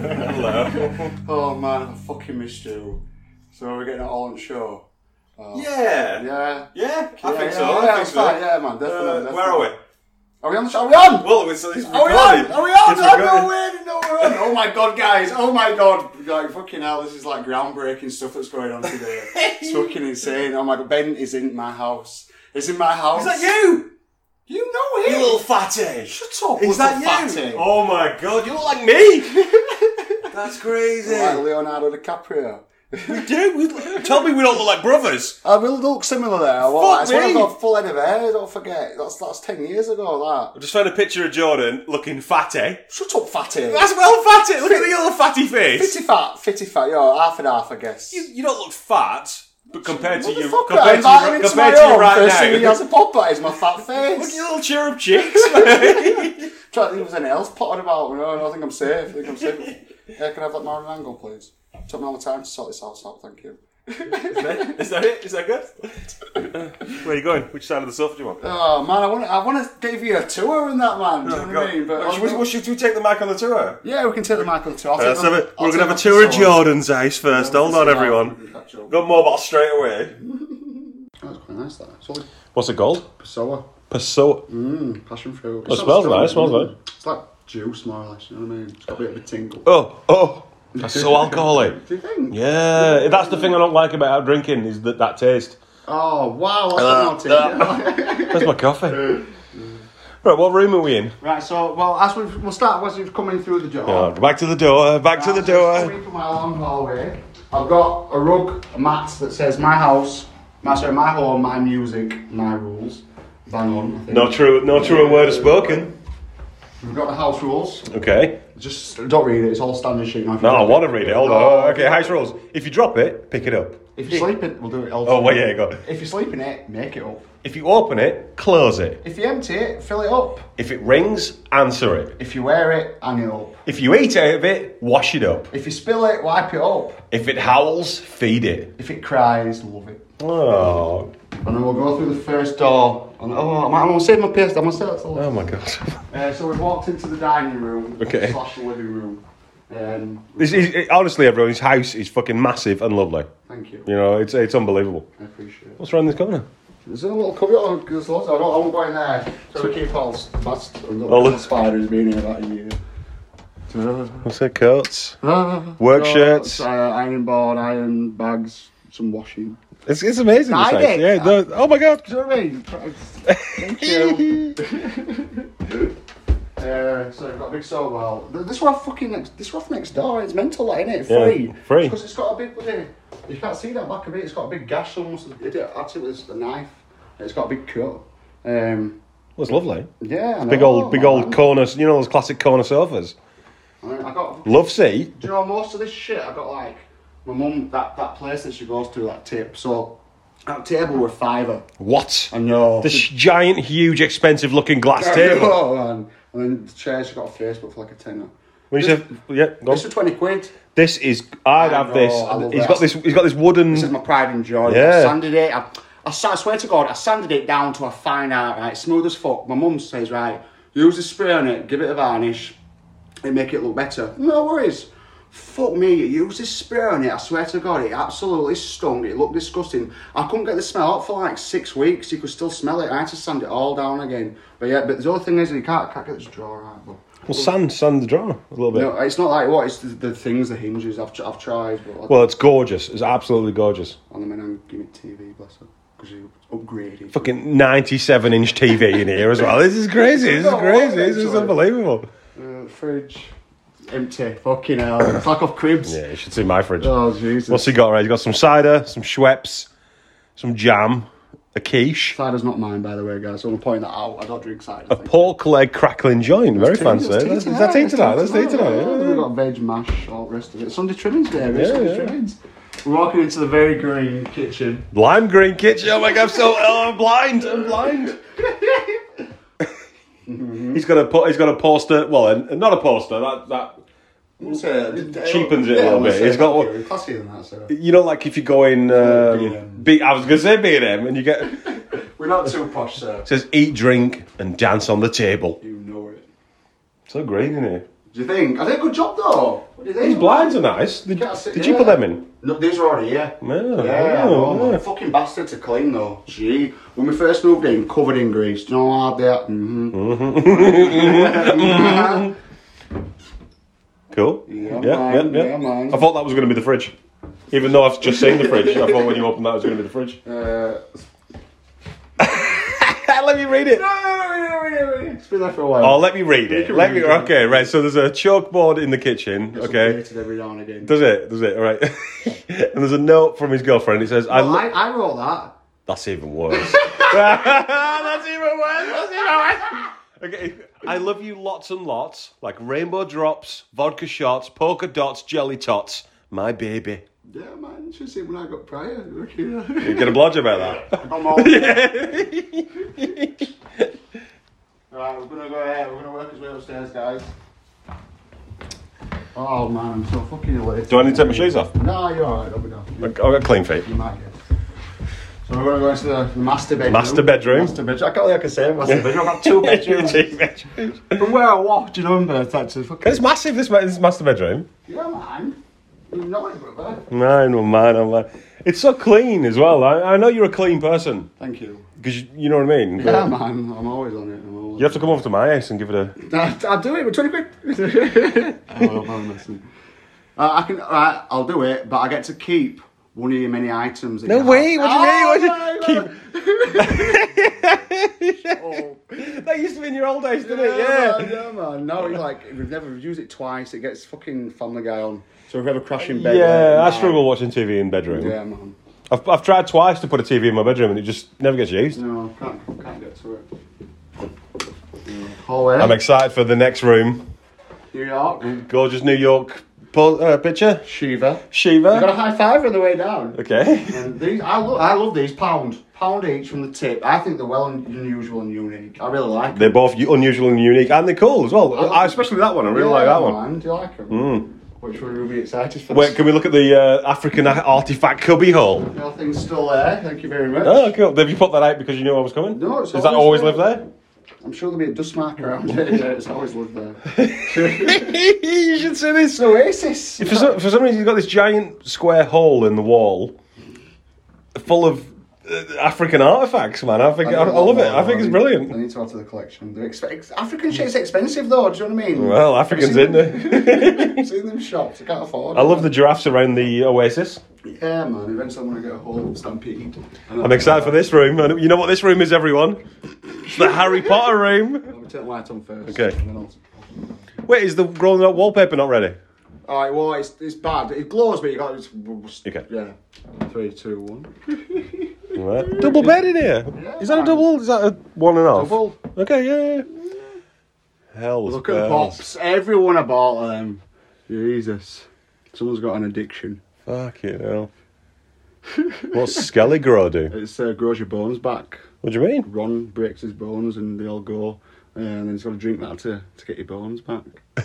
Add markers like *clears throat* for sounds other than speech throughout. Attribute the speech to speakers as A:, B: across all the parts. A: *laughs* oh man, I fucking missed you. So we're getting it all on show. Oh.
B: Yeah. Yeah.
A: Yeah.
B: I
A: Yeah,
B: think
A: yeah,
B: so. I
A: yeah,
B: think
A: it's
B: so.
A: fine, Yeah, man,
B: Uh,
A: definitely. definitely.
B: where are we?
A: Are we on the show? Are we on?
B: Well, it's, it's
A: Are we
B: recorded.
A: on? Are we on?
B: It's
A: I
B: recorded.
A: know where to know we're on. Oh my god, guys. Oh my god. Like, fucking hell, this is like groundbreaking stuff that's going on today.
B: *laughs*
A: it's fucking insane. Oh my god, Ben is in my house. Is in my house.
B: Is that you?
A: You know
B: You
A: him.
B: little fatty.
A: Shut up,
B: Is
A: little
B: that you?
A: fatty.
B: Oh my god, you look like
A: *laughs*
B: me. That's crazy.
A: Like Leonardo DiCaprio.
B: We do. We, tell me we don't look like brothers.
A: I will look similar there. Well,
B: Fuck
A: that's when
B: me.
A: I got full head of hair, don't forget. That's that's ten years ago,
B: I just found a picture of Jordan looking fatty.
A: that. Shut up,
B: *laughs*
A: fatty.
B: That's well fatty. Look at the little fatty face.
A: Fitty fat, fitty fat, yo, half and half, I guess.
B: You, you don't look fat, but compared to you,
A: Motherfucker, I
B: compared to you,
A: invited him to
B: compared
A: my
B: to you
A: home, first thing
B: right
A: he
B: now,
A: has a pop at is
B: *laughs*
A: my fat
B: look at
A: face.
B: your little cherub cheeks.
A: *laughs*
B: mate.
A: Trying to think if there's anything else potted about. No, no, I think I'm safe. I think I'm safe.
B: *laughs*
A: yeah, can I have that Marvin angle, please? Took me all the time to sort this house out, thank you.
B: *laughs* Is that it? Is that good? Where are you going? Which side of the sofa do you want?
A: Oh man, I want to I want to give you a tour in that man. Do you know what I mean? But
B: Well, Oh, should, we, well, should we take the mic on the tour?
A: yeah, we can take the mic on tour. I'll
B: Uh,
A: take
B: so
A: the-
B: we-
A: I'll
B: we're going
A: take
B: to have a
A: the
B: tour of
A: tour.
B: Jordan's house first. Hold on, everyone. Got mobile straight away.
A: That's quite nice, that. It's only
B: What's it called?
A: Pessoa.
B: Paso.
A: Mmm, passion fruit. It
B: smells nice, smells
A: mm. It's like juice, more or less, you know what I mean? It's got a bit of a tingle.
B: Oh, oh. That's so alcoholic.
A: Do you think?
B: Yeah, that's the thing I don't like about drinking is that, that taste.
A: Oh, wow, that's uh, naughty.
B: Where's my coffee? right, what room are we in?
A: *laughs* right, so, well, as we, we'll start as we've coming through the door.
B: Oh, back to the door, back to the
A: Right, so it's
B: door.
A: Coming from my long hallway, I've got a rug, a mat that says my house, my, sorry, my home, my music, my rules. Bang on, I think.
B: No true, no truer word is spoken.
A: We've got the house rules.
B: Okay.
A: Just don't read it, it's all standard shit. No,
B: No, I want to read it. Hold on. Oh, Okay, house rules. If you drop it, pick it up.
A: If you're sleeping, we'll do it all
B: Oh, well,
A: time.
B: yeah, you got it.
A: If you're sleeping it, make it up.
B: If you open it, close it.
A: If you empty it, fill it up.
B: If it rings, answer it.
A: If you wear it, hang it up.
B: If you eat out of it, wash it up.
A: If you spill it, wipe it up.
B: If it howls, feed it.
A: If it cries, love it.
B: Oh,
A: And then we'll go through the first door. And oh, I'm, I'm gonna save my paste. I'm gonna say that to
B: oh my god. *laughs*
A: uh, So we've walked into the dining room.
B: Okay.
A: Slash the living room. Um,
B: This is, it- honestly, everyone, his house is fucking massive and lovely.
A: thank you.
B: You know, it's it's unbelievable.
A: I appreciate it.
B: What's around this corner?
A: Is there a little cupboard? Oh, There's lots. I don't. I won't go in there. So we keep all fast. And
B: Oh, look.
A: the spider's been here about a year.
B: What's that? Coats.
A: Ah,
B: *laughs* Work
A: so,
B: shirts.
A: Uh, iron board, iron bags, some washing.
B: It's, it's amazing. This
A: I
B: house.
A: did.
B: Yeah. the- oh my god.
A: Do you know what I mean? *laughs*
B: *laughs*
A: Thank you. Uh, so we've got a big soul well. This one fucking next. This rough next door. It's mental, like, isn't it?
B: Yeah,
A: Free.
B: free.
A: Because it's got a big bloody. You can't see that back of it. It's got a big gash. Almost. They did it at it with a knife. It's got a big cut. Um,
B: Well, it's lovely.
A: yeah. I
B: Big
A: know,
B: old, big old
A: man.
B: corner. You know those classic corner sofas.
A: I, mean, I got. Do
B: Love seat.
A: you know most of this shit? I got like my mum that that place that she goes to that tip. So that table were fiver.
B: What?
A: I know. *laughs*
B: This giant, huge, expensive-looking glass table.
A: Oh, man. And then the chairs got off Facebook for like a tenner.
B: When you say, yeah, go on.
A: This for 20 quid.
B: This is. I'd
A: I
B: have
A: know,
B: this.
A: I love
B: He's
A: that.
B: got this. He's got this
A: This is
B: wooden.
A: my pride and joy.
B: Yeah.
A: I sanded it. I, I, sa- I swear to God, I sanded it down to a fine art, right? Smooth as fuck. My mum says, right, use the spray on it, give it a varnish, and make it look better. No worries. Fuck me, you used this spray on it, I swear to God, it absolutely stung, it looked disgusting. I couldn't get the smell out for like six weeks, you could still smell it, I had to sand it all down again. But yeah, but the other thing is, you can't, can't get this drawer out, but...
B: Well, sand, sand the drawer a little bit.
A: No, it's not like what it's the, the things, the hinges. I've tr- I've tried, but
B: Well, it's gorgeous. It's absolutely gorgeous.
A: I, and then I'm giving it TV, bless her, because you upgraded.
B: Fucking ninety-seven inch TV in here as well. This is crazy. This is crazy. This is unbelievable.
A: Uh, fridge empty. Fucking hell. *coughs* it's like off cribs.
B: Yeah, you should see my fridge.
A: Oh Jesus.
B: What's he got? Right, he's got some cider, some Schweppes, some jam, a quiche,
A: Cider's not mine, by the way, guys. So I'm gonna point that out. I don't drink cider.
B: a pork leg crackling joint. Very fancy. That's that's tea tonight. That's tea
A: We've
B: tonight.
A: got veg mash, all the rest of it. Sunday trimmings there.
B: Yeah,
A: Yeah, Sunday
B: yeah.
A: trimmings. We're walking into the very green kitchen.
B: Lime green kitchen. Oh my god, I'm so oh, I'm blind. I'm blind. *laughs* He's got a po- he's got a poster. Well, and not a poster. That that Cheapens it a little bit. It's got one-
A: classier than that, so.
B: you know, like if you go in. Um,
A: B&M.
B: B- I was gonna say B and M, and you get it
A: We're not too posh, sir.
B: says eat, drink, and dance on the table.
A: You know it.
B: So green in here.
A: Do you think? I did a good job though. What do you think?
B: These blinds are nice. Did,
A: Can't sit
B: did you
A: here.
B: put them in?
A: No, these are already here.
B: No, Oh,
A: yeah,
B: no,
A: no,
B: no.
A: fucking bastard to clean though. Gee, when we first moved in, covered in grease. Do you know how hard they are? Mm-hmm.
B: *laughs*
A: Mm-hmm.
B: Cool.
A: Yeah, mine, yeah, mine.
B: I thought that was going to be the fridge. Even though I've just seen the fridge, I thought when you opened that it was going to be the fridge.
A: uh,
B: *laughs* Let me read it.
A: it's been there for a while.
B: Oh, let me read it. Let me. Okay, right. So there's a chalkboard in the kitchen.
A: It's
B: Okay.
A: updated every now and again.
B: Does it? Does it? All right. *laughs* and there's a note from his girlfriend. It says, "I."
A: I,
B: Lo-
A: I wrote that.
B: That's even worse. *laughs* That's even worse. That's even worse. Okay. I love you lots and lots, like rainbow drops, vodka shots, polka dots, jelly tots, my baby.
A: Yeah, man, you should see when I got prior. Okay.
B: *laughs* You get a blodge about that. *laughs*
A: I'm old.
B: Yeah.
A: Right, we're gonna go ahead. We're gonna work his way upstairs, guys. Oh man, I'm so fucking elated.
B: Do I need to take my shoes off?
A: No, you're alright. Don't be daft.
B: I've got clean
A: *laughs*
B: feet.
A: You might get. So we're gonna go into the master bedroom.
B: Master bedroom.
A: Master bedroom. I can't think I can say master bedroom. I've got
B: *laughs*
A: two bedrooms. From where I walked, you know, remember? It's like, fucking.
B: It's massive, this, ma- this master bedroom.
A: Yeah, man. You're not in brother.
B: Mine, oh mine, oh mine. It's so clean as well. I, I know you're a clean person,
A: Thank you.
B: because you, you know what I mean?
A: Yeah, man. I'm always on it. I'm always
B: You have to come over to my house and give it a.
A: I, I'll do it with 20 quid. *laughs* uh, I can, alright, I'll do it, but I get to keep one of your Oh, many items. that
B: No
A: you
B: way,
A: have.
B: what do you mean? What do you-
A: my God.
B: *laughs* That used to be in your old days, didn't
A: Yeah, man, yeah, man. No, it's like, if we've never used it twice, it gets fucking Family Guy on. So if we ever crash in bed.
B: Yeah,
A: like,
B: I
A: nah.
B: struggle watching TV in bedroom.
A: Yeah, man.
B: I've, I've tried twice to put a TV in my bedroom and it just never gets used.
A: No, can't, can't get to it. Yeah. Hallway.
B: I'm excited for the next room.
A: New York.
B: Gorgeous New York po- uh, picture.
A: Shiva. I got a
B: Shiva.
A: high five on the way down.
B: Okay.
A: And these, I, lo- I love these pound, pound each from the tip. I think they're well un- unusual and unique. I really like. them.
B: They're both u- unusual and unique, and they're cool as well.
A: like-
B: I, especially that one. I really
A: Yeah,
B: like that one. Hmm.
A: Man, do you like them? Which we're really excited for.
B: Wait, can we look at the uh, African a- artifact cubbyhole?
A: Nothing's still there. Thank you very much.
B: Oh, cool. Have you put that out because you knew I was coming?
A: No, it's
B: Does that always live
A: always
B: there?
A: I'm sure there'll be a dust mark around it. Yeah, it's always lived there.
B: *laughs* you should see this.
A: Oasis.
B: For some, for some reason, you've got this giant square hole in the wall full of uh, African artifacts, man. I think I, I love it. I think it's
A: I
B: brilliant.
A: need to add to the collection. They're expe- African shit's expensive though. Do you know what I mean?
B: Well,
A: Have you
B: Africans
A: seen
B: in there.
A: them- *laughs* seen them shops. I can't afford.
B: I love the giraffes around the oasis.
A: Yeah, man. Eventually, I'm gonna get a whole stampede.
B: I'm excited for this room. And You know what this room is, everyone? It's the Harry Potter room.
A: Let me turn the light on first.
B: Okay.
A: and then I'll-
B: Wait, is the grown up wallpaper not ready?
A: All right, well, it's, it's bad. It glows, but you got it's
B: Okay.
A: Yeah. Three, two, one.
B: Right. Double bed in here. Is that a double? Is that a one and a half?
A: Double.
B: Okay, yeah. yeah. Hell's
A: Look at the
B: bells.
A: pops. Everyone about them. Jesus. Someone's got an addiction.
B: Fucking hell. What's Skelly Grow do?
A: It's uh, grows your bones back.
B: What do you mean?
A: Ron breaks his bones, and they all go. uh, And then he's got to drink that to, to get your bones back.
B: *laughs*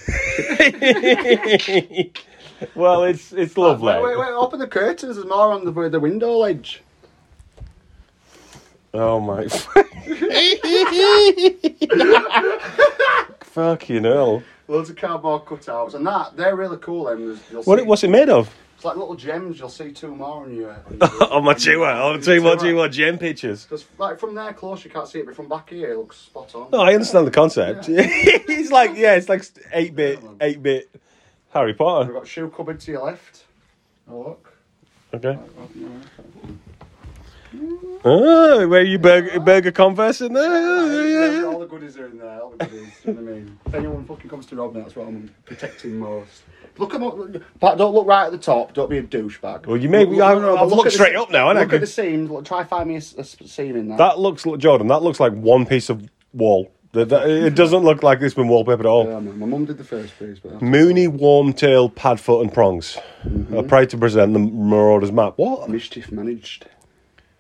B: well, it's it's lovely.
A: Wait, wait, wait! Open the curtains. There's more on the the window ledge.
B: Oh my! *laughs* Fucking hell!
A: Loads of cardboard cutouts, and that they're really cool. Then there's, you'll
B: What
A: see,
B: it- what's it made of? *laughs*
A: it's like little gems. You'll see two more on your.
B: On my tour, on two more two more gem pictures.
A: Because like from there close, you can't see it, but from back here, it looks spot on.
B: No, I understand the concept. *laughs* it's like yeah, it's like eight bit eight bit Harry
A: We've
B: Potter.
A: got shoe cupboard to your left. Oh, look.
B: Okay. Oh, where you burger burger converse in there?
A: All the goodies are in there. All the goodies. you know what I mean? If anyone fucking comes to rob me, that's what I'm protecting most. Look at what. But don't look right at the top. Don't be a douchebag.
B: Well, you may-
A: Look- look-
B: I've-
A: but
B: I've
A: look
B: looked
A: at the
B: straight
A: se-
B: up now, haven't I?
A: Look at the seam. Look, try find me a, s- a s- seam in that.
B: That looks, Jordan. That looks like one piece of wall. That, that- it doesn't look like it's been wallpapered at all.
A: Yeah, man, my mum did the first piece, but that's
B: Mooney, Wormtail, Padfoot, and Prongs.
A: Mm-hmm.
B: are proud to present the Marauders map. What?
A: mischief managed.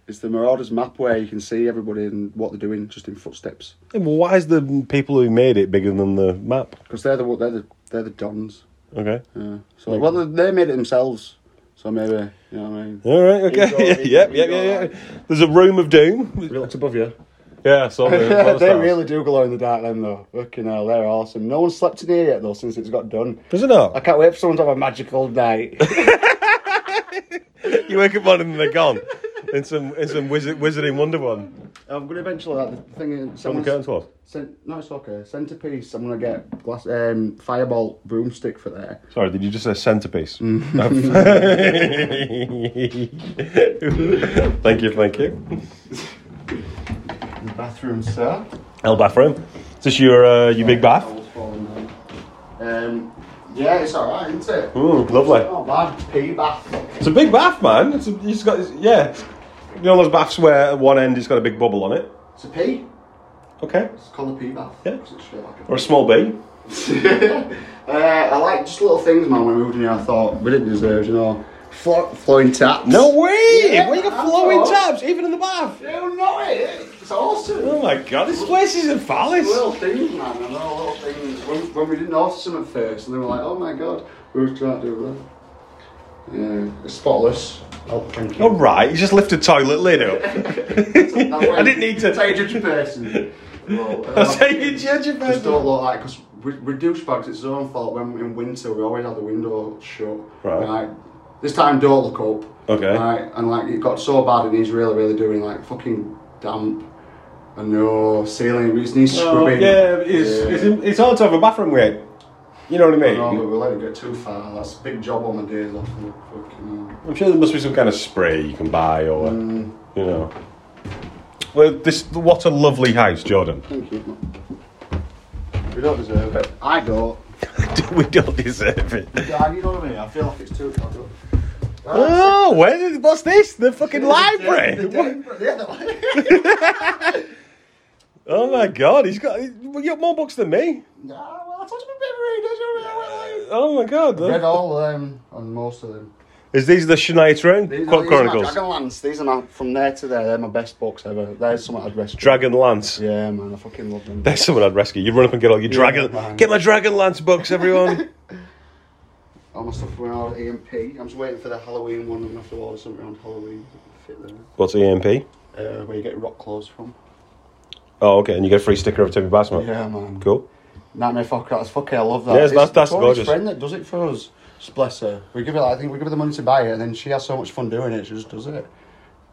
A: It's the Marauders map where you can see everybody and what they're doing just in footsteps
B: Why is the people who made it bigger than the map?
A: because they're the they're the they're the dons.
B: Okay.
A: Yeah. So well, they they made it themselves. So maybe you know what I mean.
B: All right. Okay. *laughs*
A: Enjoy,
B: yep. Yep.
A: enjoy. *laughs*
B: Yep. Yep. There's a room of doom.
A: Looked above you.
B: Yeah, so they,
A: *laughs* they really do glow in the dark, them though. Fucking hell, they're awesome. No one's slept in here yet though since it's got done.
B: Does it not?
A: I can't wait for someone to have a magical night. *laughs*
B: You wake up one and they're gone. In some in some wizard, wizarding wonder one.
A: I'm gonna eventually like the thing. is-
B: From the
A: Someone's,
B: curtains was.
A: cent- no, it's okay. Centerpiece. I'm gonna get glass um, fireball broomstick for there.
B: Sorry, did you just say centerpiece?
A: Mm.
B: *laughs* thank you, thank you.
A: The bathroom, sir.
B: El bathroom. Is this your uh, your big bath?
A: Towel's fallen down. Um, yeah, it's all right, isn't it?
B: Ooh, lovely.
A: Not bad. Pee bath.
B: It's a big bath, man. It's a, it's got it's- yeah. it's- You know those baths where at one end it's got a big bubble on it.
A: It's a pee.
B: Okay.
A: It's called a pee bath.
B: Yeah.
A: 'Cause it's straight like a
B: Or a small bee.
A: *laughs* uh, I like just little things, man. When we moved in here, I thought we didn't deserve, you know, Flo- flowing taps.
B: way!
A: Yeah, that's all.
B: even in the bath.
A: you know it. It's awesome.
B: Oh my god, this place is a palace.
A: Little things, man. I know little things. When, when we didn't notice them at first, and they were like, "Oh my god, we were trying to do that." Yeah, it's spotless. Oh, thank
B: All right, you just lift a toilet lid up. *laughs* I didn't need to-
A: Say judge a person. Well, uh,
B: I *laughs* say you judge a
A: Just
B: person.
A: don't look like because we we're douchebags. It's our own fault when in winter we always have the window shut.
B: Right.
A: This time, don't look up.
B: Okay.
A: Right, and like it got so bad, it needs really, really doing like fucking damp. And no ceiling, it just needs
B: Oh,
A: scrubbing.
B: yeah, it's, it's it's hard to have a bathroom with. You know what I
A: I know, but
B: mean?
A: we're letting it get too far. That's a big job on the days off. and Fucking hell.
B: I'm sure there must be some kind of spray you can buy or
A: Mm.
B: you know. Well, this what a lovely house,
A: *laughs*
B: Jordan.
A: Thank you. We don't deserve it. I don't.
B: we don't deserve it.
A: Yeah, you know what I mean? I feel like it's too fucked up.
B: Oh, where did, what's this? The fucking
A: The
B: library.
A: library. Yeah, the library.
B: *laughs*
A: *laughs*
B: Oh my god, he's got well, you got more books than me.
A: Ah, well, I told you my memory.
B: Oh my
A: Read
B: god.
A: all of them and most of them.
B: Is these the Shania Twain
A: These
B: Qu-
A: are,
B: Chronicles?
A: These are my Dragonlance. These are my, from there to there. They're my best books ever. There's some I'd rescue.
B: Dragon Lance. *laughs*
A: yeah, man, I fucking love them.
B: There's someone I'd rescue. You run up and get all your dragon.
A: man.
B: Get my Dragon Lance books,
A: *laughs*
B: everyone.
A: All my stuff from out EMP. E I'm just waiting for the Halloween one. I'm gonna have to order something around Halloween. to Fit there.
B: What's E EMP?
A: Uh, where you get rock clothes from?
B: Oh, okay, and you get a free sticker every time you buy something.
A: Yeah, man.
B: Cool.
A: Nightmare Fucker. That's fucking. I love that.
B: Yes, that's-
A: the
B: that's
A: Tony's
B: gorgeous.
A: friend that does it for us. Just Bless her. We give her. I think we give her the money to buy it, and then she has so much fun doing it. She just does it.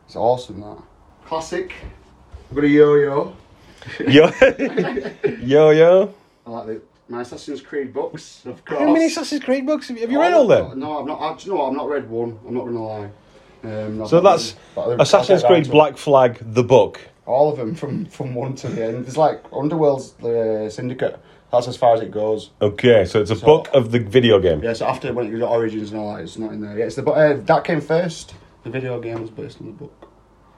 A: It's awesome. That classic. I've got a yo-yo.
B: Yo, *laughs* yo, yo.
A: I like the, my Assassin's Creed books, of course. Oh,
B: How many Assassin's Creed books have you, have you read all them?
A: No, I've not. I, do you know what? I've not read one. I'm not going to lie. Um, I've
B: So
A: not
B: that's
A: read- but I'll-
B: Assassin's
A: I'll get
B: Creed
A: round
B: Black Flag, the book.
A: to All of them from from one to the end. It's like Underworld's uh, Syndicate. That's as far as it goes.
B: Okay, so it's a book of the video game.
A: Yeah. So after when it got Origins and all that, it's not in there. Yeah. It's the bu- uh, that came first. The video game was based on the book.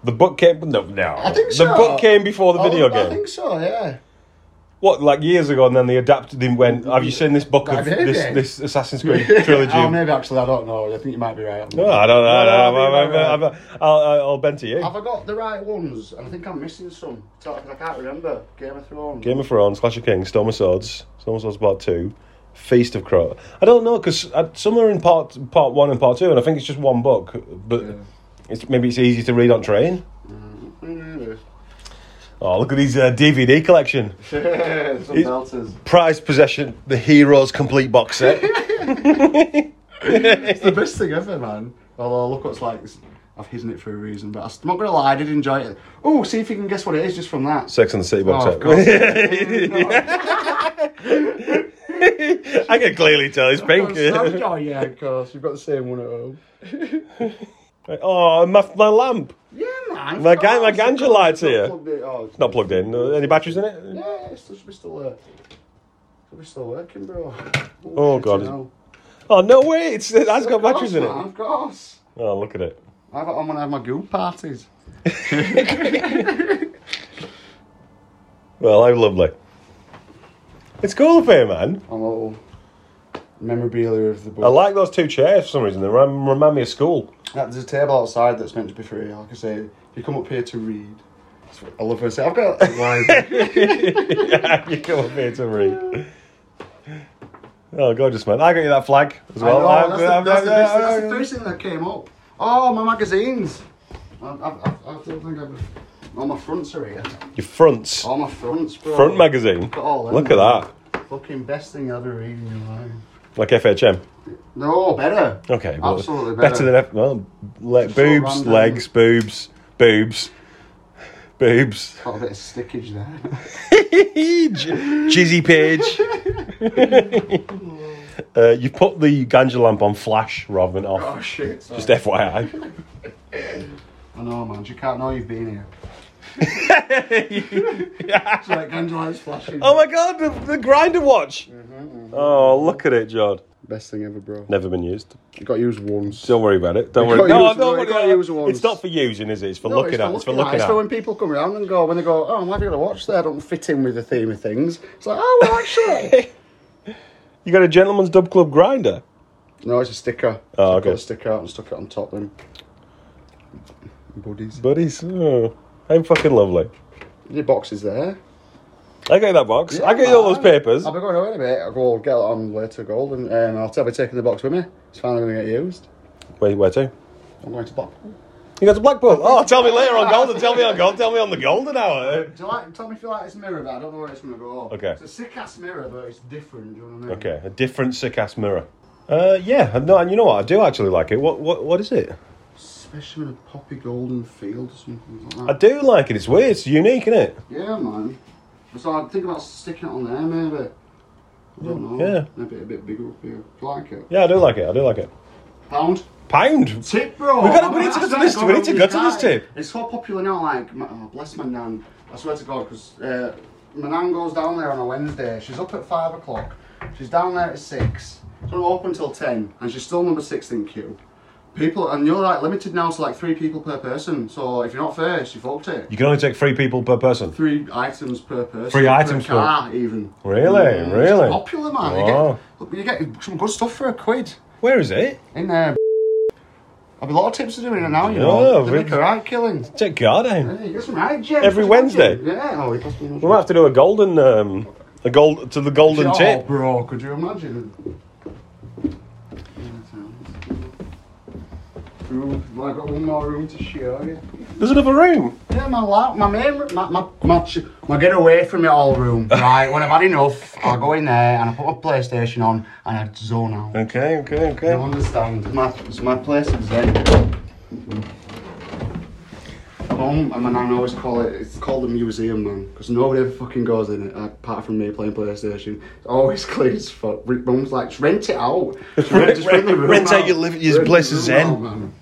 B: The book came no, no.
A: I think
B: The
A: so.
B: book came before the
A: Oh,
B: video
A: I
B: game.
A: think so. *laughs* Yeah.
B: What, like years ago, and then they adapted and went, Have you seen this book
A: I
B: of
A: did
B: this,
A: it.
B: this Assassin's
A: *laughs*
B: Creed trilogy?
A: Oh, maybe actually I don't know. I think you might be right. I'm-
B: No, I don't know. I
A: No,
B: don't
A: no,
B: know.
A: I think
B: I'm-
A: you're
B: I'm-
A: right.
B: I'm- I'll, I'll, I'll bend to you.
A: Have I got the right ones? And I think I'm missing some. Because I can't remember. Game of Thrones.
B: Game of Thrones, Clash of Kings, Storm of Swords, Storm of Swords Part 2, Feast of Crow. I don't know, because some are in part, part 1 and Part 2, and I think it's just one book, but it's, maybe it's easy to read on train.
A: *laughs* Mm,
B: Oh, look at his uh, DVD collection.
A: Some belters.
B: Prized possession, the Heroes Complete Box Set.
A: *laughs* It's the best thing ever, man. Although look what's like, it's- I've hidden it for a reason, but I'm not gonna lie, I did enjoy it. Oh, see if you can guess what it is just from that.
B: Sex and the City Box
A: Oh,
B: Set.
A: of course.
B: *laughs* I can clearly tell he's pink. *laughs*
A: oh yeah, of course. *laughs* You've got the same one at home.
B: oh, my, my lamp.
A: Yeah, man.
B: My
A: come
B: gan-
A: on,
B: my
A: it's not
B: ganja light's
A: plugged
B: here.
A: in. Oh, it's-
B: Not plugged in. Uh, Any batteries in it?
A: Yeah, it's just be still there. It'll be still working, bro.
B: Oh, God, it's- Oh no way! It's it has got batteries in it.
A: Of course.
B: Oh look at it.
A: I've, I'm gonna have my goo parties.
B: Well, how lovely. It's cool up here, man.
A: I'm a little memorabilia of the book.
B: I like those two chairs for some reason. They rem- remind me of school. *laughs*
A: Yeah, there's a table outside that's meant to be free. Like I say, you come up here to read. That's what I love when I say, I've
B: *laughs*
A: got a library.
B: you come up here to read. Oh, gorgeous man! I got you that flag as
A: I know,
B: well. I'm-
A: that's, the,
B: I'm-
A: that's, the,
B: I'm-
A: that's the- that's the
B: I'm-
A: first thing that came up. Oh, my magazines. I, I, I, I don't think I've. All my fronts are here.
B: Your fronts.
A: All my fronts, bro.
B: Front magazine.
A: Got all them,
B: Look at
A: man.
B: that.
A: Fucking best thing I've ever read in your life.
B: Like FHM.
A: No, better.
B: Okay. well,
A: Absolutely
B: better.
A: better.
B: than F. Well, le-
A: so
B: boobs,
A: random.
B: legs, boobs, boobs, boobs.
A: Got a bit of stickage there.
B: Jizzy Page. uh, you put the ganja lamp on flash rather than *laughs* off.
A: *laughs* oh shit. sorry.
B: Just FYI.
A: I know, man. You can't know you've been here. It's like Angela's flashing.
B: oh my god, the, the grinder watch.
A: Mm-hmm,
B: Oh, look at it, Jod.
A: Best thing ever, bro.
B: Never been used.
A: You got used once.
B: Don't worry about it. Don't
A: You
B: worry.
A: gotta
B: No,
A: use-
B: no,
A: you
B: worry
A: gotta
B: about it.
A: use ones.
B: It's not for using, is it? It's for
A: No,
B: looking at. It's for looking
A: It's
B: at.
A: for when people come around and go, when they go, oh, have you got a watch there? I don't fit in with the theme of things. It's like, oh,
B: *laughs*
A: well, actually.
B: You got a gentleman's dub club grinder.
A: no, it's a sticker.
B: Oh,
A: So I
B: okay.
A: Got a sticker out and stuck it on top then. Buddies.
B: Buddies, oh, I'm fucking lovely.
A: Your box is there.
B: I get that box. I get
A: Yeah,
B: you all those
A: man.
B: papers.
A: I'll be going away in a bit. I'll go get it on later gold and um, I'll tell be taking the box with me. It's finally going to get used.
B: Wait, where to?
A: I'm going to Blackpool.
B: You got to Blackpool. Oh, tell me later on Golden. Tell me on Golden. Tell me on the Golden Hour.
A: Do you like, tell me if you like this mirror, but I don't know where it's going to go.
B: Okay.
A: It's a sick ass mirror, but it's different. Do you know what I mean?
B: Okay, a different sick ass mirror. Uh, yeah, no, and you know what? I do actually like it. What, what, what is it?
A: Especially in a poppy golden field or something like that.
B: I do like it. It's weird. It's unique, isn't it?
A: Yeah, man. So I think about sticking it on there, maybe. I don't know.
B: Yeah.
A: Maybe a bit bigger up here. Do you like it?
B: Yeah, I do like it. I do like it.
A: Pound.
B: Pound.
A: Tip, bro.
B: We gotta- we
A: I'm
B: need to
A: gonna
B: go to
A: ask
B: this-
A: that
B: we need to
A: girl
B: go to this
A: die.
B: tip.
A: It's so popular now, like, my, oh, bless my nan. I swear to God, because uh, my nan goes down there on a Wednesday. She's up at five o'clock. She's down there at six. It's not open till ten, and she's still number six in queue. People, and you're like limited now to like three people per person. So if you're not first, you fucked it.
B: You can only take three people per person.
A: Three items per person.
B: Three items per-
A: per car, even.
B: Really?
A: Mm, it's
B: Really?
A: popular, man.
B: Wow.
A: You get, look, you get some good stuff for a quid
B: Where is it?
A: in there. I've a lot of tips to do in an hour, you
B: Yeah,
A: know. They
B: we-
A: make a right killing.
B: Take Garden.
A: Hey, you got some right, James.
B: Every
A: what you
B: Wednesday?
A: imagine? Yeah. Oh, he passed me
B: We might have to do a golden, um, a gold to the golden
A: Oh,
B: tip.
A: bro, could you imagine? Room. Well, I got one more room to show you.
B: There's another room.
A: Yeah, my la- my main, r- my my my, ch- my get away from it all
B: *laughs*
A: room. Right, when I've had enough, I go in there and I put my PlayStation on and I zone out.
B: Okay, okay, okay.
A: You understand? My, it's my place is zen. Home, and my nan always call it, it's called a museum, man, because nobody ever fucking goes in it, apart from me playing PlayStation. It's always *laughs* clean as fuck. Re- Mum's like, just rent it out. Just rent, just rent the room
B: *laughs* Rent out your liv-
A: living,
B: your place is zen.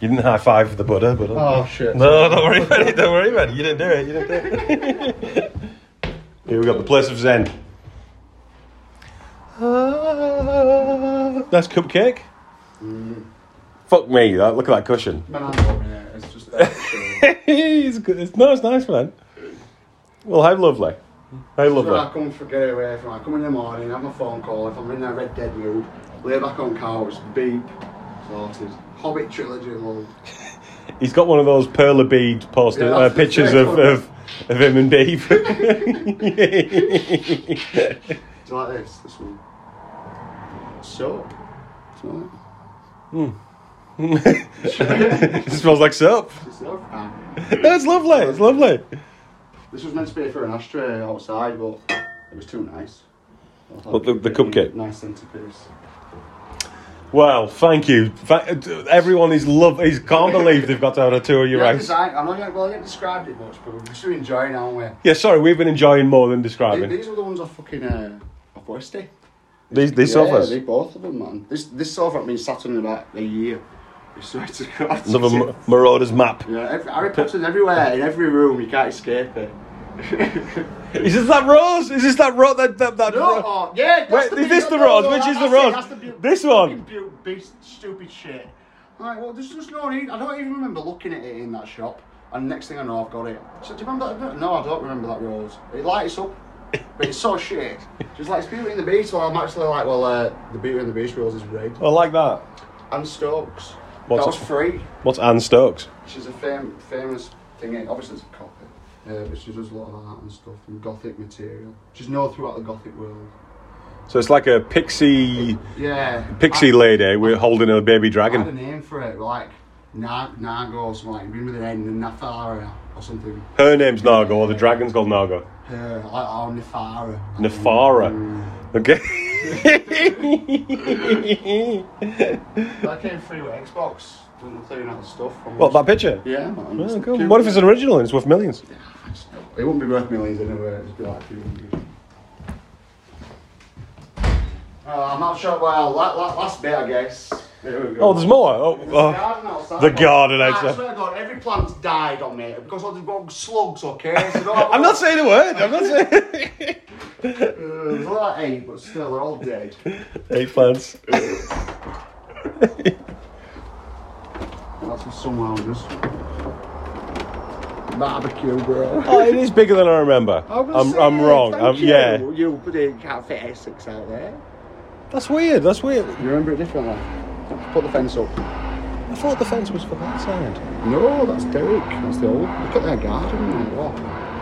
B: You didn't high five the Buddha, but uh,
A: Oh, shit.
B: no, *laughs* don't worry about it. Don't worry about it. You didn't do it. You didn't do it. *laughs* Here we got the place of Zen. That's cupcake. Mm. Fuck me! That, look at that *laughs* cushion.
A: My nan's over here, it's
B: *laughs*
A: just, that's
B: it's good. It's, no, it's nice, man. Well, how lovely. How
A: where I
B: lovely.
A: come for get away from. I come in the morning, have my phone call, if I'm in a red dead mood, lay back on couch, beep, sorted. Hobbit trilogy, love.
B: He's got one of those pearl bead poster
A: Yeah,
B: uh,
A: that's the
B: pictures
A: thing.
B: of, of of him and *laughs*
A: *laughs*
B: Dave.
A: Do you like this? This one. Soap. Smell
B: Hmm. *laughs* it smells like soap.
A: it? *laughs* It's soap. Ah.
B: That's lovely. It's lovely.
A: This was meant to be for an ashtray outside, but it was too nice. I thought
B: But the-
A: it'd
B: the
A: be a
B: cupcake?
A: Nice centerpiece.
B: Well, thank you. Fa- Everyone is love. Is can't believe they've got to have a tour of your
A: Yeah,
B: house.
A: design. I'm not gonna, well, I haven't described it much, but we're just enjoying, aren't we?
B: Yeah, sorry, we've been enjoying more than
A: Th-
B: describing
A: These were the ones I fucking uh, off Westy.
B: these these
A: yeah,
B: sofas.
A: They both of them, man. This this sofa I've been sat on about a year. I *laughs* swear to God.
B: Another ma- Marauders map.
A: Yeah, every, Harry Potter's everywhere in every room. You can't escape it.
B: Is this that rose? Is this that rose? That that, that
A: *laughs*
B: *laughs*
A: No,
B: ro-
A: oh, yeah.
B: Wait,
A: That's the
B: is
A: big-
B: this the
A: no,
B: rose?
A: no,
B: Which
A: that-
B: is the
A: that's it,
B: rose?
A: that's the bu-
B: This one.
A: fucking bu- big stupid shit. Like, well, there's just no need. I don't even remember looking at it in that shop. And next thing I know, I've got it. So do you remember that? No, I don't remember that rose. It lights up, but it's so shit. Just like it's Beauty and the Beast. Well, I'm actually like, well, uh, the Beauty and the Beast rose is red.
B: I like that.
A: And Stokes.
B: What's
A: that was
B: it-
A: free.
B: What's Anne Stokes?
A: She's a fam- famous thing. eh, Obviously, it's a copy. Uh, but she does a lot of art and stuff and gothic material. She's known throughout the gothic world.
B: So it's like a pixie
A: Yeah.
B: pixie
A: I,
B: lady. We're holding a baby
A: I had a
B: dragon.
A: name for it, like Nar- Nargos, like, ring with an N and Nathara. or something.
B: Her name's Nargo, or the dragon's called Nargo.
A: Her, like, or Nefara.
B: Nefara.
A: Mm.
B: Okay. *laughs*
A: That came free with Xbox. Didn't they clearing out the stuff? from
B: what,
A: us?
B: that picture?
A: Yeah, man.
B: Oh,
A: it's
B: cool.
A: cute.
B: What if it's an original and it's worth millions?
A: It wouldn't be worth millions anyway. It'd just be like a few hundred. Oh, I'm not sure. Well, la- la- last bit, I guess. There we go.
B: Oh, there's more. Oh,
A: There's a
B: oh.
A: garden outside.
B: the garden
A: I
B: outside.
A: swear to God, every plant's died on me because all they've got slugs, okay? So don't have a
B: *laughs* I'm
A: look.
B: not saying a word. I'm not saying. *laughs*
A: Uh, There's a lot of eight, but still, they're all dead. *laughs*
B: Eggplants.
A: That's from somewhere else. Barbecue, bro.
B: Oh, it is bigger than I remember.
A: I was
B: I'm,
A: saying,
B: I'm wrong.
A: thank
B: I'm,
A: you.
B: yeah.
A: You bloody can't fit Essex out there.
B: That's weird. That's weird.
A: You remember it differently? Put the fence up.
B: I thought the fence was for that side.
A: No, that's Derek. That's the old. Look at their garden. and What?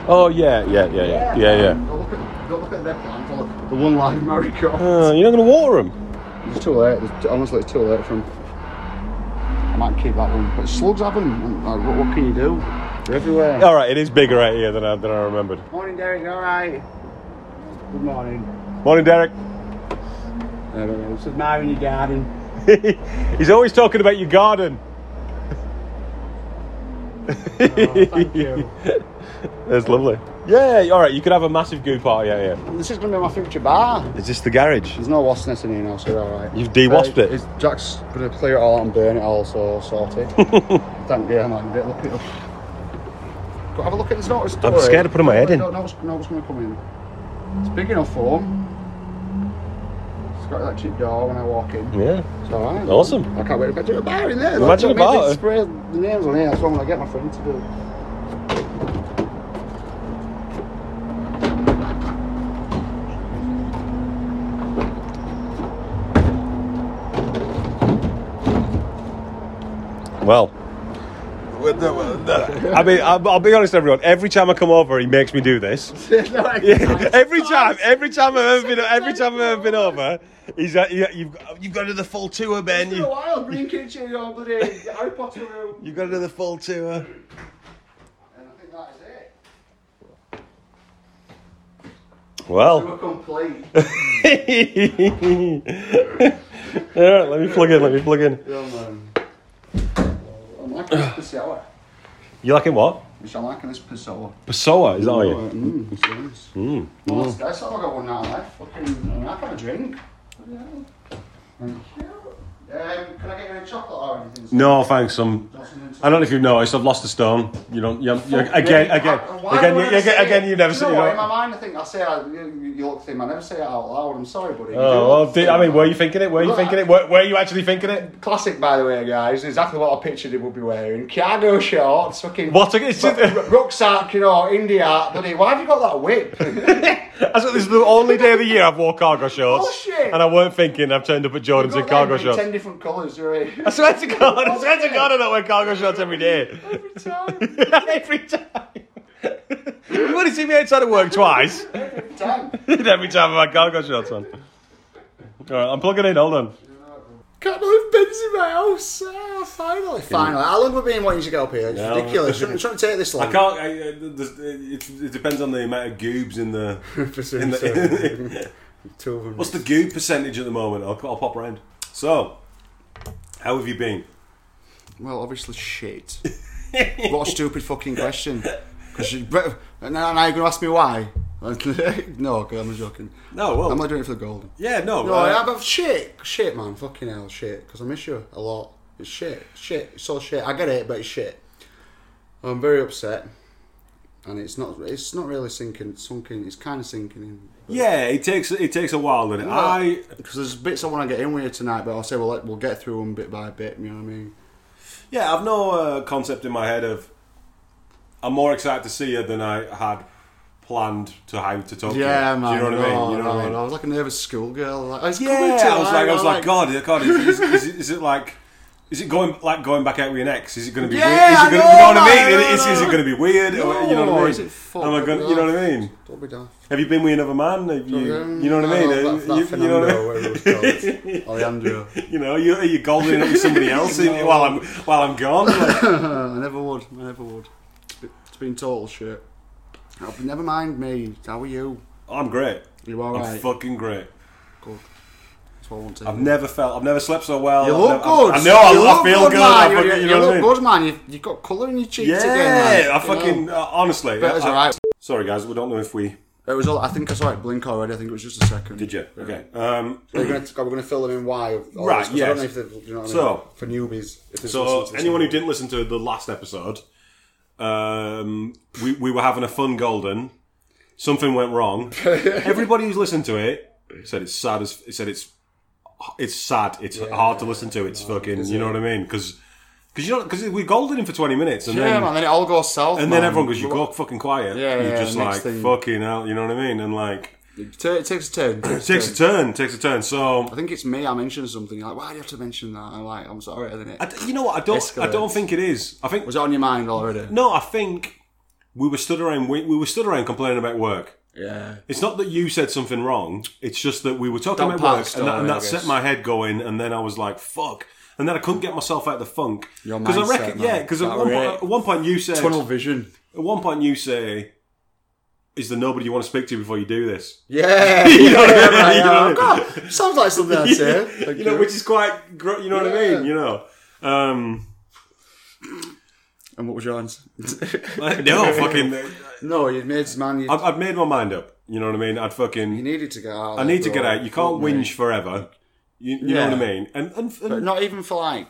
B: Oh, yeah, yeah, yeah, yeah. Yeah, yeah.
A: Go look at, go look at their plants. Look, the one live marigold.
B: Uh, you're not going to water them?
A: It's too late. It's, honestly, it's too late for 'em. I might keep that one. But slugs have them. Like, what, what can you do? They're everywhere.
B: All right, it is bigger out here than I, than I remembered.
A: Morning, Derek. All right. Good morning.
B: Morning, Derek.
A: I don't know. It's admiring your garden.
B: *laughs* He's always talking about your garden.
A: Oh, thank you.
B: *laughs* That's lovely. Yeah, all right, you could have a massive goo party out here.
A: This is going to be my future bar.
B: Is this the garage?
A: There's no wasp nest in here now, so you're all right.
B: You've de-wasped it.
A: It's, Jack's going to clear it all out and burn it all,
B: *laughs*
A: so sorted. Thank you, man. Bit- Look it up. Go have a look at this notice.
B: I'm scared of putting my head in.
A: No, no, it's, no, it's going to come in. It's big enough for 'em. It's got that cheap door when I walk in.
B: Yeah.
A: It's all right.
B: Awesome.
A: I can't wait to do a bar in there.
B: Imagine a
A: That's what I mean,
B: bar.
A: they Spray the names on here. That's what I'm going to get my friend to do. *laughs*
B: Well. I mean, I'll, I'll be honest, everyone. Every time I come over, he makes me do this. *laughs*
A: No, I-
B: every time, every time I've ever been, every time I've ever been over, he's like, "Yeah, you've you've got to do the full tour, Ben.
A: It's been a
B: You,
A: while, Green Kitchen, you know, bloody Harry Potter room.
B: you've got to do the full tour.
A: And I think that is it. We
B: Well,
A: were complete.
B: all right. Let me plug in. Let me plug in.
A: Yeah, man. I'm liking this Pessoa.
B: You liking what?
A: Which I'm liking this Pessoa.
B: Pessoa, is that all you?
A: Mmm, it's nice. Mmm. Well, that's, that's all I got one now left. Fucking, I mean, I've had a drink. Bloody hell. Thank you. Um, can I get you any chocolate or anything?
B: No, thanks. I'm.
A: Not something to-
B: I don't know if you've noticed. I've lost a stone. You don't. You, you,
A: Fuck
B: again,
A: me.
B: again,
A: I- why
B: again,
A: would
B: you,
A: I
B: again,
A: say it?
B: again. e- You've never
A: You
B: seen.
A: know
B: You
A: what,
B: know-
A: in my mind, I think I say I, you, you look thin. I never say it out loud. I'm sorry, buddy. You do
B: Oh, well,
A: look
B: did,
A: thin.
B: I mean, were you thinking it? Were you thinking it? Were, were you actually thinking it?
A: Classic, by the way, guys. Exactly what I pictured he would be wearing. Cargo shorts, fucking.
B: What? It's just-
A: r- rucksack, you know, India. Bloody, why have you got that whip?
B: *laughs* That's what, this is the only day of the year I've wore cargo shorts.
A: Bullshit.
B: And I weren't thinking I've turned up at Jordan's in
A: Oh, Got
B: cargo
A: them in
B: shorts.
A: Ten Oh, different colours, right? *laughs*
B: I swear to God, I swear to God, I don't wear cargo shorts every day.
A: Every time,
B: *laughs* every time. you would have seen me outside of work twice.
A: every time.
B: *laughs* every time I've had cargo shorts on. Alright, I'm plugging in, hold on.
A: Can't believe Ben's in my house. Ah, finally, finally. How long have we been wanting to get up here? It's
B: No.
A: ridiculous.
B: *laughs*
A: Shouldn't, shouldn't take this long. *laughs*
B: can't. I, uh, it, it depends on the amount of goobs in *laughs* the.
A: in the- Two of
B: *laughs*
A: them.
B: what's the goob percentage at the moment? I'll, I'll pop round. So, how have you been?
A: Well,
B: *laughs*
A: obviously, shit. what a stupid fucking question. Because now, now you're going to ask me why? *laughs* no, 'cause I'm joking.
B: No, well,
A: I'm not doing it for the golden.
B: yeah, no.
A: No,
B: uh,
A: yeah, but shit, shit, man, fucking hell, shit. Because I miss you a lot. It's shit, shit, it's all shit. I get it, but it's shit. I'm very upset, and it's not, it's not really sinking, sunken. It's kind of sinking in.
B: Yeah, it takes it takes a while, doesn't it? I
A: because there's bits I want to get in with you tonight, but I'll say, well, let, we'll get through them bit by bit. You know what I mean?
B: yeah, I've no uh, concept in my head of. I'm more excited to see her than I had planned to how to talk.
A: Yeah,
B: to her.
A: man.
B: Do you know what I mean?
A: No,
B: you know
A: no,
B: what I mean?
A: no, I was like a nervous schoolgirl. Like, I was coming to
B: Yeah, I was
A: life,
B: like, I was
A: I'm
B: like, God, God, is, is, is, it- is it like, is it going like going back out with your ex? Is it going to be?
A: Yeah,
B: weird? Is
A: I
B: it gonna,
A: know,
B: you know what I
A: man,
B: mean?
A: I know,
B: Is, is it
A: no.
B: going to be weird? Or- you know what
A: No,
B: I mean?
A: is it fuck?
B: Am I gonna- you know what I mean?
A: Don't be daft.
B: Have you been with another man? Have you, you know what I mean?
A: No,
B: Uh,
A: that, that
B: you, you know what I mean?
A: Fernando, whatever it was called. Alejandro.
B: *laughs* You know, you, are you golden
A: *laughs*
B: up with somebody else in-
A: No.
B: while I'm while I'm gone? Like,
A: Uh, I never would. I never would. It's a bit, it's a being told shit. Oh, never mind me. How are you?
B: I'm great.
A: You all
B: I'm
A: right?
B: fucking great.
A: good. That's what I want to
B: I've
A: hear.
B: never felt. I've never slept so well.
A: You
B: I've
A: look
B: never-
A: good.
B: I, I know. I,
A: You
B: I
A: look
B: feel good. I
A: man.
B: fucking,
A: You,
B: you
A: you
B: know what I
A: look
B: mean?
A: good, man. You've, you've got colour in your cheeks
B: Yeah,
A: again. man.
B: I
A: You
B: fucking
A: know.
B: uh, honestly.
A: But it's
B: I-
A: alright.
B: Sorry guys, we don't know if we
A: It was. All, I think I saw it blink already. I think it was just a second.
B: did you. Okay. Um,
A: We're going to, we're going to fill them in why. Of all
B: Right,
A: this, 'cause I
B: yes.
A: don't know if they've, you know what I mean?
B: So-
A: for newbies. If they've
B: so
A: listened to this
B: anyone who
A: before.
B: didn't listen to the last episode, um, we we were having a fun golden. Something went
A: *laughs*
B: wrong. Everybody who's listened to it said it's sad. As said it's it's sad. It's hard to listen to. It's fucking. you know what I mean? Because because you know because we golden him for twenty minutes and
A: yeah,
B: then
A: man. Then it all goes south.
B: and
A: man.
B: then everyone goes you go fucking quiet.
A: Yeah,
B: You're
A: yeah,
B: just
A: next
B: like
A: thing-
B: fucking hell. You know what I mean? And like
A: It ta- it takes a turn. It takes a
B: takes
A: turn.
B: a turn. Takes a turn. So
A: I think it's me. I mentioned something. You're like, why do you have to mention that? I'm like, I'm sorry, isn't it?
B: I d- you know what? I don't. I don't
A: Escalates.
B: think it is. I think
A: was it on your mind already?
B: no. I think we were stood around. We, we were stood around complaining about work.
A: Yeah.
B: It's not that you said something wrong. It's just that we were talking
A: That
B: about
A: part
B: work,
A: of the
B: and that, and
A: story, I
B: that set
A: guess.
B: my head going. And then I was like, "Fuck!" And then I couldn't get myself out of the funk
A: Your
B: I
A: mindset,
B: reckon,
A: man.
B: yeah, because at,
A: That
B: one
A: really-
B: point- at one point you said,
A: Tunnel vision.
B: at one point you say, "Is there nobody you want to speak to before you do this?" *laughs*
A: Yeah.
B: You know what I mean?
A: Right,
B: You know
A: yeah.
B: what I mean?
A: God, sounds like something I'd
B: *laughs*
A: say. Thank
B: you know, which is quite, gr- you know what I
A: Yeah.
B: mean? You know. Um,
A: and what was your
B: *laughs*
A: answer?
B: no, fucking.
A: no, you'd made this man. You
B: I've, I've made my mind up. You know what I mean? I'd
A: you
B: fucking.
A: needed to get out.
B: I need to get out. You can't whinge forever. You, you know
A: Yeah.
B: what I mean? And, and, and-
A: But not even for like.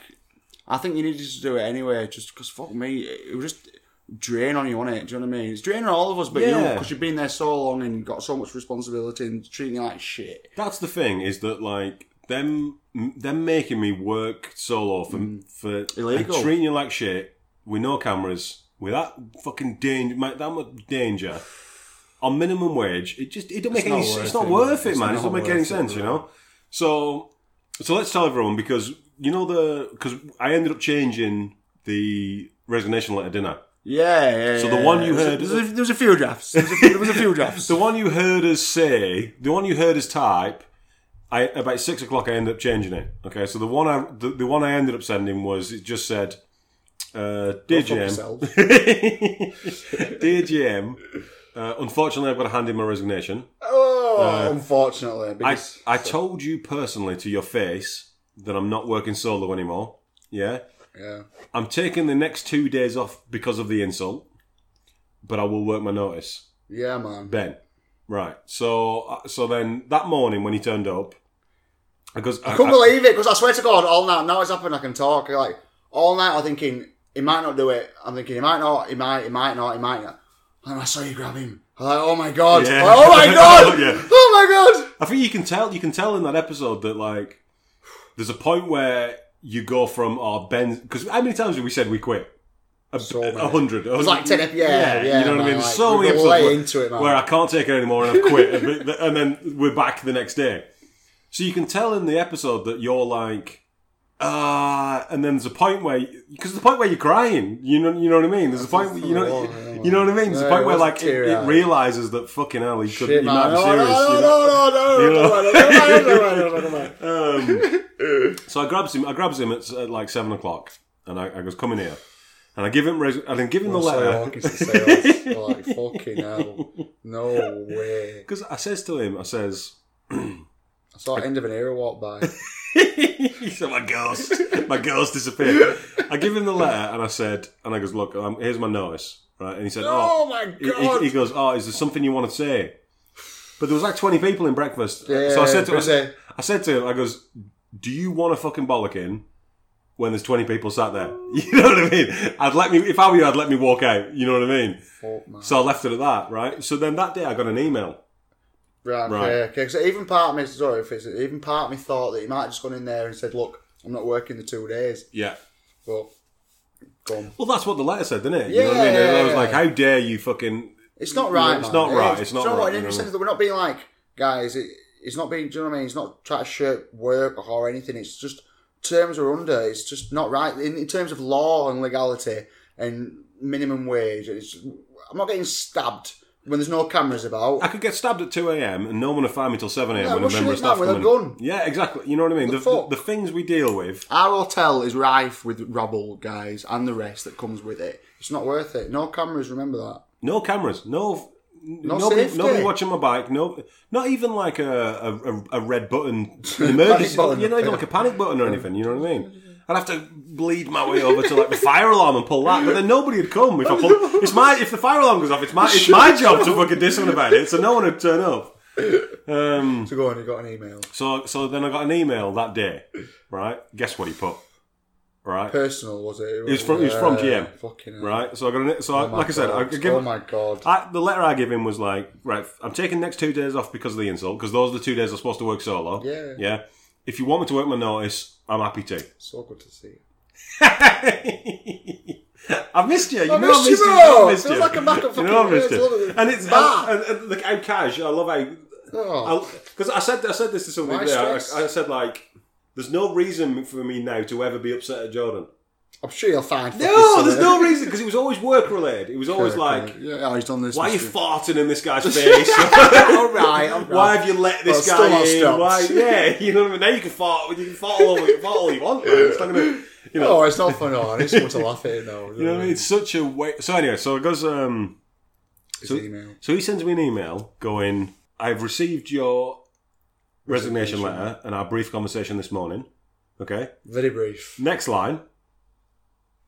A: I think you needed to do it anyway, just because fuck me, it was just drain on you on it. Do you know what I mean? It's draining on all of us, but you
B: Yeah.
A: because you've been there so long and got so much responsibility and treating you like shit.
B: that's the thing is that like them them making me work solo for for
A: Mm. Illegal.
B: and treating you like shit with no cameras with that fucking danger, mate, that much danger on minimum wage. It just it don't make
A: not
B: any. s-
A: worth
B: It's not
A: it,
B: worth
A: man.
B: it,
A: It's
B: man. It
A: not
B: doesn't make
A: worth
B: any
A: it,
B: sense, you
A: man.
B: know. So so let's tell everyone because you know the because I ended up changing the resignation letter, didn't I?
A: Yeah, yeah.
B: So the
A: yeah,
B: one
A: yeah.
B: you
A: There
B: heard-
A: was a, there, was a, there was a few drafts. There was a few, there was
B: *laughs*
A: a few drafts.
B: The one you heard us say, the one you heard us type, I about six o'clock. I ended up changing it. Okay, so the one I the, the one I ended up sending was it just said, uh, "Dear
A: Fuck
B: GM,
A: yourself.
B: *laughs* dear GM, uh, unfortunately I've got to hand in my resignation.
A: Oh, unfortunately,
B: Uh, I
A: because
B: I told you personally to your face that I'm not working solo anymore. Yeah,
A: yeah,
B: I'm taking the next two days off because of the insult, but I will work my notice."
A: yeah, man.
B: Ben. Right. So uh, so then that morning when he turned up, because
A: I couldn't believe it because I swear to God, all night now it's happened. I can talk like all night. I'm thinking he might not do it. I'm thinking he might not. He might. He might not. He might not. And I saw you grab him. I'm like, oh my god!
B: Yeah.
A: Like,
B: *laughs*
A: oh my god!
B: Yeah.
A: Oh my god!
B: I think you can tell you can tell in that episode that like there's a point where you go from oh Ben because how many times have we said we quit? A,
A: So
B: a
A: many.
B: hundred.
A: It was like ten. Yeah, yeah.
B: you know what I
A: man,
B: mean.
A: Like,
B: so
A: we
B: many
A: were way
B: episodes
A: into it,
B: where,
A: man.
B: where I can't take it anymore and I've quit, and th- and then we're back the next day. So you can tell in the episode that you're like, ah, and then there's a point where because the point where you're crying, you know, you know what I mean. There's a point, where, you know, you know what I mean. There's a
A: Yeah,
B: point
A: it
B: where
A: was
B: like it, it
A: teary-eyed.
B: realizes that fucking hell, he could, he
A: Shit,
B: might be
A: man. No,
B: serious.
A: no,
B: you
A: no,
B: know?
A: no, no,
B: You know?
A: no, no, no, no, no, no, no, no, no.
B: Um, so I grabs him. I grabs him at, at like seven o'clock, and I, I goes, "Come in here," and I give him. Res- I then give him the
A: So
B: letter
A: Hawkins is
B: *laughs*
A: sales. Like fucking hell. No way.
B: because I says to him, I says, *laughs*
A: I saw the end of an era walk by.
B: he said, my girls, *laughs* my girls disappeared. I give him the letter, and I said, and I goes, look, um, here's my notice, right? And he said,
A: Oh
B: oh,
A: my
B: He- he,
A: god.
B: he goes, oh, is there something you want to say? But there was like twenty people in breakfast,
A: Yeah,
B: so I said to
A: but
B: I,
A: say-
B: I said to him, I goes, do you want a fucking bollock in when there's twenty people sat there? *laughs* You know what I mean? I'd let me if I were you, I'd let me walk out. You know what I mean?
A: Fuck, man.
B: So I left it at that, right? So then that day I got an email.
A: Right,
B: Right.
A: okay, okay. So even part of me, sorry if it's even part of me thought that he might have just gone in there and said, "Look, I'm not working the two days,"
B: Yeah.
A: but gone.
B: Well, that's what the letter said, didn't it? you
A: Yeah,
B: know what I mean?
A: yeah,
B: I was
A: yeah.
B: like, how dare you fucking
A: It's not right.
B: it's
A: man.
B: not
A: It
B: right,
A: is.
B: it's not
A: right.
B: right,
A: In
B: you know.
A: every sense that we're not being like guys. It, it's not being. Do you know what I mean? It's not trying to shirk work or anything. It's just terms we're under. It's just not right in, in terms of law and legality and minimum wage. It's, I'm not getting stabbed when there's no cameras about.
B: I could get stabbed at 2 a.m. and no one would find me till 7 a.m.
A: Yeah,
B: when
A: well,
B: a member of
A: shoot
B: staff
A: that with
B: come
A: a
B: in.
A: gun.
B: Yeah, exactly. You know what I mean? The, the,
A: fuck?
B: the things we deal with.
A: Our hotel is rife with rubble, guys, and the rest that comes with it. It's not worth it. No cameras, remember that.
B: No cameras. No. No nobody,
A: safety.
B: nobody watching my bike. No, not even like a a, a- a red button
A: *laughs*
B: emergency.
A: button.
B: You're not even like a panic button or anything. You know what I mean? I'd have to bleed my way over to like the fire alarm and pull that, but then nobody would come. If I pull, it's my if the fire alarm goes off, it's my it's
A: *laughs*
B: my job to fucking do something about it. So no one would turn up. Um,
A: So go on, you got an email.
B: So so then I got an email that day. Right? Guess what he put? Right?
A: Personal, was it? It
B: was from- it was from GM.
A: Fucking hell.
B: Right. So I got an, so I,
A: Oh my
B: like I said, I
A: God.
B: give
A: Oh my God.
B: I, the letter I give him was like, right, I'm taking the next two days off because of the insult, because those are the two days I'm supposed to work solo.
A: Yeah.
B: Yeah. If you want me to work my notice, I'm happy to. *laughs*
A: So good to see you.
B: I missed you. You
A: I
B: know
A: missed
B: I missed
A: you,
B: you.
A: bro.
B: I missed
A: Feels
B: you.
A: like I'm back at
B: you
A: fucking
B: know I missed
A: Reds, love
B: you.
A: it.
B: And it's
A: Bah.
B: and, and, like I'm cash. I love how
A: Oh,
B: because I said I said this to somebody.
A: Why
B: there. I,
A: stress?
B: I said like, there's no reason for me now to ever be upset at Jordan.
A: I'm sure you'll find.
B: No, there's
A: *laughs*
B: no reason because it was always work related. It was always like.
A: yeah, oh, he's done this.
B: Why are you
A: this-
B: farting in this
A: *laughs*
B: guy's face?
A: all right,
B: *laughs*
A: all right.
B: Why have you let this
A: Well, still
B: guy
A: not
B: in?
A: stopped.
B: Why? Yeah, you know what I mean. Now you can fart. You can fart all, you fart all you want. man. It's not gonna, you know.
A: Oh, it's not fun. Oh, I need someone to laugh at it now.
B: *laughs* you know what I mean? It's such a way. So anyway, so it goes. Um,
A: His
B: So-
A: email.
B: so he sends me an email going, "I've received your resignation, letter and our brief conversation this morning. Okay.
A: Very brief.
B: Next line."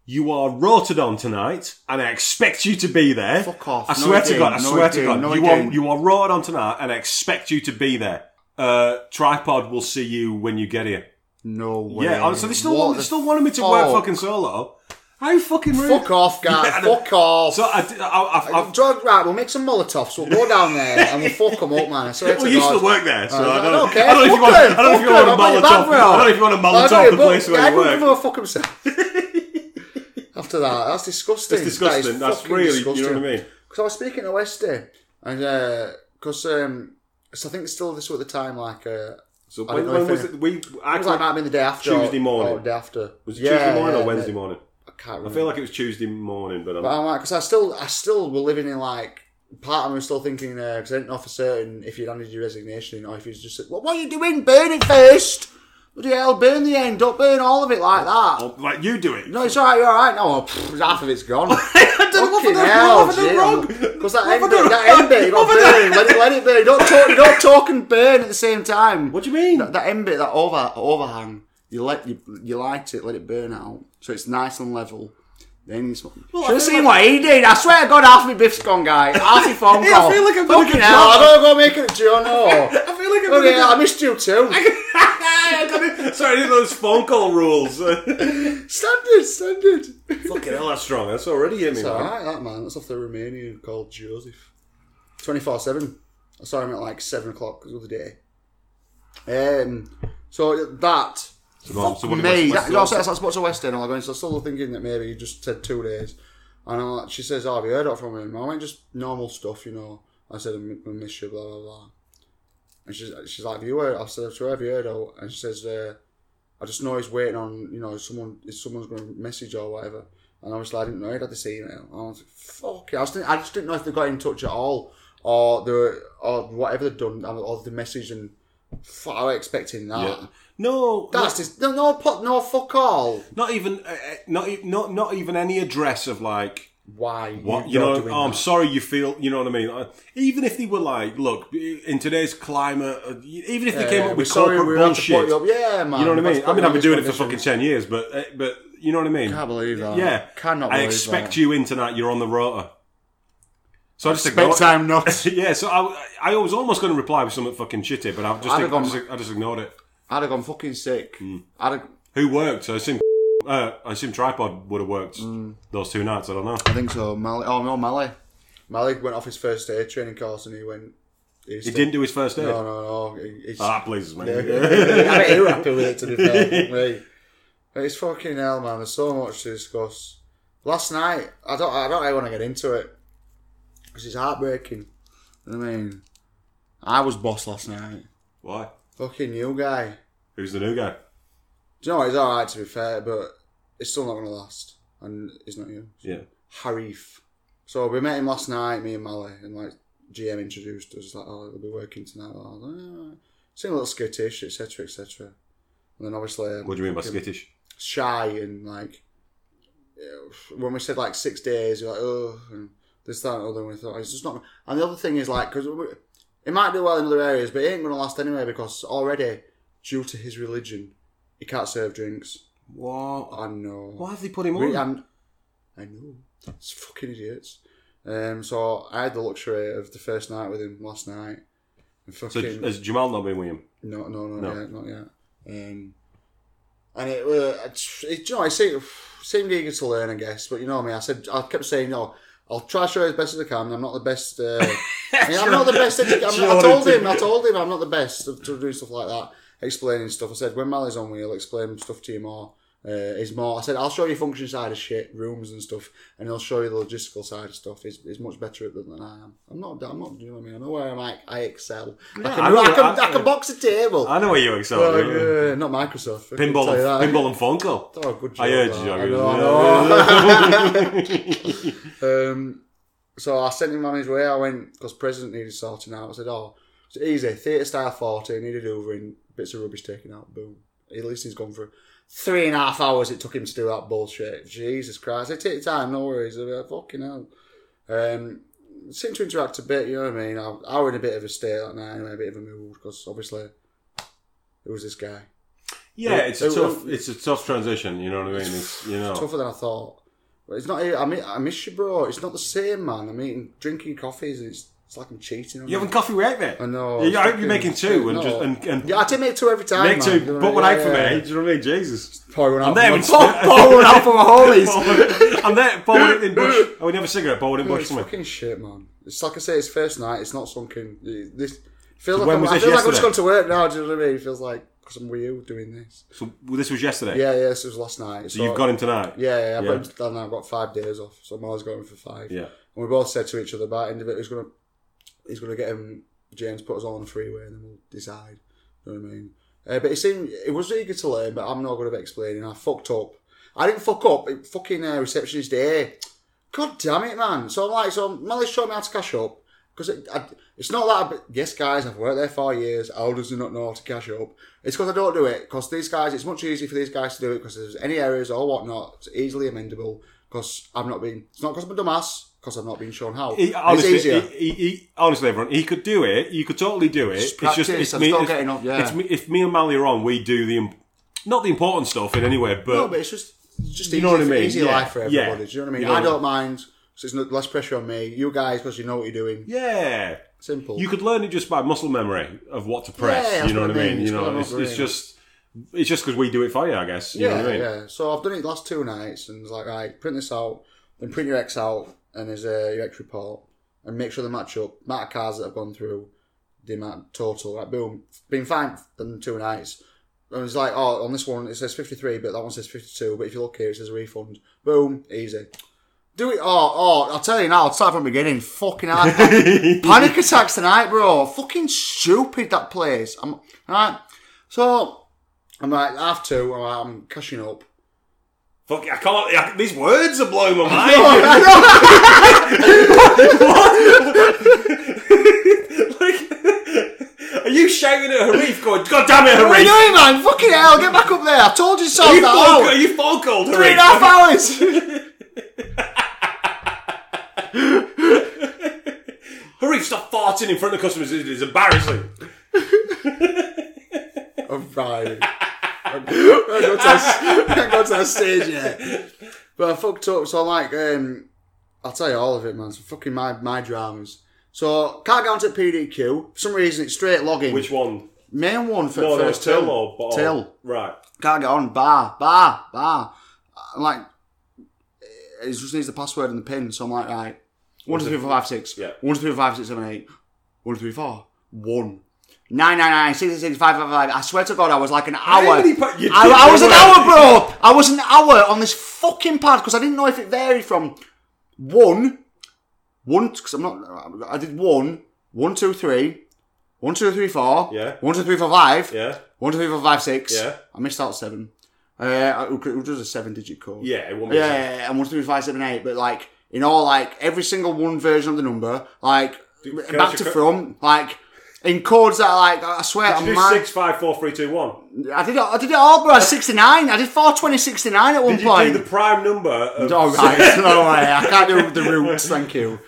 B: You are rotated on tonight, and I expect you to be there.
A: Fuck off.
B: I
A: No
B: swear to
A: again,
B: God, I
A: no
B: swear to
A: again,
B: God,
A: no
B: you
A: again.
B: are you are roared on tonight, and I expect you to be there. Uh, tripod will see you when you get here.
A: No way.
B: Yeah, honestly, they still
A: What
B: want,
A: the
B: they still wanted me to work
A: fuck?
B: fucking solo. How fucking rude!
A: Fuck off, guys.
B: Yeah, I know.
A: fuck off.
B: So I, did- I, I, I,
A: Drug, right, we'll make some Molotovs. We'll go down there and we'll fuck them up, man. I swear
B: well,
A: to
B: you
A: God.
B: still work there, so
A: Uh,
B: I, don't,
A: I don't care.
B: I don't know *laughs* if you
A: Fuck
B: want.
A: them,
B: I don't know if you
A: fuck
B: want a
A: them, I'm not
B: Molotov.
A: your
B: I don't know if you want a
A: I
B: Molotov
A: don't
B: the
A: know,
B: place
A: but
B: where you
A: everyone
B: work.
A: can go fuck himself. *laughs* After that, that's disgusting.
B: It's disgusting.
A: That is
B: That's
A: fucking
B: really.
A: disgusting.
B: You know what I mean?
A: Because I was speaking to Westy, and because um, so I think it's still this sort of time, like uh,
B: So
A: I
B: when,
A: don't know
B: when
A: if
B: was
A: any-
B: it? We
A: I
B: I
A: was like, might
B: was
A: have been the day after.
B: Tuesday
A: or-
B: morning.
A: Or the day after.
B: it Tuesday morning or
A: yeah,
B: Wednesday
A: yeah.
B: morning?
A: I can't
B: I
A: remember.
B: feel like it was Tuesday morning, but I'm,
A: But I'm like, because I still, I still were living in like. Part of me was still thinking because I didn't know for certain if you'd handed your resignation in or if you just said, well, "What are you doing? Burn it first! Bloody hell, burn the end! Don't burn all of it like that."
B: I'll- like you do it.
A: No, it's all right. You're all right. No, pff, half of it's gone.
B: *laughs* I don't know what
A: Fucking
B: I've done-
A: hell,
B: what have I done wrong.
A: Because that
B: What
A: end
B: have I
A: bit,
B: done
A: that end bit, you got
B: What have I
A: burn. Let it, let it burn. Don't talk, you don't talk and burn at the same time.
B: What do you mean?
A: That, that end bit, that over, overhang, you let you, you light it, let it burn out, so it's nice and level. Then you smoke.
B: I
A: Should have
B: feel
A: seen
B: like-
A: what he did. I swear to God, half my biff's gone, guy. Half my
B: *laughs*
A: phone
B: Yeah, I
A: call.
B: feel like I'm gonna
A: Fucking
B: get
A: hell,
B: shot.
A: I gotta go make it to
B: *laughs*
A: Joe. *laughs* No.
B: I feel like I'm
A: Bloody hell, I
B: gonna
A: missed you too.
B: go- Sorry, I did those phone call rules. *laughs* Fucking
A: Standard, standard.
B: hell, that's strong. That's already hit me,
A: It's
B: man.
A: alright, that man. That's off the Romanian called Joseph. 24 7. I saw him at like 7 o'clock the other day. Um, so that.
B: go on,
A: fuck
B: so what did
A: me.
B: West-
A: That,
B: West-
A: no, so that's, that's what's a West End. I'm going, so I still thinking that maybe he just said two days. And I'm like, she says, oh, Have you heard that from him? I went, Just normal stuff, you know. I said, I m- I miss you, blah, blah, blah. And she's, she's like, Have you heard? I said, to her, Have you heard? Oh, And she says, uh, I just know he's waiting on, you know, someone, if someone's going to message or whatever. And obviously, I didn't know he'd had this email. I was like, fuck it. I, just didn't, I just didn't know if they got in touch at all or they were, or whatever they'd done or the message and fuck, I was expecting that.
B: Yeah. No,
A: That's just, no, no, pot, no, fuck all.
B: not, not even, uh, uh, not, e- not, not even any address of like.
A: Why?
B: What you
A: you're
B: know?
A: doing
B: Oh, I'm
A: that.
B: sorry. You feel you know what I mean. Uh, Even if they were like, look, in today's climate, uh, even if they came
A: Yeah,
B: up
A: we're
B: with
A: sorry
B: corporate
A: we had to put
B: bullshit,
A: you up. Yeah, man.
B: You know what I
A: that's
B: mean? I mean, I've been
A: putting
B: doing
A: you
B: it for
A: in
B: fucking
A: conditions.
B: ten years, but uh, but you know what I mean?
A: Can't believe that.
B: yeah,
A: Cannot
B: I
A: believe
B: expect
A: that.
B: you in tonight. You're on the rotor. So I just
A: Expect
B: ignored- *laughs*
A: I'm not.
B: Yeah, so I, I was almost going to reply with something fucking shitty, but I've just,
A: I'd
B: I
A: have gone-
B: just I just ignored it.
A: I'd have gone fucking sick.
B: Hmm.
A: I'd have,
B: Who worked? I assume uh, I assume tripod would have worked
A: Mm.
B: those two nights. I don't know.
A: I think so. Malik. Oh no, Malik. Malik went off his first day training course and he went.
B: He didn't do his first aid.
A: No, no, no. He- He's,
B: Oh, that pleases *laughs* me.
A: I mean, you're happy with it to
B: *laughs*
A: be fair. Right. It's fucking hell, man. There's so much to discuss. Last night, I don't, I don't really want to get into it because it's heartbreaking. I mean, I was boss last night.
B: Why?
A: Fucking you guy.
B: Who's the new guy?
A: Do you know what? It's all right to be fair, but it's still not going to last, and it's not you.
B: Yeah.
A: Harif. So we met him last night, me and Mally, and like GM introduced us, like, oh, they'll be working tonight. Oh, I was like, "Yeah, all right." Seemed a little skittish, etc., etc. And then obviously, um,
B: What do you mean by
A: fucking
B: skittish?
A: Shy and like yeah, when we said like six days, you're like, oh, and this, that, and other. And we thought it's just not. And the other thing is like because it might do well in other areas, but it ain't going to last anyway because already due to his religion, he can't serve drinks.
B: What?
A: I know.
B: Why have they put him
A: We-
B: on?
A: and- I know. It's fucking idiots. Um, so I had the luxury of the first night with him last night. And
B: So
A: fucking
B: has Jamal not been with
A: *laughs*
B: him?
A: no, no, not
B: No.
A: yet, not yet. Um, and it were, it, it, you know, I seemed, seemed eager to learn, I guess. But you know me, I said, I kept saying, no, I'll try to show you as best as I can. I'm not the best. Uh, I'm not the best. at- I'm not- i told him, I told him, I'm not the best of- to do stuff like that, explaining stuff. I said, when Mally's on, we'll explain stuff to you more. Uh, is more. I said, I'll show you function side of shit, rooms and stuff, and I'll show you the logistical side of stuff. He's, he's much better at that than I am. I'm not. I'm not doing. I mean, I know where I'm. at. I excel. I can,
B: I know-
A: I can,
B: I-
A: I can box a table.
B: I know where you excel.
A: Oh,
B: don't you?
A: yeah, yeah, not Microsoft. I can
B: Pinball,
A: tell you that.
B: and, pinball and phone call.
A: *laughs* Oh, good job.
B: I heard
A: that.
B: you.
A: I
B: *laughs*
A: *laughs* know, I know. um, so I sent him on his way. I went because president needed sorting out. I said, "Oh, it's easy. Theatre style forty needed hoovering, bits of rubbish taken out. Boom. At least he's gone for three and a half hours. It took him to do that bullshit. Jesus Christ! It takes time. No worries. Uh, Fucking hell. Um, seemed to interact a bit. You know what I mean? I, I was in a bit of a state that night, anyway, a bit of a mood because obviously it was this guy.
B: Yeah, it's a
A: It-
B: tough, it's a tough transition. You know what I mean? It's, you know,
A: tougher than I thought. But it's not. I mean, I miss you, bro. It's not the same, man. I mean, drinking coffees. It's, it's like I'm cheating. on
B: you
A: you.
B: having coffee with mate?
A: I know.
B: Yeah, I hope
A: fucking-
B: you're making two and
A: no.
B: just and, and
A: yeah, I did make two every time.
B: make
A: man.
B: two.
A: You know
B: But
A: what
B: one
A: I
B: out
A: mean?
B: for
A: Yeah, yeah.
B: me. Do you know what I mean? Jesus.
A: Pour one out
B: I'm there
A: for
B: with
A: my- *laughs* pour one out for my holies.
B: *laughs*
A: *laughs*
B: I'm there. Bowling in bush. I would have a cigarette. Bowling in bush
A: It's
B: for me.
A: fucking shit, man. It's like I say, it's first night. It's not sunken. This feels
B: So
A: like
B: when
A: I'm,
B: was
A: I
B: this
A: feel like I'm
B: yesterday?
A: just going to work now. Do you know what I mean? It feels like because I'm with you doing this.
B: So well, this was yesterday.
A: Yeah, yeah. This was last night.
B: So you've got him tonight.
A: Yeah, yeah. I've
B: Yeah.
A: got- done that. I've got five days off, so Mars going for five.
B: Yeah.
A: And we both said to each other about end of it, he's gonna he's gonna get him James put us all on the freeway and then we'll decide. You know what I mean? Uh, but it seemed it was eager to learn, but I'm not gonna be explaining. I fucked up. I didn't fuck up. It fucking uh, receptionist day. God damn it, man. So I'm like, so Molly showed me how to cash up. Because it, I- it's not that, I, but yes, guys, I've worked there four years. How does he not know how to cash up? It's because I don't do it. Because these guys, it's much easier for these guys to do it because there's any errors or whatnot, it's easily amendable. Because I'm not being, it's not because I'm a dumbass, because I'm not being shown how.
B: He,
A: it's
B: honestly,
A: easier.
B: he, he, he, honestly, everyone, he could do it. You could totally do it.
A: Just
B: it's just
A: practice,
B: it's
A: I'm
B: me.
A: still
B: if,
A: getting up, yeah.
B: it's me. If me and Mally are on, we do the im- not the important stuff in any way, but,
A: no, but it's just, it's just
B: You
A: easy,
B: know what I mean?
A: easy
B: Yeah,
A: life for
B: yeah.
A: everybody. Do you know what I mean?
B: You know
A: I
B: what I
A: don't mind, because it's no- less pressure on me. You guys, because you know what you're doing.
B: yeah,
A: Simple.
B: you could learn it just by muscle memory of what to press.
A: Yeah,
B: you know
A: that's
B: what I
A: what
B: mean?
A: I mean.
B: You
A: It's
B: know,
A: got
B: it's,
A: over
B: it's
A: it.
B: just it's just because we do it for you, I guess. You know
A: yeah,
B: what I mean?
A: yeah. So I've done it the last two nights, and it's like, right, print this out, then print your X out, and there's uh, your X report, and make sure they match up, amount of cars that have gone through, the amount total. Like, boom, been fine for the two nights. And it's like, oh, on this one it says 53, but that one says 52. But if you look here, it says refund. Boom, easy. Do it. Oh, oh, I'll tell you now, I'll start from the beginning. Fucking hell. Panic attacks tonight, bro. Fucking stupid that place. I'm right. So I'm like half two. I'm, like, I'm cashing up.
B: Fuck, I can't. I, these words are blowing my mind. like, *laughs* are you shouting at Harif going, God damn it,
A: What are you
B: Harif?
A: doing, man? Fucking hell, get back up there. I told you so.
B: Are you,
A: now.
B: phone, are you phone called,
A: Three and a
B: Harif?
A: half hours.
B: Harif, stop farting in front of customers. It is embarrassing.
A: I'm fine. I'm going to I'm going to that stage yet. But I fucked up, so like, um, I'll tell you all of it, man. So fucking my, my dramas. So, can't get onto PDQ. For some reason, it's straight login.
B: Which one?
A: Main one for
B: Oh, no,
A: first
B: Till
A: till.
B: or Ball?
A: Till.
B: Right.
A: Can't get on. Bar, bar, bar. I'm like, it just needs the password and the pin. So I'm like, right. One, two, three, four, five, six.
B: Yeah.
A: One, two, three, four, five, six, seven, eight. One, two, three, four. One. Nine, nine, nine, six, six, six, five, five, five. I swear to God, I was like an hour.
B: many pa- you did
A: I, I was an
B: your
A: hour, bro. I was an hour on this fucking pad because I didn't know if it varied from one, one, because I'm not, I did one, one, two, three, one, two, three, four,
B: Yeah.
A: one, two, three, four, five,
B: Yeah.
A: one, two, three, four, five, six.
B: Yeah.
A: I missed out seven. Uh, it was just a seven-digit code.
B: Yeah, it won't
A: Yeah, yeah, yeah, and one, two, three, five, seven, eight. But like in all, like every single one version of the number, like
B: Can I
A: back
B: ask
A: to
B: you a quick-
A: front, like in chords that are like I swear
B: Did you
A: I'm
B: do
A: mad.
B: six, five, four, three, two, one?
A: I did it. I did it all, bro. I was 69. I did 420, 69 at one
B: Did you
A: point.
B: do the prime number? Of,
A: All
B: *laughs*
A: right, no way. I can't do the roots. Thank you.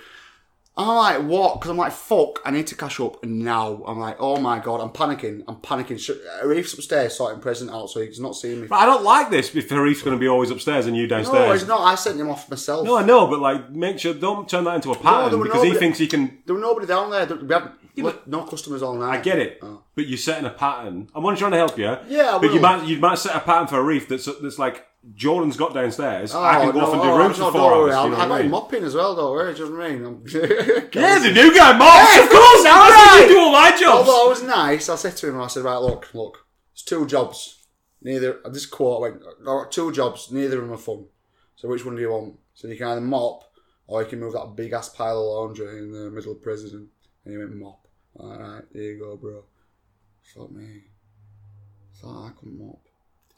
A: I'm like, what? Because I'm like, fuck. I need to cash up now. I'm like, oh my god. I'm panicking. I'm panicking. Sh- Arif's upstairs sorting present out, so he's not seeing me.
B: But I don't like this. If Harif's going to be always upstairs and you downstairs.
A: No, it's not. I sent him off myself.
B: No, I know, but like, make sure don't turn that into a pattern
A: there were
B: because he
A: nobody-
B: thinks he can.
A: there were nobody down there. There- We had look, no customers all night.
B: I get it, but you're setting a pattern. I'm only trying to help you.
A: Oh. Yeah, I
B: but you
A: will.
B: might you might set a pattern for a reef that's that's like Jordan's got downstairs. I can go
A: no,
B: off and do
A: oh,
B: rooms
A: no,
B: for four
A: don't worry,
B: hours.
A: I'll-
B: you know
A: I
B: what I
A: got him
B: mean?
A: mopping as well, though. Where do you know what I mean? I'm- *laughs*
B: Yeah, the new guy, Mark.
A: Yes,
B: of course,
A: all
B: that's how
A: right.
B: you do all my jobs.
A: Although I was nice, I said to him, I said, right, look, look, it's two jobs. Neither, this quote went, "I got two jobs, neither of them are fun. So which one do you want? So you can either mop or you can move that big ass pile of laundry in the middle of prison. And he went, mop. Alright, here you go, bro. Fuck me. Thought I couldn't mop.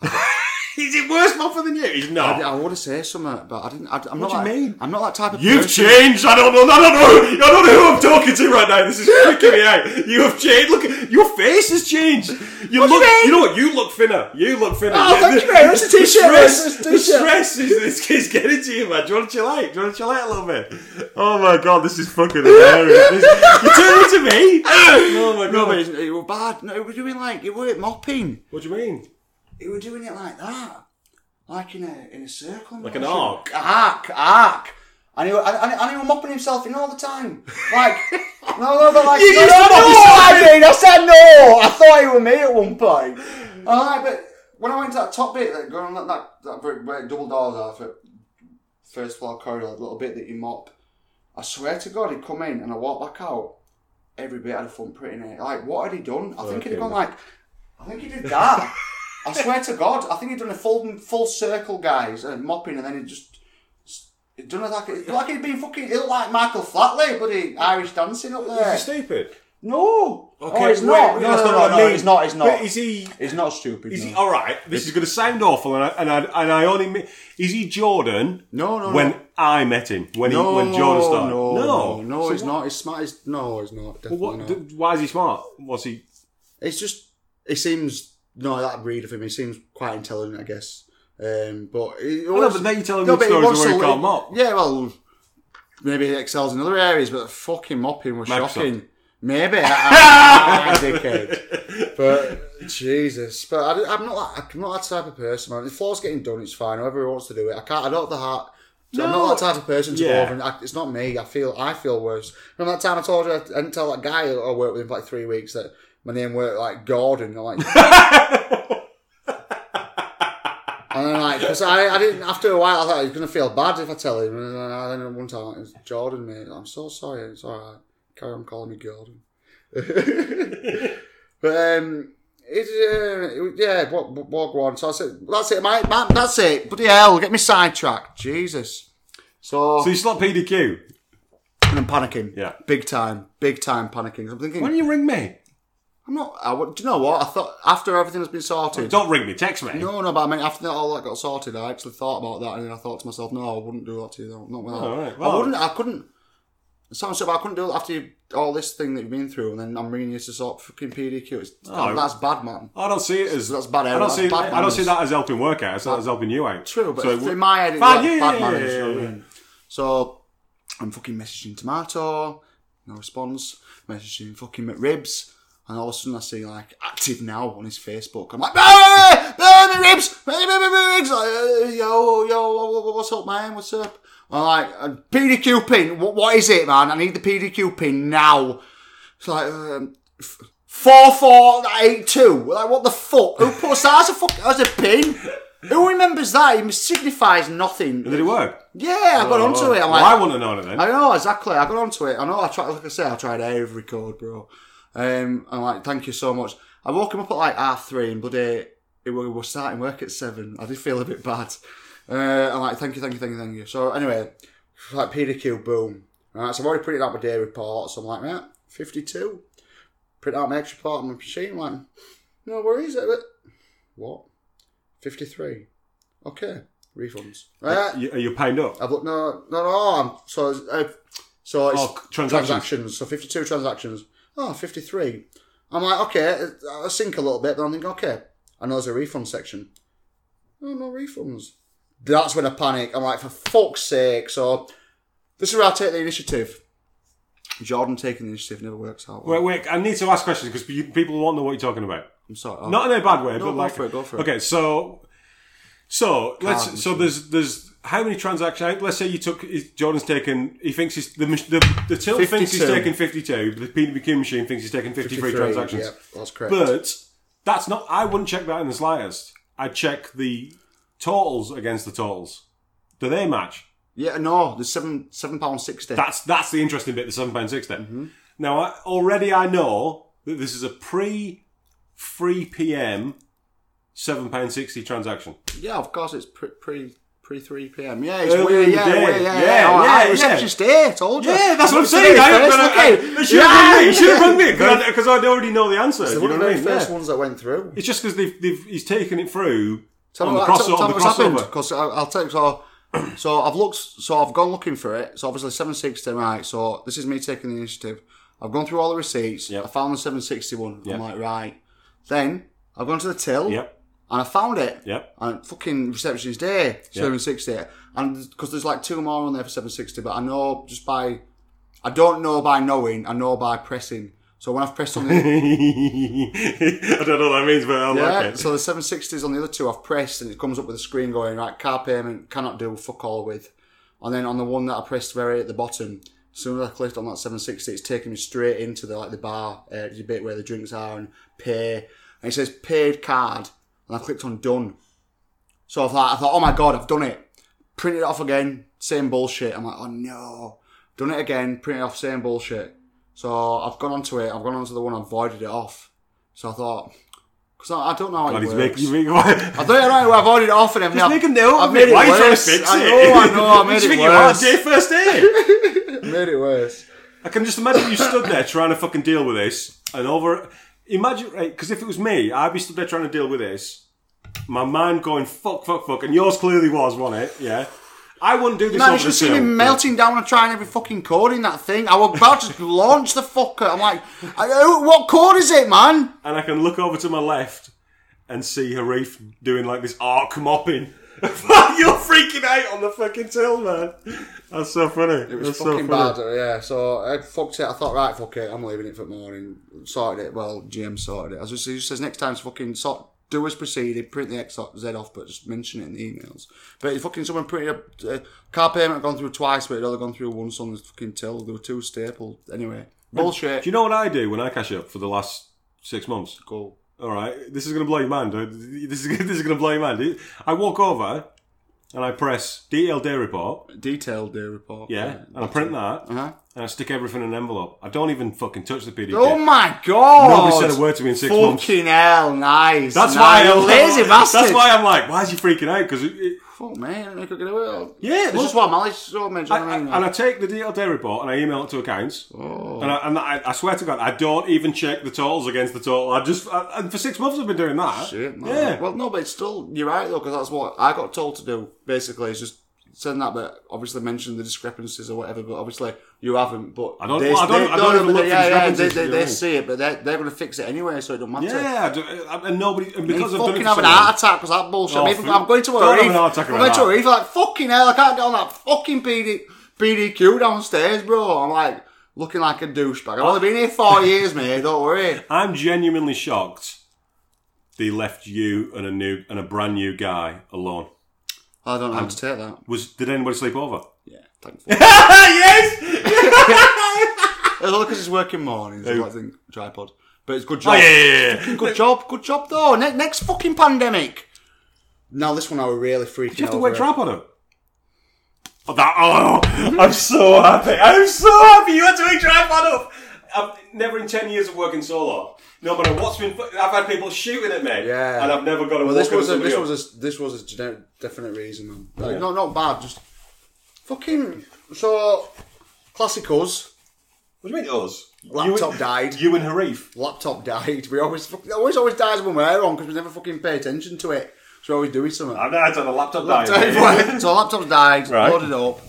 B: Is it worse mopper than you? He's
A: I,
B: not.
A: I would have said something, but I didn't. I, I'm
B: What
A: not
B: do you
A: that-
B: mean?
A: I'm not that type of
B: You've
A: person.
B: changed. I don't know. I don't know. I don't know who I'm talking to right now. This is freaking me out. You have changed. Look, your face has changed. You
A: What do you
B: look.
A: mean?
B: know what? You look thinner. You look thinner.
A: Oh,
B: Yeah,
A: thank
B: the-
A: you very much.
B: the
A: T-shirt,
B: stress-
A: it's a
B: The
A: t-shirt.
B: stress is this kid's getting to you, man. Do you want to chill out? Do you want to chill out a little bit? Oh my god, this is fucking hilarious. This- you turn to me. Oh my
A: No, but
B: god.
A: it, it was bad. No, it was doing like it weren't mopping.
B: What do you mean?
A: It were doing it like that, like in a in a circle,
B: Like an
A: motion.
B: arc?
A: arc, arc. And he, were- and, and he was mopping himself in all the time. Like, *laughs* no, no, but like,
B: You
A: no,
B: used
A: no,
B: to
A: no,
B: mop
A: no,
B: yourself
A: I mean, I said no. Oh, I thought it was me at one *laughs* point. All right, but when I went to that top bit, that going on that that bit where double doors are for first floor corridor, that little bit that you mop. I swear to God, he'd come in and I walked back out. Every bit had a front print in it. Like, what had he done? I think he'd
B: Okay.
A: have gone like, I think he did that. I swear to God, I think he'd done a full full circle, guys, and mopping, and then he just he'd done it like it like he'd been fucking. It looked like Michael Flatley, buddy, Irish dancing up there.
B: stupid?
A: No,
B: Okay,
A: no, Oh, it's
B: wait,
A: not.
B: wait,
A: No,
B: that's
A: no,
B: not
A: no,
B: what I
A: no,
B: mean.
A: it's not. It's not.
B: But is he?
A: It's not stupid.
B: Is
A: no.
B: he all right? This is going to sound awful, and I and I, and I only mi- is he Jordan?
A: No, no,
B: When
A: no.
B: I met him, when he, when Jordan started,
A: No, no, no,
B: So
A: it's not. It's smart. It's, no, it's not. Definitely
B: What,
A: not.
B: d- why is he smart? Was he?
A: it's just it seems no that breed of him. He seems quite intelligent, I guess. Um, but he
B: no,
A: wants-
B: but now you're telling
A: No,
B: me
A: but he
B: stories
A: wants
B: where he
A: to-
B: can't mop.
A: Yeah, well, maybe he excels in other areas, but fucking mopping was
B: Microsoft.
A: shocking. Maybe I, I, I, dickhead. But Jesus, but I, am not that, I'm not that type of person, man. If floor's getting done, it's fine. Whoever wants to do it, I can't. I don't have the heart. So I'm
B: No.
A: not that type of person to
B: Yeah.
A: go over and act, it's not me. I feel I feel worse. Remember that time I told you I didn't tell that guy I worked with him for like three weeks that my name were like Gordon. I'm like, And then, like, because I, I didn't, after a while, I thought he's going to feel bad if I tell him. And then, I then one time, it's Jordan, mate. I'm so sorry. It's all right. Carry on calling me Gordon. but, um, it's, uh, it- yeah, walk, walk one. So I said, that's it, mate. man, That's it. Bloody hell, get me sidetracked. Jesus. So,
B: So he's not PDQ.
A: I'm panicking.
B: Yeah.
A: Big time. Big time panicking. I'm thinking,
B: Why don't you ring me?
A: I'm not, I, would- do you know what? I thought after everything has been sorted.
B: Don't ring me. Text me.
A: No, no, but I mean, after that, all that got sorted, I actually thought about that, and then I thought to myself, no, I wouldn't do that to you, though. Not without.
B: Oh, right.
A: I
B: Well-
A: wouldn't. I couldn't. It sounds so bad. I couldn't do it after you, all this thing that you've been through, and then I'm ringing you to sort fucking PDQ. It's,
B: Oh.
A: that's bad, man.
B: I don't see it as
A: That's bad.
B: I don't see.
A: Bad
B: I don't see
A: manners.
B: that as helping work out. I see that as helping you out.
A: True, but
B: So it
A: in
B: would-
A: my head, it's
B: Fine,
A: like
B: yeah,
A: bad
B: yeah,
A: manners.
B: yeah,
A: you know what I
B: yeah.
A: mean? So I'm fucking messaging Tomato, no response. Messaging fucking McRibs, and all of a sudden I see like active now on his Facebook. I'm like, ah, ah, McRibs, ah, McRibs, like, uh, yo, yo, wha- wha- what's up, man? What's up? I'm like, uh, PDQ pin. What, what is it, man? I need the PDQ pin now. It's like. Um, f- 4482. Like, what the fuck? Who puts that as a, fuck, as a pin? Who remembers that? It signifies nothing.
B: Did it work?
A: Yeah, I got onto it. I'm
B: Well, I
A: like,
B: want to know then.
A: I know exactly. I got onto it. I know. I tried, like I said, I tried every code, bro. Um, I'm like, thank you so much. I woke him up at like half three, and bloody, it was, we were starting work at seven. I did feel a bit bad. Uh, I'm like, thank you, thank you, thank you, thank you. So anyway, like PDQ, boom. All right, so I've already printed out my day report. So I'm like, yeah, 52. Print out my extra part on my machine. I'm like, no worries. eh, but- What? 53. Okay. Refunds. Right.
B: You- Are you paying up?
A: I've looked, no, no, no. I'm, so, uh, So it's
B: Oh, c- transactions.
A: So 52 transactions. Oh, 53. I'm like, okay, I sink a little bit, but I'm thinking, okay. I know there's a refund section. Oh, no refunds. That's when I panic. I'm like, for fuck's sake. So this is where I take the initiative. Jordan taking the initiative never works out. well.
B: Wait, wait. I need to ask questions because people won't know what you're talking about.
A: I'm sorry. Oh,
B: Not in a bad way,
A: No,
B: but
A: go
B: like,
A: for it, go for it.
B: okay, so, so let's,
A: Card
B: so
A: machine.
B: there's, there's how many transactions? Let's say you took is- Jordan's taken. He thinks he's the mach- the the tilt thinks he's
A: 52.
B: taken fifty two. The PWQ machine thinks he's taken fifty three
A: 53,
B: transactions.
A: Yeah, that's correct.
B: But that's not. I wouldn't check that in the slightest. I'd check the totals against the totals. Do they match?
A: yeah, no, there's seven seven pound sixty.
B: That's that's the interesting bit. The seven pound six. Then
A: Mm-hmm.
B: now I, already I know that this is a pre three p.m. seven pound sixty transaction.
A: Yeah, of course, it's pre pre pre three p.m. Yeah, it's
B: Early in
A: weird.
B: the
A: Yeah,
B: day.
A: weird, yeah, Oh,
B: Yeah,
A: yeah, yeah. All
B: yeah,
A: right,
B: yeah.
A: receptionist here, told you.
B: Yeah, that's what I'm
A: It's
B: saying.
A: the
B: I,
A: very
B: ain't
A: first,
B: gonna- I,
A: okay.
B: they should
A: Yeah,
B: have rung me. Should have
A: yeah.
B: rung me because I'd already know the answer.
A: It's
B: you
A: one
B: know
A: of
B: what
A: the
B: I
A: very
B: mean?
A: first
B: Yeah.
A: ones that went through.
B: It's just because they've, they've he's taken it through
A: Tell
B: on
A: me
B: the,
A: what-
B: cross,
A: tell- tell
B: on
A: me
B: the
A: what's happened
B: crossover.
A: because I'll tell you. So, so I've looked. So I've gone looking for it. So obviously seven sixty. Right. So this is me taking the initiative. I've gone through all the receipts.
B: Yep.
A: I found the seven sixty one.
B: Yep.
A: I'm like right. Then I've gone to the till.
B: Yep,
A: And I found it.
B: yep. *laughs*
A: and fucking receptionist day, 760. And because there's like two more on there for 760, but I know just by, I don't know by knowing, I know by pressing. So when I've pressed
B: *laughs*
A: on the,
B: I don't know what that means, but I like
A: yeah,
B: it.
A: so the 760s on the other two I've pressed and it comes up with a screen going, right, car payment, cannot do, fuck all with. And then on the one that I pressed very at the bottom, as soon as I clicked on that 760, it's taking me straight into the like the bar, uh, the bit where the drinks are and pay. And it says paid card. And I clicked on done. So I thought, I thought, oh my god, I've done it. Printed it off again, same bullshit. I'm like, oh no. Done it again, printed off, same bullshit. So I've gone onto it, I've gone onto the one, I've voided it off. So I thought, because I, I don't know how
B: And
A: it
B: he's
A: works.
B: making you make *laughs*
A: I don't know how I've voided it off and everything.
B: Just make a note
A: I've
B: of
A: made
B: it.
A: it
B: Why are you trying to
A: worse.
B: fix
A: I
B: it?
A: know, I
B: *laughs*
A: know, I made
B: Just
A: it
B: think you are,
A: worse.
B: day first
A: *laughs*
B: day.
A: made it worse.
B: I can just imagine you stood there trying to fucking deal with this, and over. Imagine, right? Because if it was me, I'd be stood there trying to deal with this. My mind going fuck, fuck, fuck, and yours clearly was, wasn't it? Yeah. I wouldn't do this.
A: Man,
B: over
A: you
B: the
A: should have seen me
B: film.
A: melting down and trying every fucking code in that thing. I was about to *laughs* launch the fucker. I'm like, I, who- what code is it, man?
B: and I can look over to my left and see Harif doing like this arc mopping. *laughs* You're freaking out on the fucking till, man. That's so funny.
A: It was
B: That's so
A: fucking
B: funny.
A: bad, yeah. So I fucked it. I thought, right, fuck it, I'm leaving it for morning. Sorted it. Well, GM sorted it. As just, he just says, next time's fucking sort. Do as proceeded. Print the X off- Z off, but just mention it in the emails. But if fucking someone printed up uh, car payment had gone through twice, but it had only gone through once on the fucking till. There were two stapled anyway. Bullshit.
B: Do you know what I do when I cash up for the last six months?
A: Go.
B: All right, this is gonna blow your mind. dude. This is this is gonna *laughs* blow your mind. I walk over and I press DL day report.
A: Detailed day report.
B: Yeah, and I print that
A: Uh huh.
B: and I stick everything in an envelope. I don't even fucking touch the PDF.
A: Oh my god!
B: Nobody said a word to me in six
A: Fucking
B: months.
A: hell, nice.
B: That's
A: nice.
B: why
A: You're
B: I'm
A: lazy bastard.
B: That's why I'm like, why is you freaking out? Because it, it,
A: Fuck man, I could get away. with it.
B: Yeah,
A: This
B: look-
A: is what Malice so mentioned.
B: I- I- and I take the DL day report and I email it to accounts.
A: Oh.
B: And, I, and I, I swear to God, I don't even check the totals against the total. I just I, and for six months I've been doing that.
A: Shit, man.
B: yeah.
A: Well, no, but it's still you're right though because that's what I got told to do. Basically, is just send that, but obviously mention the discrepancies or whatever. But obviously you haven't. But
B: I don't-
A: They,
B: well, I don't-
A: they,
B: I don't
A: no,
B: even
A: but
B: look
A: they-
B: for
A: yeah, yeah,
B: discrepancies,
A: They,
B: you
A: they,
B: know
A: they
B: what I mean?
A: see it, but they're, they're going to fix it anyway, so it don't matter.
B: yeah, I do- I- and nobody and
A: You
B: because I've done
A: fucking
B: it for
A: having
B: so
A: a
B: long-
A: heart attack because that bullshit.
B: Oh,
A: I'm, even-
B: fuck.
A: I'm going to a
B: Don't have
A: reef.
B: an heart attack
A: I'm
B: about
A: going to a
B: that.
A: reef. Like fucking hell, I can't get on that fucking PD, PDQ downstairs, bro. I'm like looking like a douchebag. I've only been
B: *laughs*
A: here four years, mate. Don't worry.
B: I'm genuinely shocked. They left you and a new and a brand new guy alone.
A: I don't know how to take that.
B: Was did anybody sleep over? *laughs*
A: Yeah, *laughs* thankfully. *laughs*
B: yes.
A: It's only because it's working mornings. I like think tripod, but it's good job.
B: Oh yeah, yeah, yeah, yeah.
A: Good job. Good job though. Ne- next fucking pandemic. Now this one I were really freaking.
B: You have to
A: over
B: wear trap on him. Oh, that, oh, *laughs* I'm so happy. I'm so happy you had to wear trap on him. I've never in 10 years of working solo. No matter what's been, I've had people shooting at me.
A: Yeah.
B: And I've never got a well,
A: Well, this was a,
B: somebody
A: this
B: up.
A: was a this was a gener- definite reason, man. Like, No, not bad. Just fucking so classicals.
B: What do you mean us?
A: Laptop
B: you, and-
A: died.
B: You and Harif.
A: Laptop *laughs* died. We always fucking, always always dies when we're on because we never fucking pay attention to it. So we're always doing something.
B: I've never had a laptop,
A: so
B: died.
A: laptops died.
B: Right.
A: Loaded up.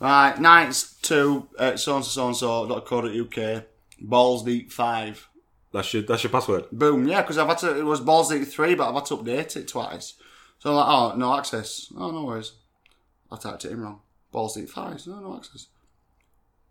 A: Right, nights two at so and so and so dot co dot uk. Balls deep five.
B: *laughs* That's your that's your password.
A: Boom. Yeah, because I've had to. It was balls deep three, but I've had to update it twice. So I'm like, oh, no access. Oh, no worries. I typed it in wrong. Balls deep five. No, no access.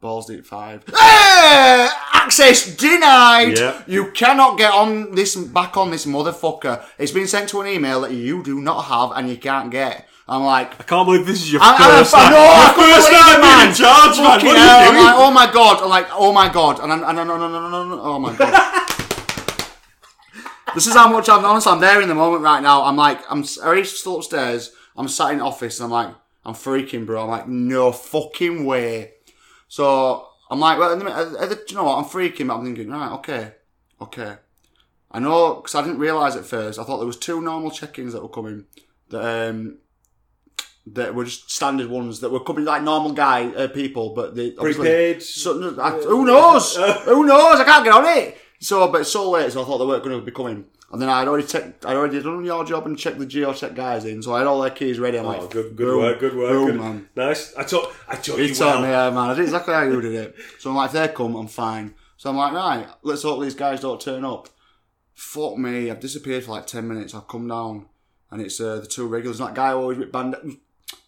A: Balls deep five. Eh! Access denied.
B: Yeah.
A: You cannot get on this back on this motherfucker. It's been sent to an email that you do not have and you can't get. I'm like,
B: I can't believe this is your
A: I- I-
B: first
A: I-
B: time.
A: no, I
B: your
A: couldn't
B: first
A: believe
B: time
A: it,
B: being
A: man.
B: in charge, man.
A: Fucking
B: What
A: hell,
B: are you
A: I'm
B: doing?
A: like, oh my god, I'm like, oh my god, and I'm, and I'm, no, no, no, no, no, no, oh my god. *laughs* this is how much I'm honest. I'm there in the moment right now. I'm like, I'm s- already still upstairs. I'm sat in the office, and I'm like, I'm freaking, bro. I'm like, no fucking way. So I'm like, well, at the minute- at the- at the- do you know what? I'm freaking, but I'm thinking, right, okay, okay. I know because I didn't realize at first. I thought there was two normal check-ins that were coming. That um, that were just standard ones that were coming like normal guy uh, people, but they obviously-
B: Prepaid.
A: So, no, I-
B: *laughs*
A: who knows? who knows? I can't get on it. So, but it's so late, so I thought they weren't going to be coming. And then I'd already checked, I'd already done your job and checked the geotech guys in, so I had all their keys ready. I'm
B: Oh,
A: like,
B: good, good
A: boom,
B: work, good work,
A: boom,
B: good
A: man.
B: Nice. I told, I told
A: He
B: you
A: told
B: well.
A: me, yeah, man, I did exactly how you did it. So I'm like, if they come, I'm fine. So I'm like, right, let's hope these guys don't turn up. Fuck me, I've disappeared for like 10 minutes. I've come down, and it's uh, the two regulars. That guy always with bandana,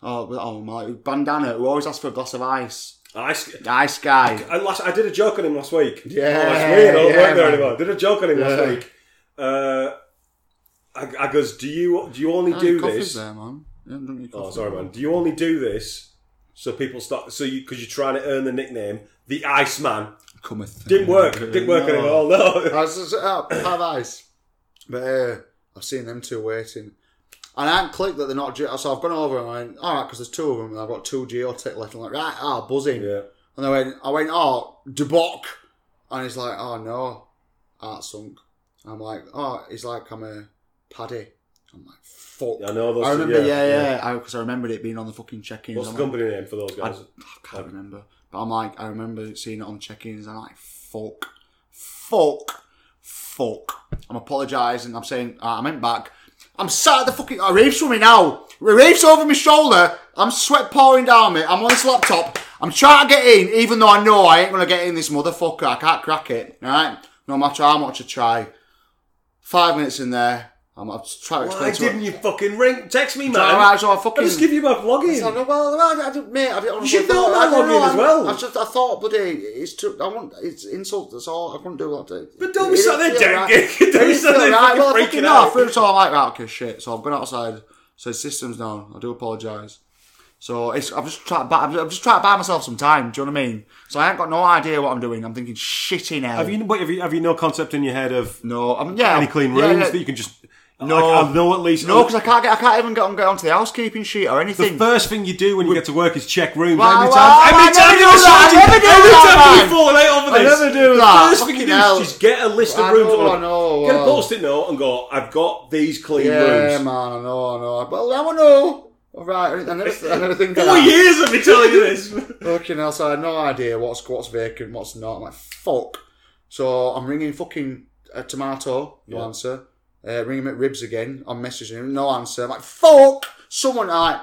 A: oh, oh my, bandana, who always asks for a glass of ice.
B: I, s-
A: Ice guy.
B: I last, I did a joke on him last week.
A: Yeah,
B: oh, that's weird. I don't
A: yeah,
B: work there
A: man.
B: anymore. Did a joke on him last
A: Yeah.
B: week. Uh, I, I goes, do you do you only
A: Oh,
B: do
A: your
B: this?
A: coffee's there, man. Yeah, don't get your
B: Oh,
A: coffee.
B: sorry, man. Do you only do this so people start so you because you're trying to earn the nickname the Iceman?
A: Cometh.
B: Didn't work. Didn't work
A: No.
B: at all. No.
A: I was just, oh, have ice. But uh, I've seen them two waiting. And I hadn't clicked that they're not. Ge- so I've gone over and I went, all right, because there's two of them and I've got two geotech left. I'm like, right, ah, buzzing.
B: Yeah.
A: And I went, I went, oh, debok. And he's like, oh, no, art sunk. I'm like, oh, he's like, I'm a paddy. I'm like, fuck.
B: I know those.
A: I
B: two,
A: remember, yeah, yeah, because I, remembered it being on the fucking check-ins.
B: What's
A: I'm
B: the
A: like,
B: company name for those
A: I,
B: guys?
A: I can't remember. But I'm like, I remember seeing it on check-ins. I'm like, fuck, fuck, fuck. I'm apologising. I'm saying uh, I meant back. I'm sat at the fucking. Uh, Reef's with me now. Reef's over my shoulder. I'm sweat pouring down me. I'm on this laptop. I'm trying to get in, even though I know I ain't gonna get in this motherfucker. I can't crack it. All right, no matter how much I try. Five minutes in there. I'm, I'm trying to
B: Why
A: explain to her-
B: didn't you fucking ring? Text me, man.
A: All right, so I fucking.
B: I'll just give you my
A: I
B: vlogin.
A: know, well, I, I didn't, mate, I didn't.
B: You should know
A: I don't
B: that
A: know,
B: login as
A: I-
B: well.
A: I just, I thought, bloody, it's too, I want, it's insult. That's all. I couldn't do that. To,
B: But don't be sat there, Derek. *laughs* Don't be sat there fucking
A: Well,
B: freaking
A: fucking no,
B: out.
A: first of all, I'm like, right, okay, shit. So I've gone outside. So the system's down. I do apologise. So it's, I'm just trying. to buy- I'm just trying to buy myself some time. Do you know what I mean? So I ain't got no idea what I'm doing. I'm thinking, shitting hell.
B: Have you, but have you have you no concept in your head of
A: No, I'm yeah.
B: any clean rooms
A: yeah, yeah.
B: that you can just? No, I, I know at least.
A: No, because I can't get. I can't even get on, get onto the housekeeping sheet or
B: the
A: anything.
B: first thing you do when you get to work is check rooms.
A: Well,
B: every
A: well,
B: time,
A: I
B: every time
A: never
B: you're
A: do that, I
B: shouting-
A: never do
B: every
A: that,
B: time
A: man.
B: you've fallen out over
A: I
B: this.
A: never do
B: the
A: that.
B: First thing you
A: Fucking
B: do
A: hell.
B: is just get a list of
A: I
B: rooms.
A: know,
B: on-
A: I know, uh,
B: Get a
A: well.
B: post-it note and go. I've got these clean
A: Yeah,
B: rooms.
A: man, I know, I know. Well, I don't know. All right, I never, I
B: *laughs*
A: never think of
B: Four
A: that.
B: years of me telling you this.
A: *laughs* Fucking hell, so I had no idea what's what's vacant, what's not. I'm like, fuck. So I'm ringing fucking uh, Tomato, no
B: Yeah.
A: answer. Uh, ringing McRibs again, I'm messaging him, no answer. I'm like, fuck! Someone, like,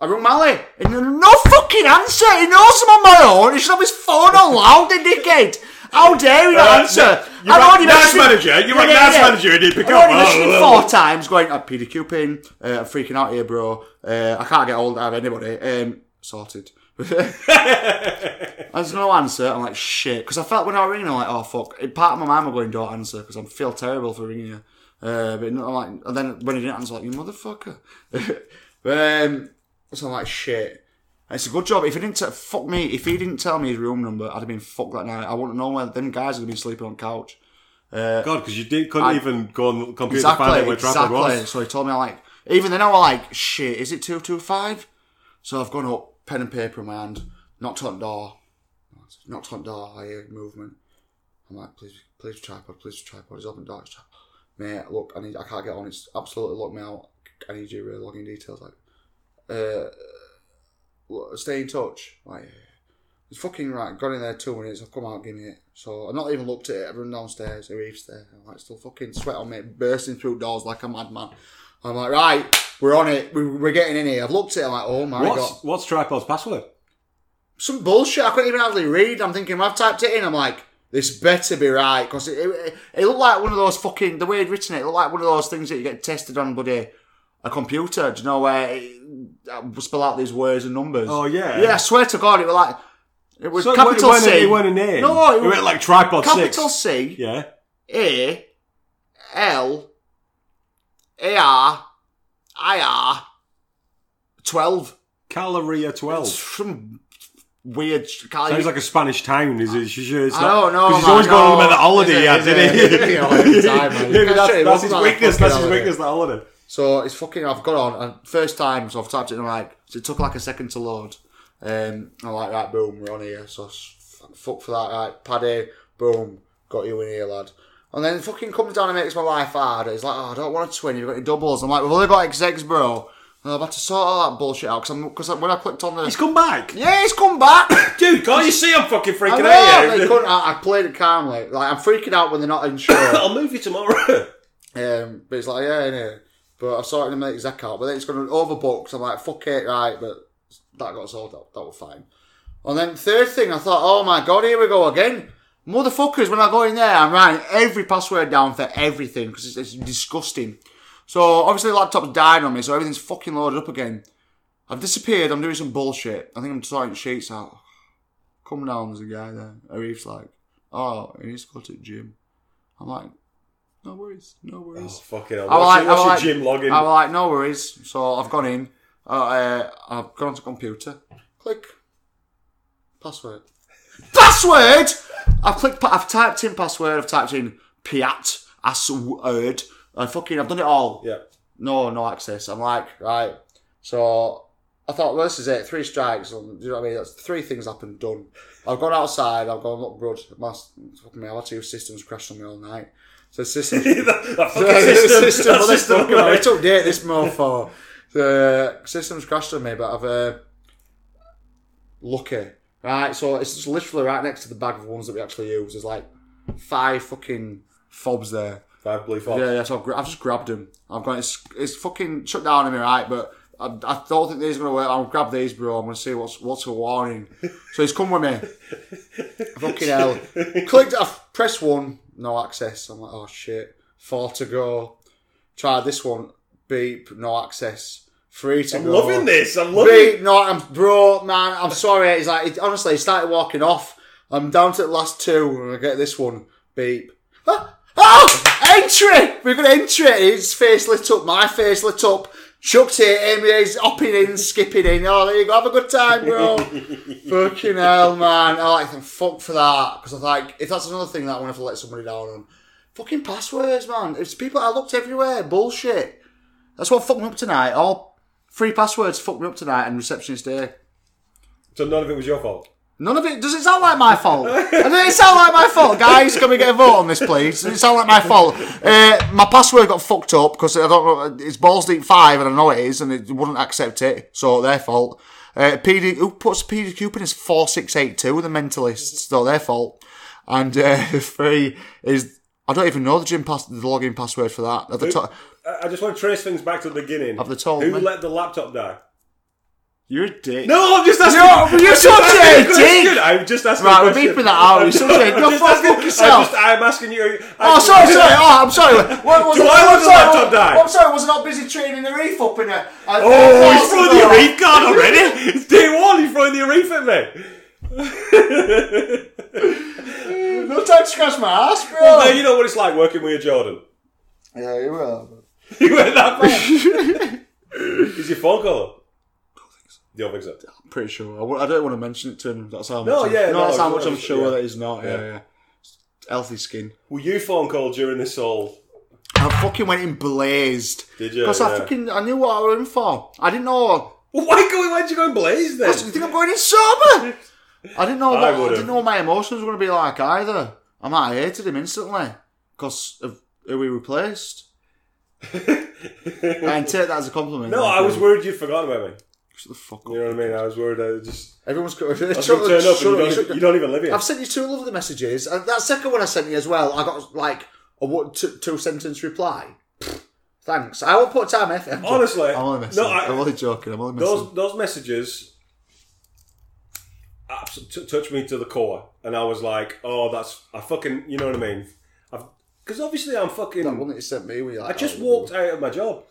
A: I rung Mally, and no- no fucking answer! He knows I'm on my own, he should have his phone on loud, the dickhead! How dare he not answer?
B: You're
A: I'd
B: a
A: already
B: Uh, nice
A: messaged-
B: manager. You're a
A: Yeah, yeah,
B: nice
A: yeah.
B: manager. And you pick
A: I've
B: up.
A: already listened four times going, oh, Peter Cupin, uh, I'm freaking out here, bro. Uh, I can't get hold of anybody. Um, sorted. There's no answer. I'm like, shit. Because I felt when I was ringing, I'm like, oh, fuck. In part of my mind, I'm going, don't answer because I feel terrible for ringing you. Uh, but no, I'm like, and then when he didn't answer, I'm like, you motherfucker. *laughs* um, so I'm like, shit. And It's a good job. If he didn't t- fuck me, if he didn't tell me his room number, I'd have been fucked that night. I wouldn't know where them guys would have been sleeping on couch.
B: God, because you did, couldn't even go on the computer to find out
A: Exactly,
B: where Trafford
A: exactly.
B: was.
A: So he told me, I'm like, even then I was like, shit, is it 225? So I've gone up, pen and paper in my hand, knocked on door. Knocked on door, I hear movement. I'm like, please, please tripod, please tripod. He's opened door, it's tripod. Mate, look, I need, I can't get on. It's absolutely locked me out. I need your uh, login details. Like, uh, w- stay in touch. Like, yeah, yeah. it's fucking right. Got in there two minutes. I've come out, give me it. So I've not even looked at it. I've run downstairs. Eve's there. I'm like, still fucking sweat on me, bursting through doors like a madman. I'm like, right, we're on it. We, we're getting in here. I've looked at it. I'm like, oh my god,
B: What's, what's Tripod's password?
A: some bullshit. I couldn't even hardly read. I'm thinking, I've typed it in. I'm like, this better be right because it, it, it looked like one of those fucking the way he'd written it. It looked like one of those things that you get tested on, buddy. A computer, do you know where it, I spell out these words and numbers?
B: Oh, yeah.
A: yeah. I swear to God, it was like it was
B: So it
A: capital
B: weren't- it weren't
A: C.
B: a- It weren't a name.
A: No, it
B: it,
A: was-
B: went like Tripod
A: capital
B: 6.
A: C.
B: Yeah.
A: A L A R I R twelve.
B: Caloria 12.
A: Some weird. sh- Can't
B: Sounds
A: even-
B: like a Spanish town. Is it? It's not,
A: I don't know.
B: Because he's
A: man,
B: always going
A: Oh, no.
B: on about the holiday
A: Is
B: he
A: it,
B: had,
A: is it?
B: didn't he?
A: You know,
B: *laughs*
A: every time, man.
B: Maybe that's,
A: Sure, it
B: that's
A: wasn't
B: his
A: like a
B: weakness.
A: fucking
B: That's his
A: holiday.
B: weakness, the holiday.
A: So it's fucking. I've got on and first time. So I've typed it in like. So it took like a second to load. Um, I'm like, right, boom, we're on here. So s- f- fuck for that, right, Paddy, boom, got you in here, lad. And then fucking comes down and makes my life harder. He's like, oh, I don't want a twin. You've got your doubles. I'm like, we've only got execs, bro. And I'm about to sort all that bullshit out because because when I clicked on the
B: He's come back.
A: yeah, he's come back.
B: Dude, can't you see I'm fucking
A: I
B: freaking
A: know. They
B: out
A: couldn't- I, I played it calmly. Like I'm freaking out when they're not
B: here?
A: insured.
B: I'll move you tomorrow. *laughs*
A: Um, but it's like, yeah, innit? But I started to make Zach out, but then it's going to overbooked. I'm like, fuck it, right? But that got sold out. That was fine. And then third thing, I thought, oh my god, here we go again. Motherfuckers, when I go in there, I'm writing every password down for everything because it's, it's disgusting. So obviously, the laptop's died on me, so everything's fucking loaded up again. I've disappeared. I'm doing some bullshit. I think I'm sorting sheets out. Come down, there's a guy there. Arif's like, oh, he needs to go to the gym. I'm like, no worries, no
B: Oh,
A: worries.
B: fucking hell.
A: I
B: What's, your-
A: was like, I was
B: what's
A: like,
B: your gym login?
A: I was like, no worries. So I've gone in. Uh, uh, I've gone onto computer. Click. Password. Password. I've clicked. pa- I've typed in password. I've typed in piat as word. I fucking. I've done it all.
B: yeah. *laughs*
A: No, no access. I'm like, right. So I thought, well, this is it. Three strikes. And, you know what I mean? That's three things happened. Done. I've gone outside. I've gone look, bud. My fucking my two systems crashed on me all night. So system
B: that, that fucking
A: yeah,
B: system.
A: the system,
B: that
A: well, let's
B: system,
A: talk about
B: right?
A: it. Let's update this mofo. The uh, system's crashed on me, but I've uh, lucky. Right, so it's just literally right next to the bag of ones that we actually use. There's like five fucking fobs there.
B: Five blue fox.
A: Yeah, yeah. So I've, gra- I've just grabbed them. I've got it's, it's fucking shut down on me, right? But I, I don't think these are gonna work. I'll grab these, bro. I'm gonna see what's what's a warning. So he's come with me. *laughs* fucking hell! Clicked. I've pressed one. No access. I'm like, oh shit. Four to go. Try this one. Beep. No access. Three to
B: I'm
A: go.
B: loving this. I'm loving
A: Beep. No, I'm bro, man. I'm sorry. He's like, he- honestly, he started walking off. I'm down to the last two, and I get this one. Beep. Ah! Oh, entry! We've got entry. His face lit up. My face lit up. Chucked it. Amy's hopping in, skipping in. Oh, there you go. Have a good time, bro. Fucking hell, man. I like, fuck for that. Because I like, if that's another thing that I want to let somebody down on. Fucking passwords, man. It's people I looked everywhere. Bullshit. That's what fucked me up tonight. All three passwords fucked me up tonight and receptionist day.
B: So none of it was your fault.
A: None of it. Does it sound like my fault? *laughs* Does it sound like my fault, guys? Can we get a vote on this, please? Does it sound like my fault? Uh, my password got fucked up because I don't know. It's balls deep five, and I know it is, and it wouldn't accept it, so their fault. Uh, PD who puts PD Cupid is four six eight two. The mentalists, so their fault. And uh, *laughs* three is I don't even know the gym pass the login password for that. At the top,
B: I- I just want to trace things back to the beginning.
A: Have they told
B: Who
A: me?
B: let the laptop die?
A: you're a dick.
B: No, I'm just asking.
A: You're-
B: I'm
A: you're
B: just
A: such
B: asking
A: a
B: a question.
A: dick.
B: I'm just asking.
A: Right,
B: a
A: we're
B: question.
A: beeping that out. You're such
B: *laughs*
A: a-
B: I'm
A: go
B: just
A: fuck
B: asking-
A: yourself.
B: I'm, just, I'm asking you.
A: Oh, sorry, sorry. Oh, I'm sorry. What, was
B: Do
A: it?
B: I
A: I'm
B: look
A: sorry,
B: like Tom Dyke?
A: I'm sorry. Was I not busy training the reef up in a? a
B: Oh,
A: a-
B: he's throwing the Arif card
A: *laughs*
B: already. It's day one. He's throwing the Arif at me.
A: No time to scratch my ass, bro.
B: Now you know what it's like working with a Jordan.
A: yeah, you will.
B: You went that far.
A: *laughs*
B: Is your phone caller? Don't think so. Don't think so.
A: I'm pretty sure. I w- I don't want to mention it to him. That's how much.
B: No,
A: I'm,
B: yeah, no,
A: that's how
B: I'm-
A: much I'm
B: I'm-
A: sure
B: yeah.
A: that he's not. Yeah,
B: Yeah.
A: yeah. Healthy skin.
B: Were you phone called during this all?
A: I fucking went in blazed.
B: Did you?
A: Because I
B: Yeah.
A: fucking I knew what I was in for. I didn't know.
B: Well, why go? Why'd you go and blaze then?
A: Do you think I'm going in sober? I didn't know. What,
B: I
A: I,
B: would've.
A: didn't know what my emotions were going to be like either. I might have hated him instantly because of who
B: *laughs*
A: we replaced. and take that as a compliment.
B: No, I was worried you'd forgotten about me.
A: Shut the fuck
B: You
A: up.
B: know what I mean? I was worried. I just
A: Everyone's
B: I was gonna turn up. and you, don't even, you don't even live here.
A: I've sent you two lovely messages, and that second one I sent you as well. I got like a one, two, two sentence reply. Pfft, Thanks. I will put time effort. I'm jo-
B: Honestly,
A: I'm only messing.
B: no, I-
A: I'm only joking. I'm only messing.
B: Those those messages abs- t- touched me to the core, and I was like, "Oh, that's I fucking you know what I mean." Because obviously I'm
A: That
B: fucking.
A: one that you sent me, we
B: I just walked out of my job.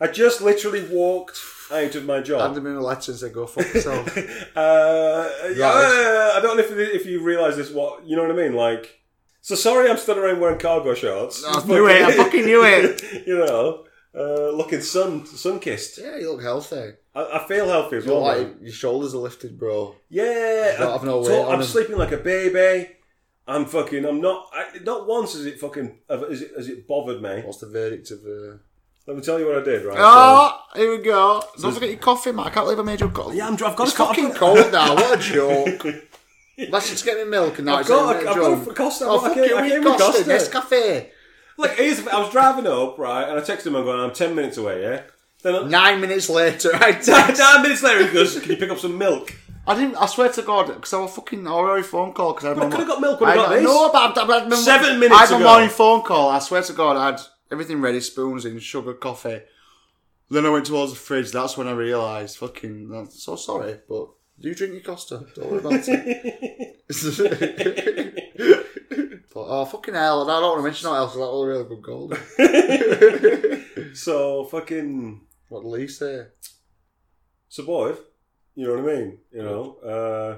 B: I just literally walked out of my job.
A: Handed me a letter and said, "Go fuck yourself."
B: *laughs* Uh, yeah,
A: Right.
B: I don't know if you- if you realise this. What you know what I mean? Like, so sorry, I'm stood around wearing cargo shorts. *laughs*
A: I knew
C: it, I fucking knew it.
A: *laughs*
B: you know, uh, looking sun sun kissed.
A: yeah, you look healthy.
B: I, I feel healthy as
A: You're
B: well.
A: like
B: man.
A: your shoulders are lifted, bro.
B: yeah,
A: don't have no
B: so
A: weight on
B: I'm
A: them.
B: sleeping like a baby. I'm fucking. I'm not. I, not once has it fucking. Has it, has it bothered me?
A: What's the verdict of? Uh...
B: Let me tell you what I did. Right.
A: Oh, here we go. Don't forget your coffee, man. I can't believe I made you a coffee.
B: Yeah, I'm dr- I've got
A: it's
B: a co-
A: fucking
B: I've got-
A: cold now.
B: *laughs*
A: What a *laughs* joke. Let's just get me milk and now
B: I've
A: it's
B: got,
A: a
B: a,
A: bit
B: I've
A: drunk.
B: got a Costa.
A: Oh,
B: I
A: fuck
B: came-
A: you,
B: I
A: we
B: came with
A: Costa,
B: Costa.
A: Nescafe.
B: Look, here's, I was driving up, right, and I texted him, I'm going, I'm 10 minutes away, yeah?
A: *laughs*
B: Then
A: Nine minutes later,
B: *laughs*
A: I
B: I,
A: text.
B: *laughs* nine minutes later, he goes, Can you pick up some milk? *laughs*
A: I didn't. I swear to God, because I was fucking. I was on a phone call because I had.
B: But I
A: my-
B: could've got milk, could've
A: I
B: got this.
A: No, but I, I had my,
B: Seven minutes
A: I had my
B: ago.
A: morning phone call. I swear to God, I had everything ready: spoons in, sugar, coffee. Then I went towards the fridge. That's when I realised, fucking. I'm so sorry, but you drink your Costa. Don't worry about it. *laughs* but oh fucking hell! I don't want to mention that else. That was a really good goal.
B: So, fucking
A: *laughs* what did Lee say?
B: survive. You know what I mean? You know? Uh,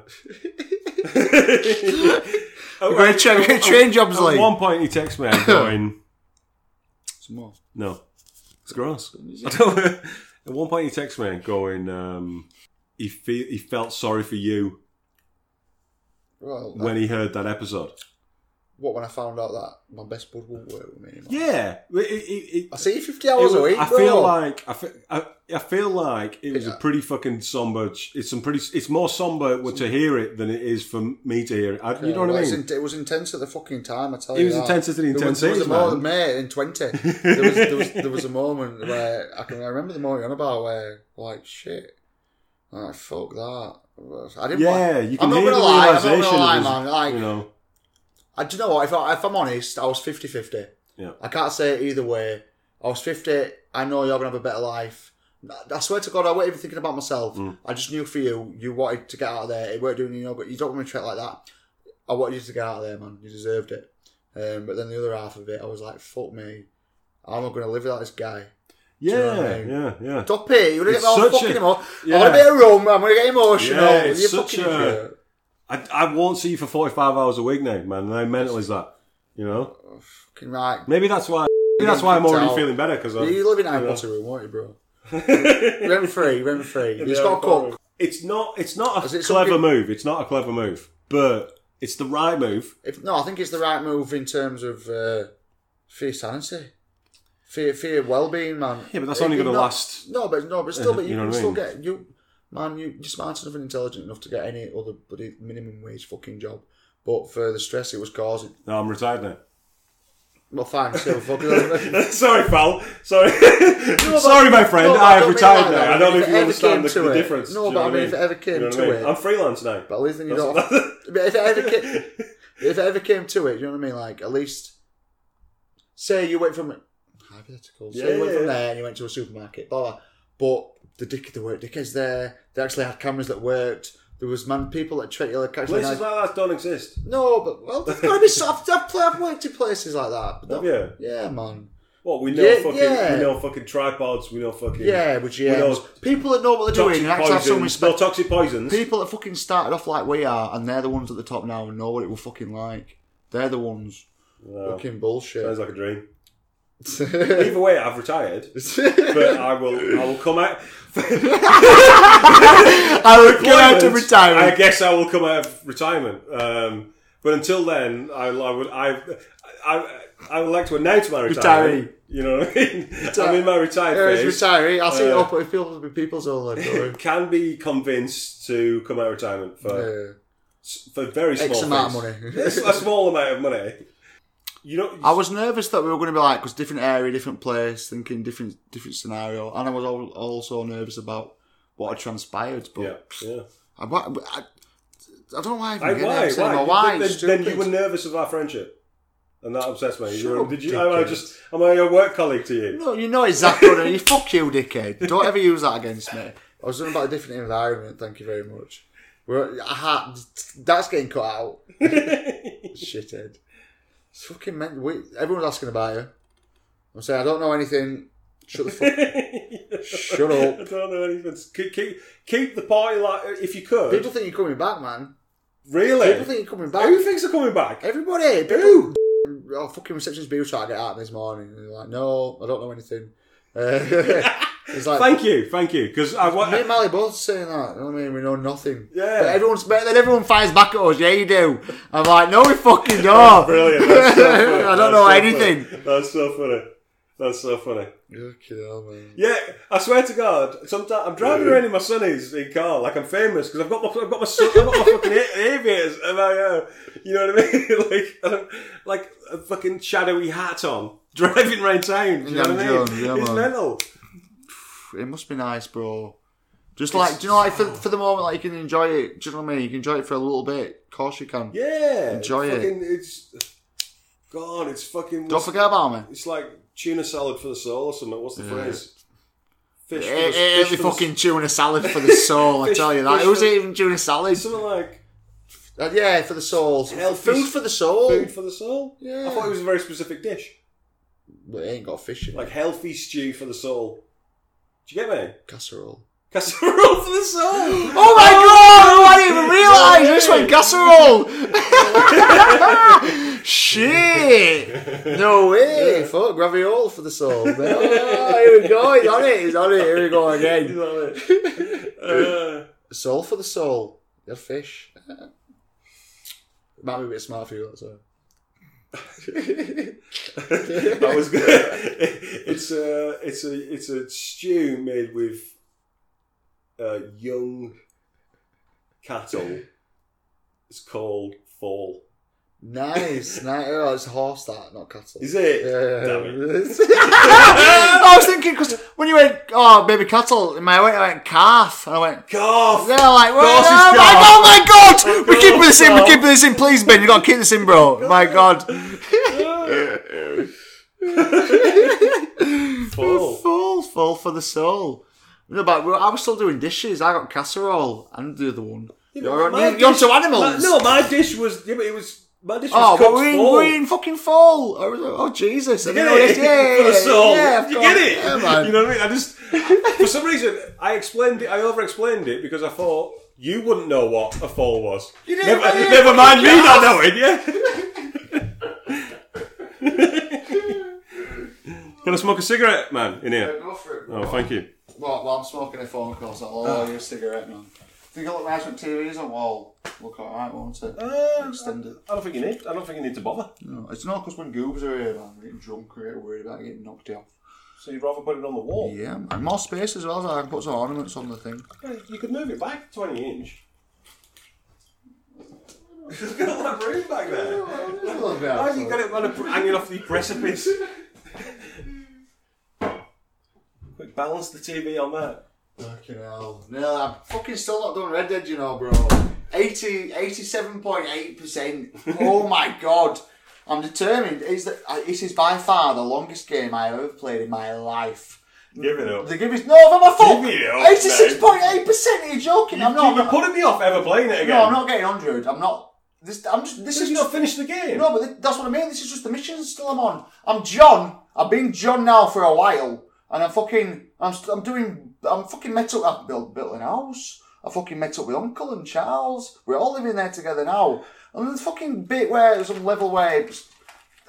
B: *laughs*
A: We're going to train, train jobs,
B: At
A: Lee.
B: one point, he texts me, I'm
A: *laughs*
B: going,
A: Some more.
B: No. It's gross. I don't, *laughs* at one point, he texts me, going, um, he, fe- he felt sorry for you
A: Well,
B: when he heard that episode.
A: what when I found out that my best bud won't work with me anymore.
B: Yeah. It- it- it-
A: I see 50 hours
B: It
A: a
B: was-
A: week.
B: I
A: bro.
B: feel like I feel, I, I feel like it was a pretty fucking somber. ch- It's some pretty. It's more somber to hear it than it is for me to hear it. I, you know
A: Well,
B: what I
A: it's
B: mean?
A: in- it was intense at the fucking time. I tell
B: It
A: you,
B: was
A: that.
B: intensity,
A: There was, there was
B: intensity,
A: a moment,
B: man.
A: mate, in twenty. There was, there, was, there was a moment where I can I remember the moment you're on about where like shit, like fuck that. I didn't.
B: Yeah,
A: like,
B: you can
A: I'm
B: hear
A: not
B: the
A: gonna lie. I'm not
B: realization.
A: gonna lie,
B: of his-
A: man. Like,
B: you know,
A: I do you know what? If, I, if I'm honest, I was 50-50.
B: Yeah.
A: I can't say it either way. I was 50, I know you're going to have a better life. I swear to God, I wasn't even thinking about myself.
B: Mm.
A: I just knew for you, you wanted to get out of there. It weren't doing you no good. You don't want me to treat like that. I wanted you to get out of there, man. You deserved it. Um, but then the other half of it, I was like, fuck me. I'm not going to live without this guy.
B: yeah,
A: you know what I mean?
B: yeah, yeah.
A: Stop it. You're going
B: It's
A: to get me all
B: such
A: fucking
B: a-
A: emo- I
B: yeah.
A: want a bit of rum. I'm going to get emotional.
B: Yeah, it's
A: you
B: such
A: fucking
B: a-
A: idiot.
B: I, I won't see you for forty-five hours a week now, man. How mental is that? You know,
A: Fucking right.
B: maybe that's why. Maybe that's why I'm already feeling better because
A: You-
B: I'm.
A: You live in our water room, won't you, bro? rent free, rent free. He's
B: Yeah,
A: got a
B: probably.
A: cook.
B: It's not. It's not a
A: Is it
B: clever
A: something-
B: move. It's not a clever move, but it's the right move.
A: If, no, I think it's the right move in terms of uh, fear sanity, fear, fear well-being, man.
B: Yeah, but that's
A: If
B: only
A: you're
B: gonna
A: not-
B: last-
A: No, but no, but still, but you,
B: you know
A: can
B: what I
A: still
B: mean?
A: get you, man. You, you're smart enough and intelligent enough to get any other bloody minimum wage fucking job. But for the stress it was causing,
B: No, I'm retired now. *laughs*
A: well, fine, still fucking. *laughs*
B: Sorry, pal. Sorry. *laughs* Sorry, my friend.
A: no, but
B: I have
A: don't mean
B: retired
A: like
B: now.
A: that.
B: I don't know
A: If
B: if
A: it
B: you
A: ever
B: understand the,
A: came to
B: the
A: it.
B: difference.
A: No,
B: Do you
A: but
B: know
A: I
B: what
A: mean, if it ever came
B: You know what
A: to
B: I mean?
A: it-
B: I'm freelance now.
A: But at least then
B: *laughs*
A: you don't. But if it ever came, if it ever came to it, you know what I mean. Like at least, say you went from hypothetical. Say you went
B: Yeah.
A: from there and you went to a supermarket. Blah, blah. But the dick, there were dickheads there. They actually had cameras that worked. There was man people that treated you like actually.
B: Places
A: Nice.
B: like that don't exist.
A: no, but well, there's got to be. so- I've, I've, played, I've worked in places like that. But
B: Have
A: that-
B: you?
A: yeah, man.
B: What we know
A: Oh. Yeah,
B: fucking
A: yeah.
B: we know fucking tripods, we know fucking
A: Yeah, but yeah,
B: those
A: people that know what they're
B: toxic
A: doing and actually have some
B: poisons. No
A: respect.
B: toxic poisons.
A: People that fucking started off like we are, and they're the ones at the top now and know what it was fucking like. They're the ones.
B: No,
A: Fucking bullshit.
B: sounds like a dream.
A: *laughs* but
B: Either way, I've
A: *laughs*
B: retired. But I will I will come out
A: I would go out to
B: Employment, I
A: retirement.
B: guess I will come out of retirement. Um, but until then, I, I would I, I I would like to announce my retirement.
A: Retiree.
B: You know what I mean? I'm in my retired
A: There's
B: phase.
A: retiree. I'll see you
B: Uh,
A: up with people with people's own life. don't *laughs* worry.
B: Can be convinced to come out of retirement for
A: Yeah.
B: for very small
A: X amount of
B: things.
A: money.
B: It's a small amount of money. You know,
A: I was nervous that we were going to be like, because different area, different place, thinking different different scenario, and I was al- also nervous about what had transpired. But
B: yeah, yeah.
A: I, I, I, I don't know why. I even
B: I,
A: get
B: why?
A: upset
B: Why?
A: anymore. Why?
B: Then,
A: It's
B: then you
A: stupid.
B: were nervous of our friendship. and that obsessed me.
A: Shut up,
B: Did you? Am I
A: dickhead.
B: just? Am I a work colleague to you?
A: No, you know it's that good. and you *laughs* fuck you, dickhead. Don't ever use that against me. I was talking about a different environment. Thank you very much. We're, aha, that's getting cut out. *laughs* Shithead. It's fucking meant. We, everyone's asking about you. I'm saying I don't know anything. Shut
B: *laughs*
A: the fuck. Shut
B: I
A: up.
B: don't know anything. Keep, keep, keep the party like if you could.
A: People think you're coming back, man.
B: really?
A: People think you're coming back.
B: Who thinks they're coming back?
A: Everybody, people. Oh, fucking reception's bill trying to get out this morning. And they're like, no, I don't know anything. *laughs* Uh, it's like,
B: Thank you, thank you. Because I wa- *laughs*
A: me and Mally both saying that. You know what I mean? We know nothing.
B: Yeah.
A: But everyone's but then everyone fires back at us. Yeah, you do. I'm like, no, we
B: *laughs*
A: fucking don't.
B: Oh, Brilliant. That's
A: *laughs*
B: so funny.
A: I
B: That's
A: don't
B: so
A: know anything.
B: funny. That's so funny. That's so funny.
A: Fucking hell, man.
B: Yeah, I swear to God, sometimes I'm driving around in my sunnies in car like I'm famous because I've got my I've got my sun, I've got my fucking a- *laughs* aviators and my uh, you know what I mean *laughs* like and I'm, like a fucking shadowy hat on *laughs* driving around town. Do you know what
A: Indiana
B: I mean?
A: Jones, yeah,
B: it's
A: man.
B: mental.
A: It must be nice, bro. Just like, do you know, like for, for the moment, like you can enjoy it. Do you know what I mean? You can enjoy it for a little bit. Of course you can.
B: Yeah,
A: Enjoy it.
B: fucking, It's God. It's fucking.
A: Don't forget about me.
B: It's like tuna salad for the soul or something. What's the phrase? Fish. for
A: It,
B: the-
A: it,
B: fish
A: it'd be
B: for the-
A: Eh, fucking tuna salad for the soul. I tell you that.
B: fish
A: It was
B: for-
A: even tuna salad.
B: something like
A: Uh, yeah, for the soul.
B: Healthy
A: Food for the soul.
B: food for the soul.
A: Yeah.
B: I thought it was a very specific dish.
A: But it ain't got fish in it.
B: like healthy stew for the soul. Do you get me?
A: Casserole.
B: Casserole *laughs* for the soul.
A: *gasps* Oh my
B: *laughs*
A: god! I
B: Oh,
A: didn't even realise! I just went casserole! *laughs* Shit! No way! Fuck, ravioli for the soul. *laughs* Oh, here we go, he's on it, he's on it, here we go
B: You
A: again.
B: know
A: *laughs*
B: it. Uh,
A: Soul for the soul. Your fish. Might be a bit smart for you, that's all.
B: that was good. *laughs* it's a it's a it's a stew made with uh, young cattle. It's called fall.
A: Nice, *laughs* nice. Oh, it's horse that, not cattle.
B: Is it?
A: Yeah.
B: Damn it.
A: *laughs* I was thinking, because when you went, oh, baby cattle, in my way, I went calf, and I went,
B: Calf.
A: They're like, well,
B: Course
A: no,
B: it's
A: my-
B: not.
A: oh my
B: *laughs*
A: god! We're
B: course
A: keeping this in, we're
B: not.
A: keeping this in. Please, Ben, you gotta keep this in, bro. My god.
B: Fall.
A: Full, full for the soul. No, but we- I was still doing dishes. I got casserole and the other one. You're,
B: My
A: on, you're on
B: dish-
A: to animals.
B: my- no, my dish was yeah, but it was my dish was
A: Oh, but
B: cooked
A: we're in,
B: fall.
A: we're in fucking fall. I was like, oh, Jesus. You
B: get it? *laughs*
A: Yeah,
B: For the
A: yeah,
B: soul.
A: yeah, of
B: you
A: course.
B: get it?
A: Yeah,
B: *laughs*
A: man.
B: You know what I mean? I just, for some reason, I explained it, I over explained it because I thought you wouldn't know what a fall was. You
A: didn't
B: never,
A: know it.
B: never mind me not knowing, *laughs* yeah? Can I smoke a cigarette, man, in here?
A: Go for it.
B: Oh, thank you.
A: Well, well, I'm smoking a phone call, so I'll
B: Ah.
A: allow you a cigarette, man. Think I look nice when TV's on wall. Look alright, won't it?
B: Ah.
A: Extend it.
B: Uh, I don't think you need. I don't think you need to bother.
A: No, it's not because when goobs are here, man, I'm getting drunk or here, worried about getting knocked off.
B: So you'd rather put it on the wall.
A: Yeah, man. More space as well, so I can put some ornaments on the thing.
B: You could move it back twenty inch. *laughs* There's got a lot of room back there. How have Oh, you got it on a, hanging off the precipice? Quick, balance the TV on that.
A: Fucking hell. No, I'm fucking still not done Red Dead, you know, bro. 80, 87.8%. oh my god. I'm determined. It's the, uh, this is by far the longest game I have ever played in my life.
B: Give it up.
A: The game is no, for my fuck.
B: Give it up,
A: Eighty-six point eight percent. Are you joking? I'm not.
B: You're putting me off ever playing it again.
A: no, I'm not getting hundred. I'm not. This. I'm just. This
B: This
A: is
B: is
A: just
B: not finished the game.
A: No, but th- that's what I mean. This is just the mission still I'm on. I'm John. I've been John now for a while, and I'm fucking. I'm. St- I'm doing. I'm fucking met up. I've built built an house. I fucking met up with Uncle and Charles. We're all living there together now. And the fucking bit where there's some level where it's-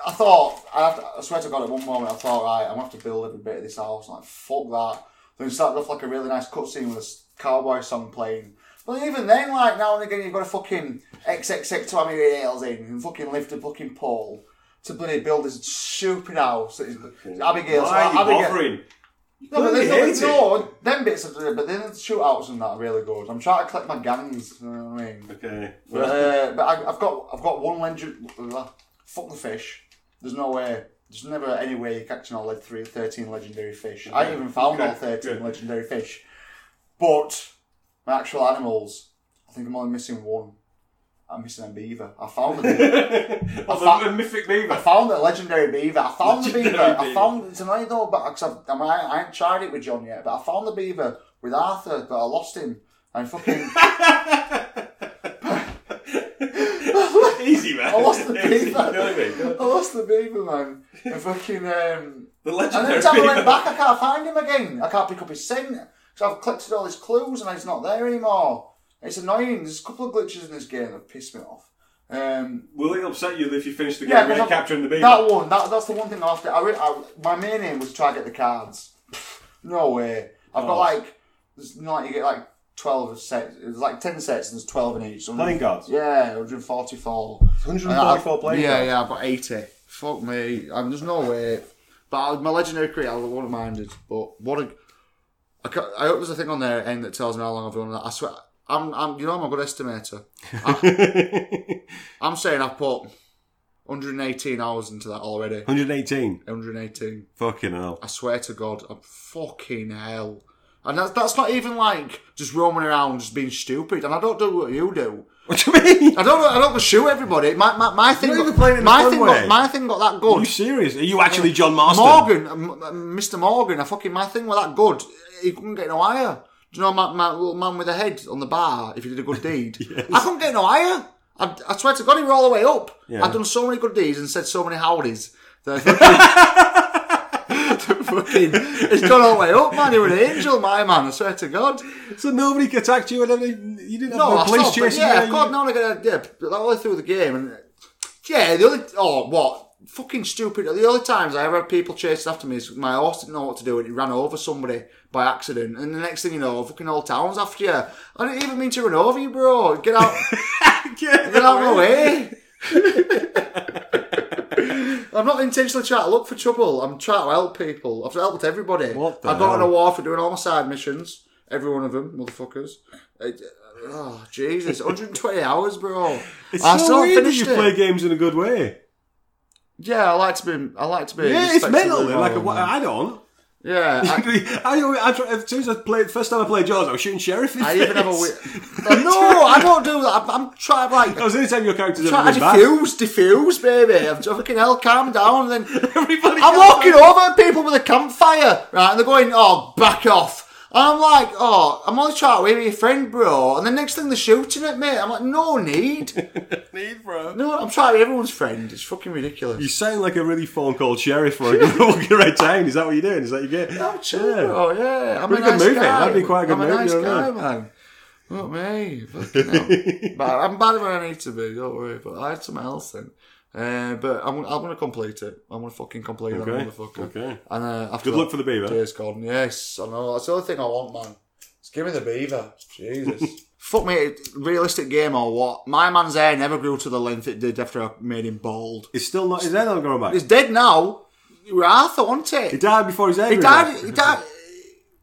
A: I thought, I, have to, I swear to God, at one moment I thought, right, I'm gonna have to build every bit of this house. like, fuck that. Then it started off like a really nice cutscene with a s- cowboy song playing. But even then, like now and again, you've got a fucking XXX Tommy Hales in and fucking lift a fucking pole to bloody build this stupid house. That is, Abigail's
B: Why are you
A: Abigail-
B: bothering? You
A: No, but
B: clearly
A: then, no,
B: hate
A: but no, them bits of but then the shootouts and that are really good. I'm trying to collect my guns. You know what I mean?
B: it. Okay.
A: *laughs* Uh, but I, I've got I've got one legend. Fuck the fish. There's no way. There's never any way you're catching all lead three, 13 legendary fish. I ain't even found all
B: Good,
A: 13
B: good.
A: legendary fish. But my actual animals, I think I'm only missing one. I'm missing a beaver. I found the
B: *laughs*
A: beaver.
D: Oh, the,
A: thought-
D: the mythic
A: *laughs* I
D: beaver.
A: found the legendary beaver. I found the
D: Legendary
A: beaver. I
D: beaver.
A: found it tonight though, but i I've, I, might- I ain't tried it with John yet. But I found the beaver with Arthur, but I lost him. And fucking, I
D: Easy, man.
A: I
D: *laughs*
B: *laughs*
A: lost the
D: Easy,
A: beaver.
D: you know what I mean?
A: lost the beaver, man. And
D: *laughs*
A: fucking, um,
D: The
A: and
D: legendary
A: every time I
D: beaver.
A: went back, I can't find him again. I can't pick up his scent. So I've collected all his clues, and he's not there anymore. It's annoying. There's a couple of glitches in this game that piss me off. Um,
D: Will it upset you if you finish the game
A: Yeah, 'cause
D: without
A: I'm-
D: capturing the beaver?
A: That one, that, that's the one thing after. I, re- I my main aim was to try and get the cards. *laughs* Pfft, No way. I've
D: Oh.
A: got like, there's not you get like twelve sets. There's like ten sets and there's twelve in each.
B: Playing cards?
A: Yeah, 144.
B: 144
A: And I-
B: playing
A: Yeah,
B: cards? *laughs*
A: yeah, but eighty. Fuck me. Um, there's no way. But I, my legendary creator, I would have minded. But what a I, ca- I hope there's a thing on there end that tells me how long I've done that. I swear, I'm, I'm you know, I'm a good estimator. I, am saying I've put 118 hours into that already.
B: 118.
A: 118.
B: Fucking hell.
A: I swear to God, I'm fucking hell. And that's, that's not even like just roaming around, just being stupid. And I don't do what you do.
B: What do you mean?
A: I don't. I don't shoot everybody. My my, my thing.
B: You're
A: got-
B: even playing in a
A: my
B: fun
A: thing.
B: way.
A: Got, my thing got that
B: Are
A: good.
B: you serious? Are you actually John Marston?
A: Morgan, um, um, Mr. Morgan, I fucking my thing was that good. He couldn't get no higher. Do you know my, my little man with a head on the bar? If he did a good deed,
B: *laughs*
A: I couldn't get no higher. I, I swear to God, he were all the way up.
B: Yeah.
A: I've done so many good deeds and said so many howdies. That fucking,
B: *laughs*
A: that fucking, he's gone all the way up, man. He was an angel, my man. I swear to God.
B: So nobody attacked you and everything? You didn't have
A: No,
B: no
A: I
B: police
A: stopped, but
B: chasing
A: yeah,
B: you?
A: God, no, I got yeah, but all through the game, and yeah, the other oh what fucking stupid. The only times I ever had people chasing after me is my horse didn't know what to do and he ran over somebody by accident, and the next thing you know, fucking whole town's after you. I didn't even mean to run over you, bro. Get out,
B: *laughs* Yeah.
A: get out of my
B: *laughs*
A: way. I'm not intentionally trying to look for trouble. I'm trying to help people. I've helped everybody.
B: What the
A: I got an
B: hell?
A: award for doing all my side missions. Every one of them, motherfuckers. It- oh, Jesus. 120 hours, bro.
B: It's
A: I
B: so
A: still
B: weird that
A: finished
B: you
A: it.
B: play games in a good way.
A: Yeah, I like to be. I like to be.
B: Yeah, it's
A: respectable
B: mental.
A: and all
B: Like,
A: that.
B: what, I don't.
A: yeah. I,
B: I, I, I, try- as soon as I played, first time I played yours, I was shooting sheriff. in
A: I even have a.
B: face. *laughs*
A: Weird, no, I don't do that. I'm, I'm trying like.
B: That was the only time your characters
A: Try
B: ever
A: to
B: been bad.
A: diffuse, diffuse, baby. I'm fucking hell, calm down. And then
B: *laughs* Everybody
A: I'm
B: else-
A: walking over at people with a campfire, right? And they're going, "Oh, back off." And I'm like, "Oh, I'm only trying to wait with your friend, bro." And the next thing they're shooting at me, I'm like, "No need,
B: *laughs* Need, bro.
A: no, I'm trying to be everyone's friend." It's fucking
B: You
A: ridiculous.
B: sound like a really phone called sheriff for a walking around town. Is that what you're doing? Is that your game?
A: Oh, chill, bro. Yeah, I'm
B: Pretty
A: a
B: good
A: nice
B: movie.
A: guy.
B: That'd be quite a good
A: I'm
B: movie,
A: a nice
B: you know what I
A: guy, man. Not me, fucking
B: *laughs*
A: hell. but I'm bad when I need to be. Don't worry. But I had something else then. Uh, but I'm, I'm gonna complete it. I'm gonna fucking complete it,
B: Okay,
A: that motherfucker.
B: okay.
A: And uh, after
B: Good
A: that-
B: luck for the beaver.
A: Days Gone. Yes, I know. That's the only thing I want, man. Just give me the beaver. Jesus.
B: *laughs*
A: Fuck me, realistic game or what? My man's hair never grew to the length it did after I made him bald.
B: It's still not. His head not growing back.
A: He's dead now. It were Arthur, wasn't it?
B: He died before his head.
A: He
B: grew
A: died.
B: back.
A: He died.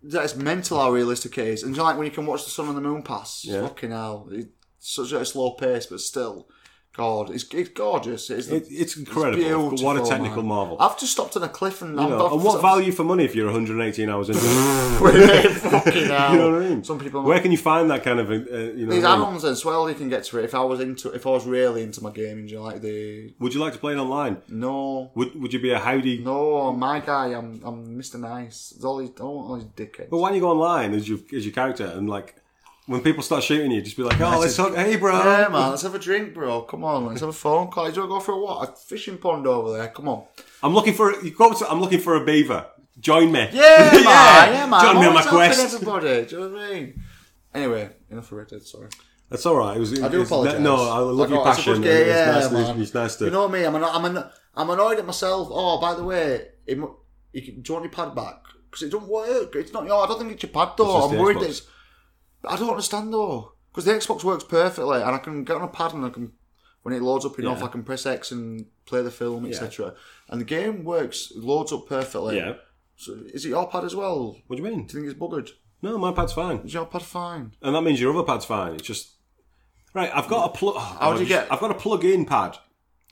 A: That's mental how realistic it is. And do you know, like when you can watch the sun and the moon pass?
B: Yeah.
A: Fucking hell. It's such at a slow pace, but still. God, it's, it's gorgeous. It's,
B: It, it's incredible. but what a
A: beautiful,
B: technical
A: man.
B: marvel.
A: I've just stopped on a cliff and
B: You
A: I'm
B: know,
A: I've-
B: and what
A: I've-
B: value *laughs* for money if you're 118 hours *laughs* into it?
A: fucking hell.
B: You know what I mean?
A: Some people
B: Where can you find that kind of, uh, you know?
A: These
B: what I mean?
A: add-ons as well you can get to it. If I was into, if I was really into my gaming, do you know, like the
B: Would you like to play it online?
A: no,
B: Would Would you be a howdy?
A: no, my guy, I'm, I'm Mr. Nice. It's all these, I want all these dickheads.
B: But why don't you go online as your as your character and like when people start shooting you, just be like, oh,
A: That's
B: let's
A: it.
B: talk. Hey, bro.
A: yeah, man, let's have a drink, bro. Come on, let's have a phone call. Do you want to go for a walk? A fishing pond over there. Come on.
B: I'm looking for. You go up to, I'm looking for a beaver. Join me. *laughs*
A: Yeah, man. Yeah, man.
B: Join
A: I'm
B: me on my
A: always helping
B: quest.
A: Everybody, do you know what I mean? Anyway, enough of Red Dead. Sorry.
B: That's all right. It was,
A: I do apologise.
B: No, I love
A: Like,
B: your
A: oh, it's a
B: passion.
A: good
B: and
A: game, yeah,
B: it's, nice
A: man.
B: to, it's nice to.
A: You know me. I'm anno- I'm an- I'm annoyed at myself. Oh, by the way, it, mu- you can, do you want your pad back? Because it don't work. It's not. your I don't think it's your pad though.
B: It's just
A: I'm
B: the
A: worried.
B: Xbox.
A: That it's, but I don't understand though. Because the Xbox works perfectly, and I can get on a pad and I can. When it loads up enough,
B: Yeah.
A: I can press X and play the film, etc. And the game works, it loads up perfectly.
B: yeah.
A: So is it your pad as well? Do
B: What do you mean?
A: you think it's buggered?
B: No, my pad's fine,
A: Is your pad fine?
B: and that means your other pad's fine. It's just right. I've got a plug. How
A: do you get-
B: I've got a plug-in pad,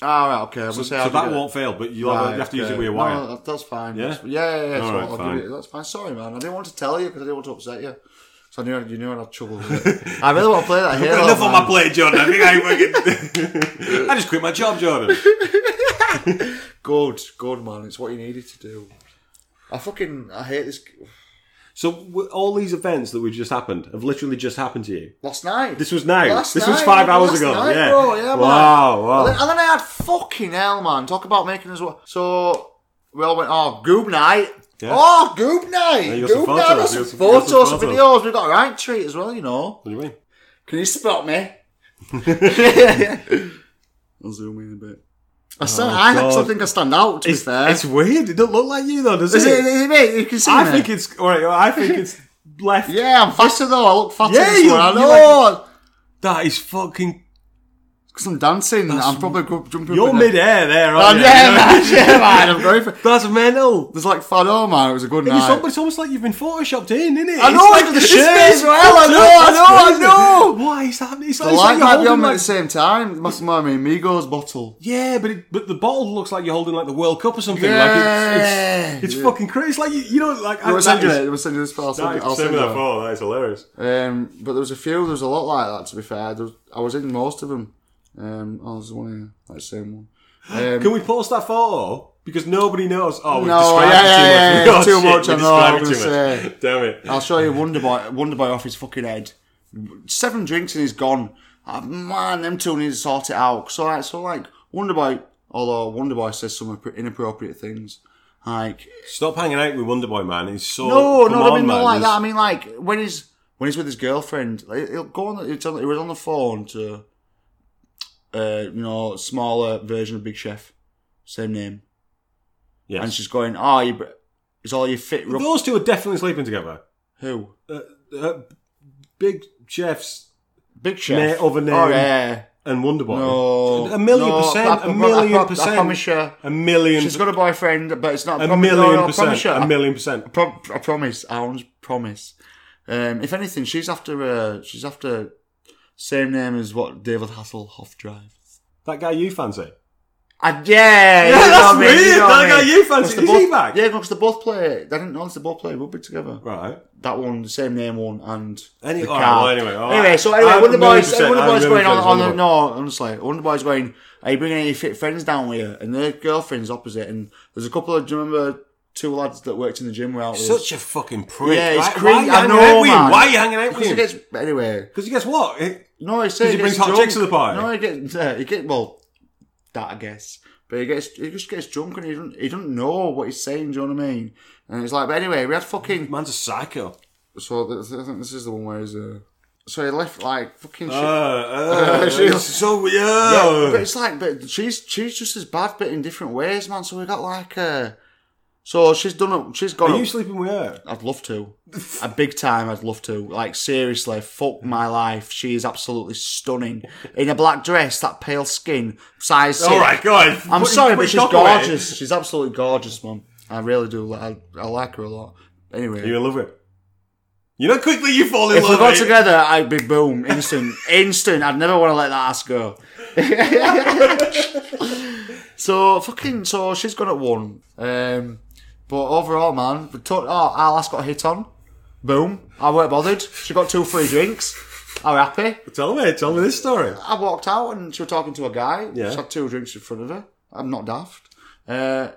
A: Ah, right, okay. I'm gonna say
B: so
A: I'll
B: that
A: do it.
B: won't fail. But you'll have, you have to use
A: okay.
B: it with a wire.
A: No, that- that's fine.
B: Yeah?
A: That's- yeah, yeah, yeah.
B: All
A: so
B: right,
A: I'll give
B: fine.
A: it- that's fine. Sorry, man. I didn't want to tell you because I didn't want to upset you. So I knew, you knew I'd have trouble with
B: *laughs*
A: it. I really want to play that here.
B: Enough on my
A: man.
B: plate, Jordan. I think I
A: *laughs*
B: fucking. *laughs* I just quit my job, Jordan.
A: Good, good, man. It's what you needed to do. I fucking, I hate this.
B: So w- all these events that we've just happened have literally just happened to you.
A: Last night.
B: This was now.
A: Last
B: this was
A: night,
B: five
A: man.
B: hours
A: Last
B: ago.
A: night,
B: yeah.
A: bro. Yeah, man.
B: wow.
A: And then,
B: Wow.
A: and then I had fucking hell, man. Talk about making us. wa- So we all went, oh, goob night.
B: Yeah.
A: Oh, goob night.
B: you got
A: Goob
B: some
A: night.
B: photos.
A: That's
B: You got some- you
A: some
B: got
A: photos,
B: some
A: some
B: photos.
A: videos. We've got a right treat as well, you know.
B: What do you mean?
A: Can you
B: *laughs*
A: spot me? I'll zoom in a bit. I, stand, I
B: Oh, God.
A: actually think I stand out, to be fair.
B: It's weird. It doesn't look like you though, does
A: is,
B: it?
A: it, is it me? You can see
B: I
A: me.
B: think it's. All right. I think
A: *laughs*
B: it's left.
A: yeah, I'm faster though. I look fatter
B: Yeah,
A: this
B: you-
A: one. I
B: you
A: know.
B: That is fucking.
A: Because I'm dancing. I'm probably gr- jumping.
B: You're
A: up in
B: mid
A: it.
B: air there,
A: Oh,
B: aren't *laughs* you?
A: yeah, man. Yeah, man. I'm going for
B: That's mental.
A: There's like five oh man, it was a good
B: It's,
A: night.
B: al- it's almost like you've been photoshopped in, isn't it?
A: I know,
B: it's like
A: I did the
B: it's
A: shirt
B: been
A: as well, I
B: photoshopped
A: know,
B: up,
A: I know,
B: that's
A: I
B: crazy. Why is that? It's
A: The
B: like, it's
A: light
B: like you're
A: might be
B: holding
A: on at
B: like,
A: the same time. That's my Migos bottle.
B: yeah, but it, but the bottle looks like you're holding like the World Cup or something. like
A: Yeah.
B: it's, it's, it's
A: Yeah.
B: fucking crazy. It's like you, you know, like I-
A: I will
B: that
A: send you
B: is-
A: it. I will send you this. I'll send, it- I'll send
B: Send
A: you
B: me that
A: it.
B: photo. That is hilarious.
A: Um, but there was a few. There was a lot like that. To be fair, there was, I was in most of them. Um, oh, there's one here, like the same one. Um,
B: Can we post that photo? Because nobody knows. Oh, we
A: No,
B: described
A: yeah,
B: it
A: yeah,
B: *laughs*
A: yeah,
B: too much. Oh,
A: yeah, it's
B: shit,
A: too much,
B: we
A: I know, I
B: described
A: was
B: it
A: gonna
B: too much. Damn it.
A: I'll show you Wonderboy. Wonderboy off his fucking head. Seven drinks and he's gone. Ah, man, them two need to sort it out. So like, so like Wonderboy. Although Wonderboy says some inappropriate things, like
B: Stop hanging out with Wonderboy, man. He's so
A: No,
B: come
A: no,
B: on,
A: I mean
B: man.
A: not like
B: He's-
A: that. I mean like when he's when he's with his girlfriend, like, he'll go on. He'll tell, he was on the phone to, uh, you know, smaller version of Big Chef, same name,
B: Yes.
A: and she's going, "Oh, you, br- it's all you fit." Rough.
B: Those two are definitely sleeping together.
A: Who?
B: Uh, uh, big chefs
A: Big Chef.
B: Mate, other name.
A: Oh yeah.
B: and Wonderboy.
A: No,
B: a million
A: no,
B: percent,
A: I- I-
B: a million
A: I, I,
B: percent.
A: I promise you,
B: A 1000000
A: she's got a boyfriend, but it's not.
B: a
A: promi-
B: million
A: no, no, I
B: percent.
A: promise you,
B: A
A: I-
B: million percent.
A: Pro- I promise, Alan's promise. Um, if anything, she's after uh, she's after same name as what David Hasselhoff drives.
B: That guy you fancy?
A: Ah, yeah,
B: Yeah,
A: you know
B: that's
A: me, you
B: weird,
A: know
B: that
A: me.
B: guy you fancy,
A: Because they
B: is
A: both-
B: he back?
A: Yeah, because they both play. They didn't know they both play rugby together.
B: Right.
A: That one, the same name one, and
B: Any-
A: the
B: all
A: car.
B: right, well, anyway, all right.
A: anyway, so anyway,
B: I'm
A: Wonder
B: a
A: Boy's,
B: million
A: Wonder
B: percent-
A: Boy's
B: I'm a
A: going
B: million
A: on, on
B: percent
A: the, no, honestly, Wonder Boy's going. Are you bringing any fit friends down with you? And their girlfriend's opposite. And there's a couple of. Do you remember two lads that worked in the gym? Were out with us?
B: Such a fucking prick.
A: Yeah, it's
B: Why- Why, are
A: crazy.
B: you
A: I
B: hanging
A: know,
B: out with him?
A: man.
B: Why are you hanging out
A: Because it
B: with him?
A: gets but anyway.
B: Because guess what? It-
A: No, I say
B: he brings hot
A: drunk.
B: chicks to the party?
A: No, he gets uh, he get well that I guess, but he gets he just gets drunk and he don't he don't know what he's saying. Do you know what I mean? And it's like, but anyway, we had fucking.
B: man's a psycho.
A: So th- th- I think this is the one where he's. Uh, so he left like fucking. shit.
B: Uh, uh,
A: *laughs* Uh, she's-
B: it's so weird. Oh.
A: Yeah, but it's like, but she's she's just as bad, but in different ways, man. So we got like, uh, so she's done up, she's gone.
B: Are you
A: up-
B: sleeping with her?
A: I'd
B: *laughs*
A: love to. A big time, I'd love to. Like, seriously, fuck
B: Mm.
A: my life. She is absolutely stunning. In a black dress, that pale skin, size six.
B: All right, go on.
A: I'm
B: Put-
A: sorry,
B: put
A: but
B: your
A: she's
B: cock away.
A: gorgeous. She's absolutely gorgeous, man. I really do. li- I, I like her a lot. Anyway,
B: Are you in love with her? You know, quickly you fall in
A: if we
B: love
A: got
B: with her.
A: together, I'd be boom, instant, *laughs* instant. I'd never want to let that ass go. *laughs* so fucking, so she's gone at one. Um, but overall, man, we talk, oh, our ass got hit on. Boom, I weren't bothered. She got two free drinks. I'm happy.
B: Tell me, tell me this story.
A: I walked out and she was talking to a guy.
B: Yeah.
A: She had two drinks in front of her. I'm not daft. Uh,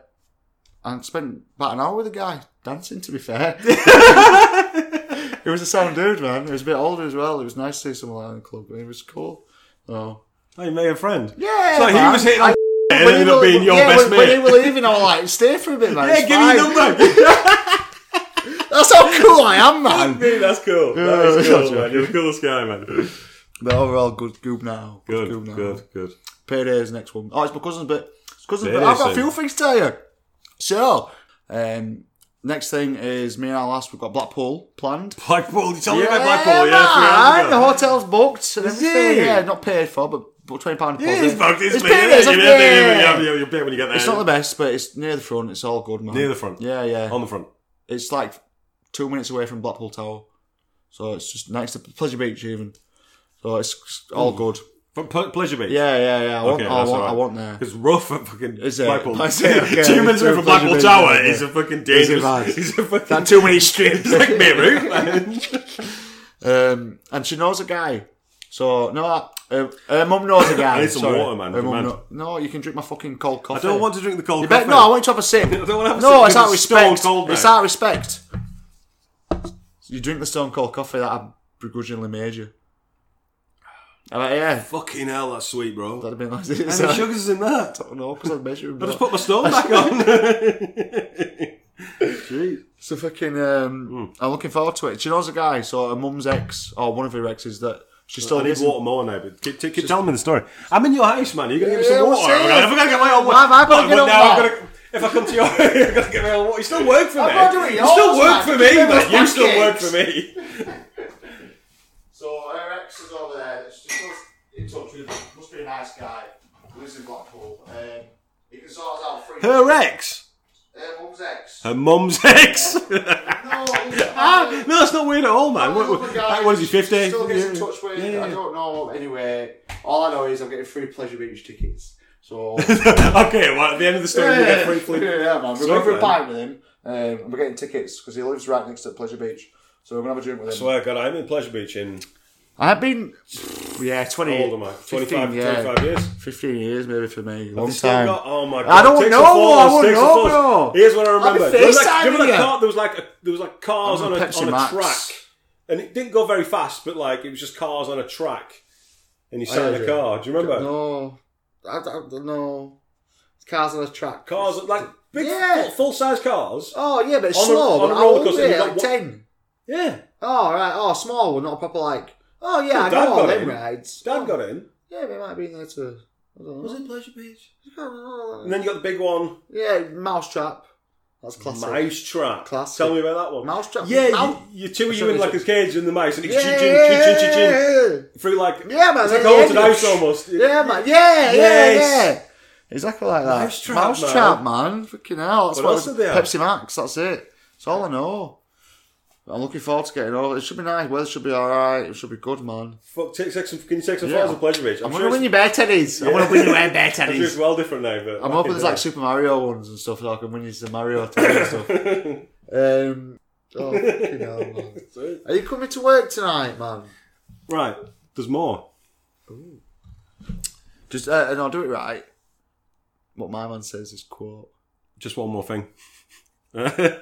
A: and spent about an hour with the guy dancing, to be fair. *laughs* he was a sound dude, man. He was a bit older as well. It was nice to see someone like that in the club. He was cool. So,
B: Oh, you made a friend.
A: yeah.
B: So he
A: man.
B: was hitting on
A: I-
B: *laughs* and
A: when
B: ended
A: he
B: up
A: were-
B: being your
A: yeah,
B: best
A: when,
B: mate.
A: When he were leaving, I was like, stay for a bit,
B: *laughs*
A: man.
B: yeah,
A: it's
B: give me
A: fine.
B: your
A: *laughs*
B: number. *laughs*
A: That's how cool I am, man.
B: Mate, that's cool. That
A: Yeah,
B: is cool,
A: that's
B: man. You're the coolest guy, man.
A: but overall, good goob now.
B: Good,
A: goob now.
B: good, good.
A: Payday's next one. Oh, it's my cousin's bit. It's cousin's bit.
B: Payday
A: I've got a
B: soon.
A: few things to tell you. So, um, next thing is me and our last, we've got Blackpool planned.
B: Blackpool, you told me about Blackpool, yeah, three hours
A: man, Oh,
B: ago.
A: the hotel's booked. And
B: Is
A: everything.
B: it?
A: Yeah, not paid for, but, but £20 deposit.
B: Yeah, it's bugged, it's
A: It's
B: been-
A: Payday, it's
B: yeah,
A: up
B: yeah,
A: there.
B: yeah, yeah, You'll bet when you get there.
A: It's not the best, but it's near the front. It's all good, man.
B: Near the front.
A: Yeah, yeah.
B: On the front.
A: It's like two minutes away from Blackpool Tower. So it's just next to Pleasure Beach, even. So it's it's all good.
B: From Ple- Pleasure Beach.
A: Yeah, yeah, yeah. I want,
B: Okay,
A: I,
B: that's
A: want
B: alright.
A: I want there.
B: It's rough at fucking
A: *laughs* Is it?
B: Blackpool.
A: That's it, okay.
B: Two minutes away
A: It's
B: from
A: a
B: Blackpool
A: Pleasure
B: Tower
A: Beach, yeah.
B: is a fucking *laughs*
A: Is it
B: dangerous. *laughs*
A: bad?
B: It's a fucking.
A: That two minute strip.
B: It's like Beirut, man.
A: Um, and she knows a guy. So no, uh, her mum knows a guy.
B: I need some
A: sorry.
B: water, man.
A: Her
B: You
A: mum
B: mad?
A: kno- no, you can drink my fucking cold coffee.
B: I don't want to drink the cold
A: You bet-
B: coffee.
A: no, I want you to have a sip.
B: *laughs* I don't want to have a
A: no,
B: sip
A: it's
B: because
A: out of
B: it's stone
A: respect.
B: cold,
A: it's
B: mate.
A: out of respect. You drink the stone cold coffee that I begrudgingly made you. I'm like, yeah,
B: Fucking hell, that's sweet, bro.
A: that'd have been *laughs* nice. It's
B: How many
A: like,
B: sugars in that?
A: no, because I'd measure him.
B: I just put
E: *laughs*
B: my stone back on.
A: So fucking, um,
B: Hmm.
A: I'm looking forward to it. She knows a guy, so her mum's ex or one of her exes that she's still
B: I need
A: missing.
B: water more now, but keep, keep, keep telling me the story. I'm in your house, man. You're gonna give me some
A: Yeah,
B: water.
A: we'll see.
B: I'm gonna get my own
A: Why have I gotta
B: Oh,
A: get
B: but
A: on
B: now I'm
A: that?
B: gonna, if I come to your, *laughs* I'm gonna get my own water. You still work for me.
E: gotta do it
B: You still
E: yours,
B: work
E: man.
B: for
E: You
B: me,
E: give me my
B: but you still work
E: pancakes.
B: for me.
A: So her ex is over there. She's still in touch with. Must be a nice guy. Lives in Blackpool. Um, he can sort us out free.
B: Her ex,
A: Her mum's ex.
B: her mum's ex.
A: *laughs*
B: *laughs*
A: No,
B: Ah, no, that's not weird at all, man. What, what,
E: Another guy
B: like, what is he,
E: who
B: fifty?
E: Still gets in touch with. I don't know. Anyway, all I know is I'm getting free pleasure beach tickets. So
B: *laughs*
A: *laughs*
B: okay, well, at the end of the story, we get free
E: yeah,
B: flu.
E: man. We're
B: Sweet,
E: going for
B: man.
E: a pint with him, um, and we're getting tickets because he lives right next to Pleasure Beach. So we're gonna have a drink with him.
B: Swear to God, I'm in Pleasure Beach in
A: I've been, yeah, 20,
B: how old am I? 25,
A: 15, yeah.
B: 25 years.
A: 15 years maybe for me. Long
B: They still
A: time.
B: got- oh my god!
A: I don't
B: Takes
A: know,
B: a fall,
A: I wouldn't
B: takes a
A: know,
B: fall.
A: bro.
B: Here's what I remember. There was like, remember
A: FaceTiming
B: that
A: you.
B: car, there was like a, there was like cars
A: I'm
B: on
A: on
B: a
A: Pepsi
B: on a
A: Max.
B: track, and it didn't go very fast, but like it was just cars on a track, and you sat in the
A: yeah.
B: car. Do you remember?
A: No, I, I don't know. Cars on a track.
B: Cars like big,
A: Yeah.
B: full size cars.
A: Oh yeah, but it's
B: On a-
A: slow.
B: on a
A: but
B: roller
A: how old
B: coaster,
A: were
B: you've
A: you?
B: got
A: like
B: one-
A: ten.
B: Yeah,
A: Oh right, oh small one, not a proper like. Oh yeah, I
B: Dad
A: know all
B: got
A: them
B: it.
A: rides.
B: Dad got in.
A: Yeah, they might be there too. I don't know.
B: it Pleasure Beach?
A: I don't know.
B: And then you got the big one,
A: Yeah, mousetrap. That's classic.
B: Mousetrap.
A: Classic.
B: Tell me about that one.
A: Mousetrap.
B: Yeah,
A: Mouse-
B: you, you two of
A: That's
B: you in
A: what
B: like a
A: they
B: cage in the mice, and it's
A: yeah,
B: chin, chin, chin, chin, chin, through like
A: yeah, man.
B: it's like
A: yeah,
B: a haunted
A: yeah.
B: house almost.
A: Yeah, man. Yeah, yeah,
B: Yes.
A: yeah. Exactly like that.
B: Mousetrap,
A: Mousetrap, man. Fucking hell. That's
B: What
A: what,
B: else
A: it was-
B: did they have?
A: Pepsi Max. That's it. That's all I know. I'm looking forward to getting over. It should be nice. Weather should be all right. It should be good, man.
B: Fuck, take, take some, can you take some
A: Yeah.
B: photos of Pleasure Beach?
A: I'm, gonna win you bear teddies. *laughs* I'm gonna win you bear
B: I'm sure it's
A: teddies.
B: well different now, but
A: I'm hoping there's like Super Mario ones and stuff, so I can win you some Mario *laughs* teddies and stuff. Um, oh, fucking hell, *laughs* man.
B: like
A: Are you coming to work tonight, man?
B: right. There's more.
A: Just uh, and I'll do it right. What my man says is quote.
B: Just one more thing. *laughs* That's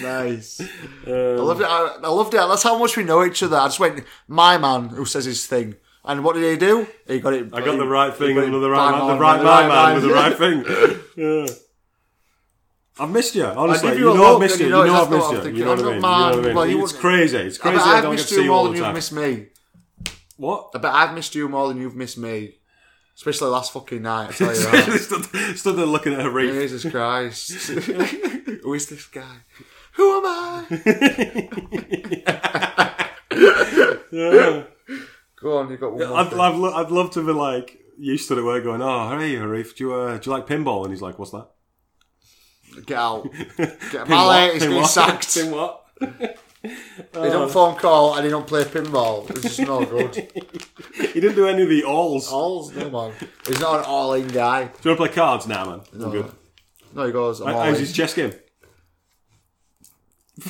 A: Nice. I loved
B: Um,
A: it. I, I loved it. That's how much we know each other. I just went, my man who says his thing. And what did he do? He got it.
B: I got the right thing and the right
A: bang
B: man, the
A: on,
B: right
A: the
B: man, man
A: right man.
B: with the right thing. Yeah.
A: *laughs*
B: I've missed you, honestly.
A: give
B: you
A: you a
B: know I've
A: look
B: missed
A: and
B: you. You
A: you know
B: know I've
A: that's not
B: missed
A: what
B: you.
A: I'm
B: You know what I mean? You know
A: thinking. I'm not
B: what I
A: mad.
B: mean?
A: Well, you
B: It's
A: wouldn't-
B: crazy. It's
A: I
B: crazy.
A: bet
B: I
A: I've
B: don't get
A: missed
B: to see
A: you
B: you
A: more
B: all
A: than
B: the
A: you've
B: time.
A: missed me.
B: What?
A: *laughs* I bet I've missed you more than you've missed me. Especially last fucking night, I tell you
B: *laughs*
A: that.
B: Stood stood there looking at a reef.
A: Jesus Christ. *laughs* who is this guy? Who am I?
B: Yeah.
A: Go on, you've got one more
B: I'd,
A: thing.
B: I'd, lo- I'd love to be like you stood at work going, "Oh, hey, Harif, do you uh, do you like pinball?" And he's like, "What's that?"
A: Get
B: *laughs*
A: out. Get
B: Pin
A: my
B: what?
A: he's
B: Pin
A: been
B: what? *laughs*
A: sacked.
B: Pin what?
A: He don't phone call and he don't play pinball. It's just
B: *laughs*
A: no good.
B: He didn't do any of the alls.
A: All's no man. He's not an all in guy.
B: Do you want to play cards now, man? I'm good.
A: No, he goes, I'm all
B: How's
A: in.
B: his chess game? *laughs*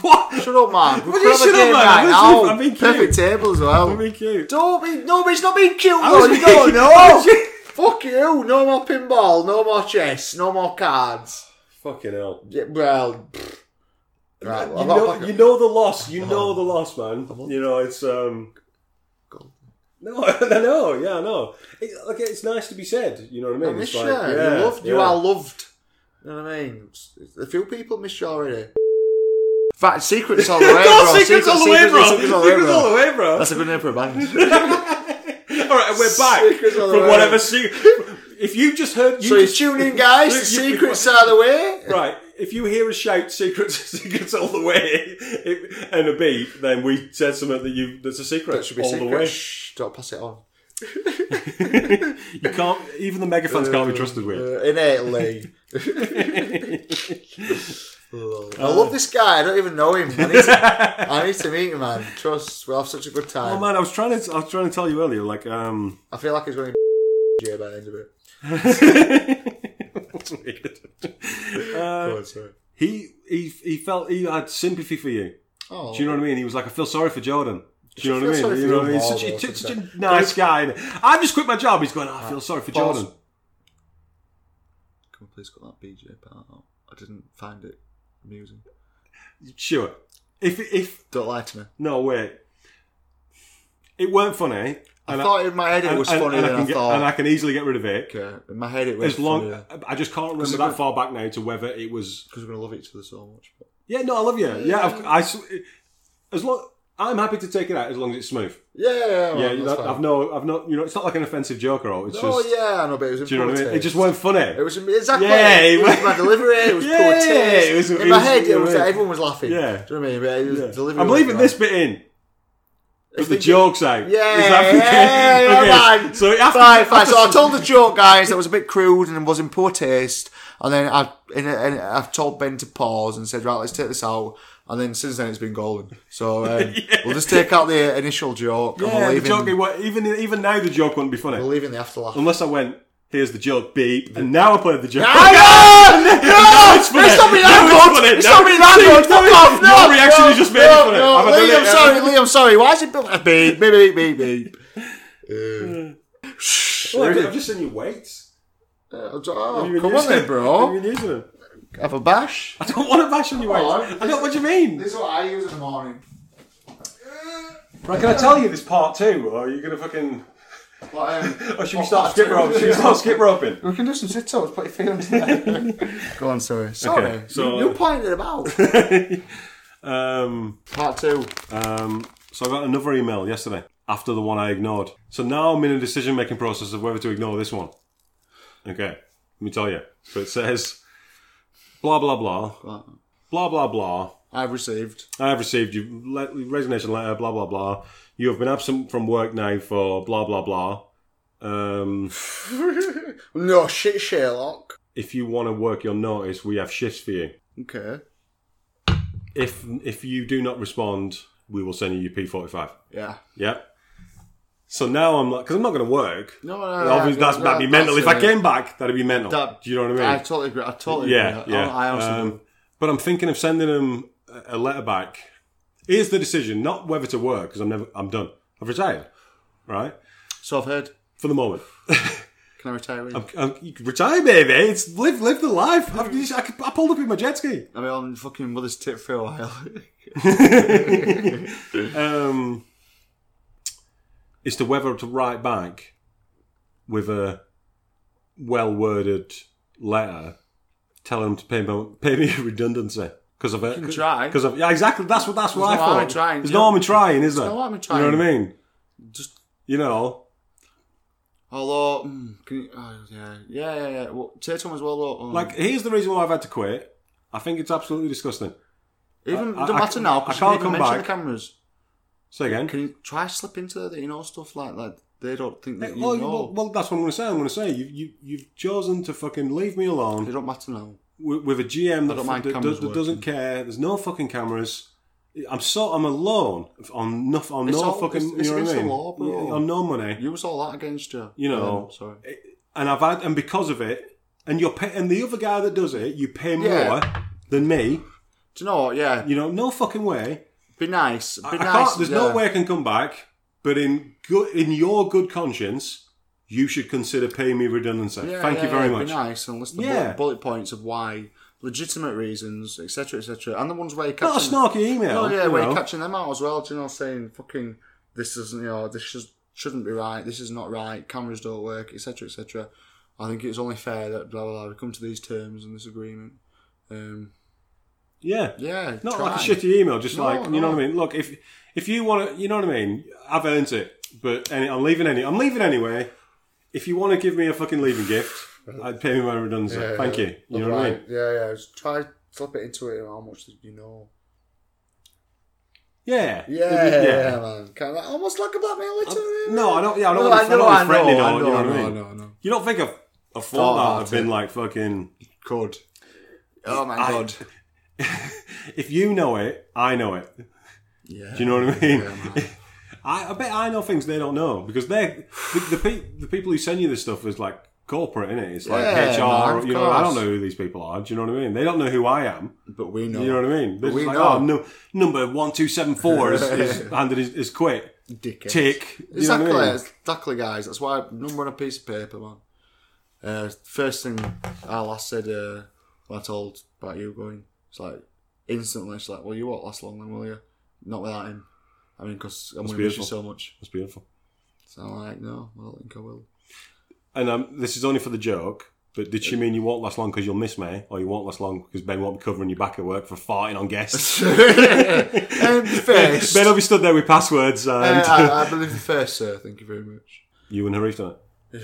B: What?
A: Shut up, man.
B: Would
A: We're
B: you
A: you
B: shut up,
A: game
B: man?
A: right
B: What's
A: now.
B: you- I'm being cute.
A: Perfect table as well.
B: That'd be cute.
A: Don't be. No, but it's not being cute.
B: I
A: though.
B: was
A: You don't
B: being-
A: know. Fuck you. No more pinball. No more chess. No more cards.
B: Fucking hell.
A: Yeah, well. pfft. Right,
B: You
A: well, I've got a
B: know,
A: packet.
B: you know the loss. You know the loss, man. You know it's um.
A: Go.
B: No, *laughs* I know. Yeah, I know. It, like, it's nice to be said. You know what I mean?
A: I miss
B: it's like,
A: you.
B: yeah,
A: you loved. You
B: yeah.
A: are loved. You know what I mean? A few people miss you already. Fact, secrets all the way,
B: *laughs*
A: bro.
B: No, secrets all the way, bro.
A: Secrets all the way,
B: Secrets all
A: bro.
B: the way, bro.
A: That's a good name for a band.
B: All right, we're back
A: Secrets all the
B: from
A: way.
B: whatever. Se- if you just heard, you
A: so you
B: just,
A: tune in,
B: *laughs*
A: guys. The
B: You- you-
A: secrets are the way.
B: right. If you hear us shout "secrets, *laughs* secrets all the way" it, and a beat, then we said something that you that's a secret
A: That should be
B: all
A: secret.
B: the way.
A: Shh, don't pass it on.
B: *laughs* You can't. Even the megaphones can't be trusted with.
A: Uh, in
B: *laughs*
A: Italy. Oh, I love this guy. I don't even know him. I need to, I need to meet him, man. Trust, we'll have such a good
B: Oh
A: time.
B: man, I was trying to. I was trying to tell you earlier. Like, um,
A: I feel like he's going to be *laughs* by the end of it.
B: that's weird. Oh, Uh,
A: Go on, sorry.
B: He he he felt he had sympathy for you.
A: Oh,
B: Do you know what I mean? He was like, I feel sorry for Jordan. Do you know
A: I
B: what I
A: feel
B: mean?
A: sorry
B: You know
A: for
B: what I mean?
A: him.
B: Such,
A: Oh,
B: he's such,
A: that's
B: such
A: a
B: a nice guy. and I just quit my job. He's going, I feel sorry for
A: Pause.
B: Jordan.
F: Can we please cut that BJ part out? I didn't find it amusing.
B: Sure. If, if,
F: Don't lie to me.
B: no, wait. It weren't funny.
F: I
B: and
F: thought in my head it
B: and-
F: was
B: and-
F: funnier
B: and
F: than
B: I, can
F: I
B: get-
F: thought.
B: and I can easily get rid of it.
F: okay, in my head it was
B: As long, I just can't remember that far back now to whether it was.
F: because we're gonna love each other so much. But
B: Yeah, no, I love you. Yeah, I've, I s- as long I'm happy to take it out as long as it's smooth.
A: yeah, yeah, yeah.
B: Yeah,
A: right,
B: you
A: Oh, that's
B: know,
A: fine.
B: I've no, I've not, you know, it's not like an offensive joke or all. It's
A: Oh
B: just,
A: yeah, I know, but it was. in
B: do you know what I
A: poor
B: mean? It
A: taste.
B: just weren't funny.
A: It was exactly.
B: Yeah,
A: it
B: it
A: was
B: was-
A: my delivery. It
B: *laughs*
A: was
B: Yeah,
A: poor taste.
B: it was-
A: in
B: it
A: my
B: was-
A: head,
B: yeah,
A: it was like
B: right.
A: everyone was laughing.
B: Yeah.
A: do you know what I mean? But it was
B: Yeah.
A: delivery.
B: I'm
A: was
B: leaving
A: wrong.
B: this bit in. But the
A: thinking-
B: joke's out.
A: Yeah,
B: Is that
A: yeah,
B: okay?
A: yeah,
B: *laughs* Okay,
A: man.
B: So it after,
A: Fine, fine.
B: after-
A: So I told the joke, guys. That was a bit crude and was in poor taste. And then I, in a, in a, I've told Ben to pause and said, "Right, let's take this out." And then since then, it's been golden. So um,
B: *laughs*
A: we'll just take out the initial joke. and
B: yeah,
A: we'll
B: the
A: leave
B: joke,
A: in,
B: it wa- even even now the joke wouldn't be funny
A: we'll leave in the afterlife.
B: unless I went. Here's the joke, beep, and now I played the joke.
A: Ah,
B: *laughs*
A: no! No!
B: it's funny.
A: It's not me
B: No,
A: that
B: it's funny.
A: good! It's
B: No,
A: not me that
B: it's-
A: good!
B: no,
A: Fuck
B: it's-
A: off! No!
B: your reaction
A: no,
B: is just
A: no,
B: made it funny.
A: no.
B: Have I done
A: Lee,
B: it?
A: I'm sorry, Lee, I'm sorry. Why is it built like *laughs* beep, beep, beep, beep, beep?
B: Oh, I've I've just seen you wait.
A: Uh, uh, oh,
B: Have you been
A: come on
B: using
A: then,
B: it?
A: bro.
B: Have you been using it?
A: Have a bash.
B: I don't want to bash on you,
A: Oh,
B: Wayne.
A: I'm-
B: I don't. What do you mean?
A: This is what I use in the morning.
B: Right, can I tell you this part two, or are you gonna fucking?
A: But, um,
B: Or should we start skip roping? Should we start skip roping?
A: *laughs* we can do some sit-ups, put your feet on *laughs* the- Go on, sorry. Sorry.
B: Okay, so-
A: you, you pointed it *laughs* out.
B: Um,
A: Part two.
B: um, so I got another email yesterday after the one I ignored. So now I'm in a decision-making process of whether to ignore this one. Okay, let me tell you. So it says, blah blah blah, blah blah blah.
A: I've received. *laughs*
B: I have received your le- resignation letter, blah, blah, blah. You have been absent from work now for blah, blah, blah. Um,
A: No shit, Sherlock.
B: if you want to work your notice, we have shifts for you.
A: Okay.
B: If if you do not respond, we will send you your P45.
A: Yeah.
B: Yep. So now I'm like, because I'm not going to work.
A: No,
B: Obviously, that's, that'd be mental. if I
A: came.
B: came back, that'd be mental.
A: That-
B: do you know what I mean?
A: I totally agree. I totally
B: yeah,
A: agree. I-
B: yeah.
A: Oh, I, also
B: Um, but I'm thinking of sending him a- a letter back. Here's the decision: not whether to work because I'm never, I'm done. I've retired, right?
A: so I've heard.
B: For the moment,
A: Can I retire? With you?
B: I'm, I'm, you can retire, baby. It's live, live the life. I've, just- I, could- I pulled up in my jet ski.
A: I've been on fucking mother's tip for a while. *laughs*
B: *laughs* Um, it's to whether to write back with a well-worded letter telling them to pay me, pay me *laughs* a redundancy because of it.
A: can try.
B: Because of yeah, exactly. That's what that's what
A: There's
B: I
A: no harm
B: thought.
A: in trying,
B: There's
A: you
B: no
A: know.
B: harm in trying, is there?
A: no harm in
B: You know what I
A: trying.
B: mean?
A: Just-
B: you know.
A: Although, mm, can you, oh, yeah, yeah, yeah, yeah. Well, say to him as well though. um,
B: Like, here's the reason why I've had to quit. I think it's absolutely disgusting.
A: even
B: I- I-
A: don't matter
B: I
A: now because you
B: can't
A: can
B: come
A: mention
B: back.
A: the cameras.
B: Say again.
A: Can you try slip into there that you know stuff like that? They don't think that you
B: well,
A: know.
B: well, well, that's what I'm going to say. I'm going to say you, you, you've chosen to fucking leave me
A: they
B: alone
A: don't matter now.
B: with, with a GM that,
A: don't mind
B: that- that,
A: cameras
B: that doesn't
A: working.
B: care. There's no fucking cameras. I'm so I'm alone on no on
A: It's
B: no
A: all-
B: fucking
A: it's- it's
B: you know what I
A: against the
B: mean?
A: law, bro.
B: Yeah, on no money.
A: Use all that against you.
B: You know,
A: Um, sorry.
B: and I've had and because of it, and you're pay, and the other guy that does it, you pay more
A: Yeah.
B: than me.
A: Do you know what? Yeah,
B: You know, no fucking way.
A: be nice. Be
B: I, I
A: nice.
B: can't. There's
A: yeah.
B: no way I can come back. But in good, in your good conscience, you should consider paying me redundancy.
A: Yeah,
B: Thank you
A: yeah,
B: very
A: yeah,
B: much.
A: Be nice and list the
B: Yeah.
A: bullet, bullet points of why, legitimate reasons, etc., etc., and the ones where you're
B: Not a
A: catching.
B: snarky email.
A: Oh yeah,
B: you
A: where
B: know.
A: you're catching them out as well. Do you know, saying fucking this isn't you know this should, shouldn't be right. This is not right. Cameras don't work, etc., etc. I think it's only fair that blah blah blah. We come to these terms and this agreement. Um,
B: yeah.
A: yeah,
B: Not
A: try.
B: like a shitty email. Just
A: No,
B: like you know
A: no.
B: what I mean. Look, if if you want to, you know what I mean. I've earned it, but any, I'm leaving any. I'm leaving anyway. If you want to give me a fucking leaving gift, I'd pay me my redundancy.
A: Yeah,
B: Thank
A: yeah.
B: you. You know what I mean.
A: Right. Yeah, yeah. Just try slip it into it. and How much did you know?
B: Yeah.
A: Yeah, man. Kind of like, almost like a blackmail letter. really.
B: No, I don't. Yeah, I don't
A: No,
B: want to.
A: I
B: I
A: know,
B: don't want
A: I
B: to threaten
A: know,
B: it
A: I
B: all, You know
A: know,
B: what I
A: I
B: mean.
A: know, I know.
B: You don't think of a
A: about
B: fallout have been
A: it.
B: like fucking. *laughs*
A: Could. Oh my
B: I-
A: god.
B: *laughs* if you know it, I know it.
A: Yeah.
B: Do you know what I mean?
A: Yeah, man.
B: I, I bet I know things they don't know because they the, the, pe- the people who send you this stuff is like corporate, innit? It's like
A: Yeah,
B: HR.
A: man, of
B: you know, I don't
A: course.
B: know who these people are. Do you know what I mean? They don't know who I am.
A: but we know.
B: You know what I mean? They're
A: we
B: just like,
A: know.
B: oh, no, number one two seven four
A: *laughs*
B: is, is handed is, is quick.
A: Dickhead.
B: Tick. You know what I
A: Exactly,
B: mean?
A: exactly, guys. That's why number on a piece of paper, man. Uh, first thing our last said uh, when I told about you going, it's like instantly she's like, "Well, you won't last long, then, will you? Not without him. I mean, because I'm going to miss you
B: beautiful.
A: so much."
B: That's beautiful.
A: So I'm like, "No, I don't think I will."
B: And um, this is only for the joke, but did she mean you won't last long because you'll miss me, or you won't last long because Ben won't be covering your back at work for farting on guests?
A: *laughs* and
B: *laughs*
A: first,
B: ben will be stood there with passwords *laughs* and
A: uh, *laughs* I, I believe the first, sir. Thank you very much.
B: *laughs*
A: *sighs*
B: you and Harif done it.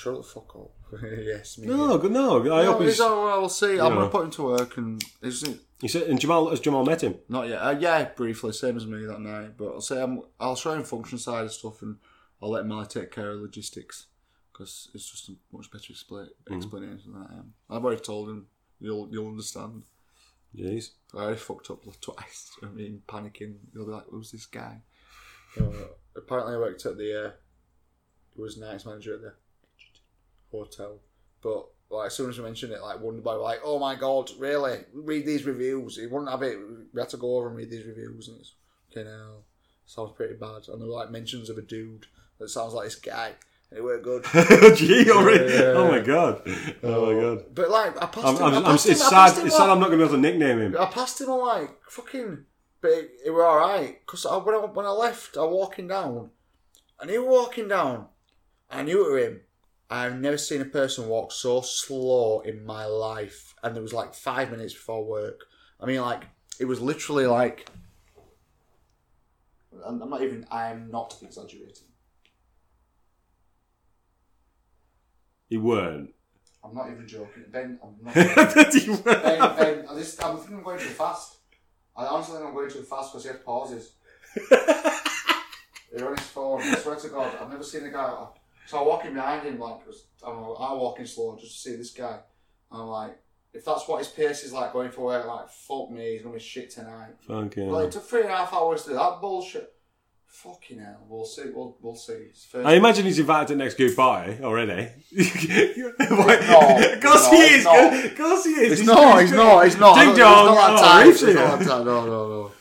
A: Shut the fuck up. *laughs* yes, me.
B: No, good, no. I
A: No,
B: hope
A: he's
B: he's.
A: all right, we'll see. I'm
B: Yeah.
A: going to put him to work, and isn't
B: You said, and Jamal has Jamal met him.
A: Not yet. Uh, yeah, briefly, same as me that night. But I'll say I'm, I'll show him function side of stuff, and I'll let Molly take care of logistics because it's just a much better expla
B: Mm.
A: explanation than I am. I've already told him. You'll you'll understand.
B: Jeez. *laughs*
A: I already fucked up *laughs* twice. I mean, panicking. You'll be like, "Who's this guy?" Uh, apparently, I worked at the. Uh, he was nights manager at the hotel, but like as soon as I mentioned it, like Wonderboy were like, "Oh my god, really? Read these reviews." He wouldn't have it. We had to go over and read these reviews, and it's you know sounds pretty bad. And there were like mentions of a dude that sounds like this guy, and it weren't good.
B: Gee, already.
A: Yeah.
B: Oh my god. *laughs* Oh my god.
A: But like, I passed
B: I'm,
A: him.
B: I'm,
A: I
B: I'm,
A: passed
B: it's
A: him, I passed
B: sad.
A: him,
B: It's
A: like-
B: sad. I'm not going to be able to nickname him.
A: I passed him. I'm like, fucking, but it, it were all right. Cause I, when I when I left, I was walking down, and he was walking down. I knew it were him. I've never seen a person walk so slow in my life, and there was like five minutes before work. I mean, like it was literally like. I'm I'm not even. I am not exaggerating.
B: He weren't. *laughs*
A: I'm not even joking. Ben, I'm not.
B: He
A: Ben,
B: weren't.
A: ben, I just, I'm thinking I'm going too fast. I honestly think I'm going too fast because he had pauses. You're on his phone. I swear to God, I've never seen a guy. So I'm walking behind him, like, 'cause I'm, I'm walking slow just to see this guy. And I'm like, if that's what his pace is like going for work, like, fuck me, he's going to be shit tonight.
B: Fucking
A: Like,
B: hell.
A: it took three and a half hours to do that bullshit. Fucking hell, we'll see, we'll, we'll see. It's first-
B: I imagine he's invited to next group party already. *laughs*
A: not.
B: Of course
A: No,
B: he
A: it's
B: is.
A: not.
B: Of course he is.
A: It's not, it's not, it's not.
B: Ding
A: It's not
B: dong.
A: that
B: Oh,
A: time,
B: Reef's
A: it's not
B: here.
A: that time. No, no, no.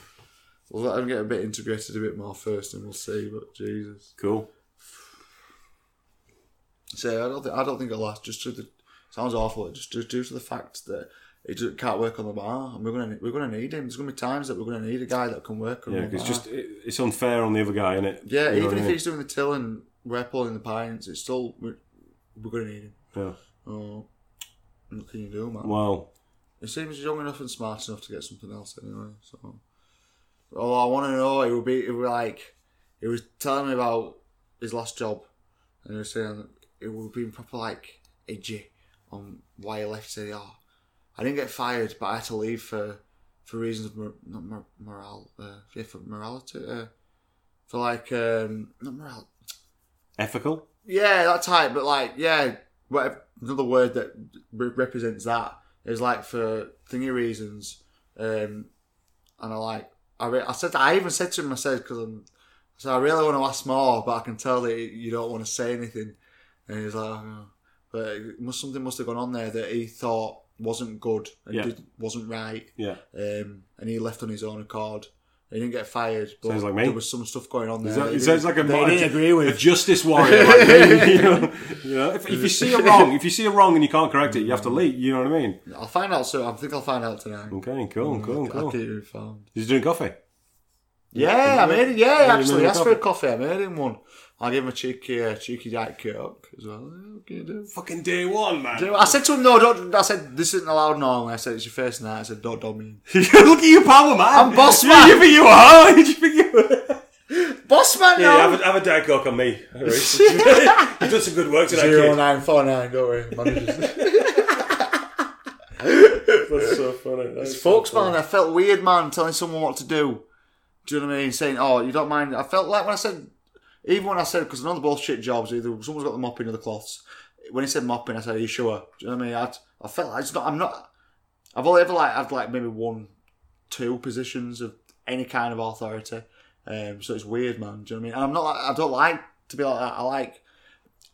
A: We'll let him get a bit integrated a bit more first and we'll see, but Jesus.
B: Cool.
A: So I don't think I don't think it'll last just due to the sounds awful, just due, due to the fact that he ju- can't work on the bar and we're gonna we're gonna need him. There's gonna be times that we're gonna need a guy that can work on
B: Yeah,
A: the
B: 'cause it's
A: bar.
B: just it, it's unfair on the other guy, isn't it?
A: Mm. Uh-huh. yeah, even if he's doing the till and we're pulling the pints, it's still we're, we're gonna need him.
B: Yeah.
A: Oh, what can you do, man?
B: Well,
A: He seems young enough and smart enough to get something else anyway. So, oh, I want to know. It would be. It would be like. He was telling me about his last job, and he was saying it would be proper like edgy on why he left. He Said, "Oh, I didn't get fired, but I had to leave for for reasons of mor- not mor- morale. Uh, yeah, for morality. Uh, for like um, not morale.
B: ethical.
A: Yeah, that type, but like, yeah, whatever, another word that re- represents that is like for thingy reasons. Um, and I like, I, re- I said, I even said to him, I said, because I'm, I said, I really want to ask more, but I can tell that you don't want to say anything. And he's like, oh. but it must, something must have gone on there that he thought wasn't good and
B: Yeah.
A: did, wasn't right.
B: Yeah.
A: Um, and he left on his own accord. He didn't get fired, but
B: Sounds like me.
A: there was some stuff going on there.
B: Is
A: that
B: that,
A: he
B: it sounds
A: didn't-
B: like a,
A: that he
B: a,
A: didn't agree with.
B: a *laughs* justice warrior. like me, you know? You know, if, if you see *laughs* a wrong, if you see a wrong and you can't correct it, you have to leave. You know what I mean? Mm,
A: I'll find out soon. I think I'll find out tonight.
B: Okay, cool, cool,
A: I'll
B: cool.
A: keep you informed.
B: He's doing coffee.
A: Yeah, I made it. Yeah,
B: Yeah, you
A: actually,
B: made a
A: that's for a coffee. I made him one. I'll give him a cheeky, uh, cheeky Diet Coke as well. Yeah, what can you do?
B: Fucking day one, man. *laughs*
A: I said to him, no, don't. I said, this isn't allowed normally. I said, it's your first night. I said, don't dog me.
B: Look at you, power man.
A: I'm boss
B: You-
A: man.
B: You think you are? *laughs* You think you are?
A: Boss man,
B: Yeah,
A: no.
B: have a, have a diet coke on me. Harry. You've done some *laughs* good work
A: *laughs*
B: today, kid.
A: 0949, don't worry. Managers.
B: That's so funny. That's
A: Spokesman, I felt weird, man, telling someone what to do. Do you know what I mean? Saying, oh, you don't mind. I felt like when I said, even when I said, because I know they're both shit jobs, either someone's got the mopping or the cloths. When he said mopping, I said, are you sure? Do you know what I mean? I, I felt like, it's not, I'm not, I've only ever like, had like maybe one, two positions of any kind of authority. Um, so it's weird, man. Do you know what I mean? And I'm not like, I don't like to be like that. I like,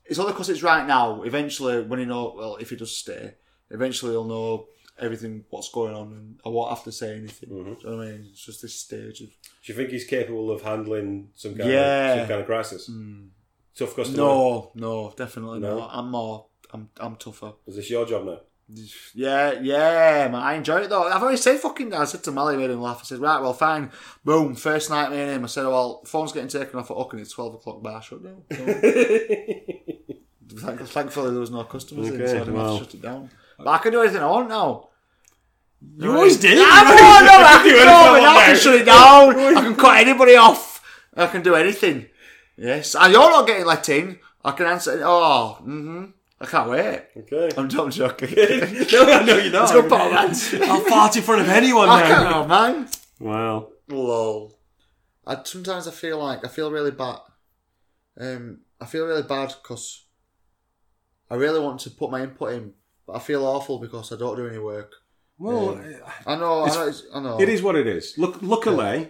A: it's only because it's right now. Eventually, when he know, well, if he does stay, eventually he'll know everything what's going on, and I won't have to say anything. Do you know what I mean? It's just this stage of
B: Mm-hmm. Do you think he's capable of handling some kind
A: Yeah.
B: of some kind of crisis? Tough customer.
A: no, no, definitely
B: No.
A: not. I'm more, I'm, I'm tougher.
B: Is this your job now?
A: Yeah, yeah, man. I enjoyed it though. I've already said fucking. I said to Mally, made him laugh. I said, right, well, fine. Boom, first night me and him. I said, well, phone's getting taken off at Huck and it's twelve o'clock bar shut down. *laughs* So, thank- thankfully, there was no customers in, so I didn't have to shut it down. But I can do anything I want now. *laughs* You always did. I don't know. I can do anything. I can shut it down. *laughs* I can cut anybody off. I can do anything. Yes, and you're not getting let in. I can answer. Oh, mm-hmm. I can't wait.
B: Okay.
A: I'm, I'm joking.
B: *laughs* no, no, you're not.
A: Let's
B: *laughs*
A: go, Batman.
G: I'll fart in front of anyone
A: I can't know, man.
G: Wow.
A: Lol.
H: I sometimes I feel like I feel really bad. Um, I feel really bad because I really want to put my input in, but I feel awful because I don't do any work.
G: Well,
H: I know, I know, it's, I know.
B: It is what it is. Look, luckily,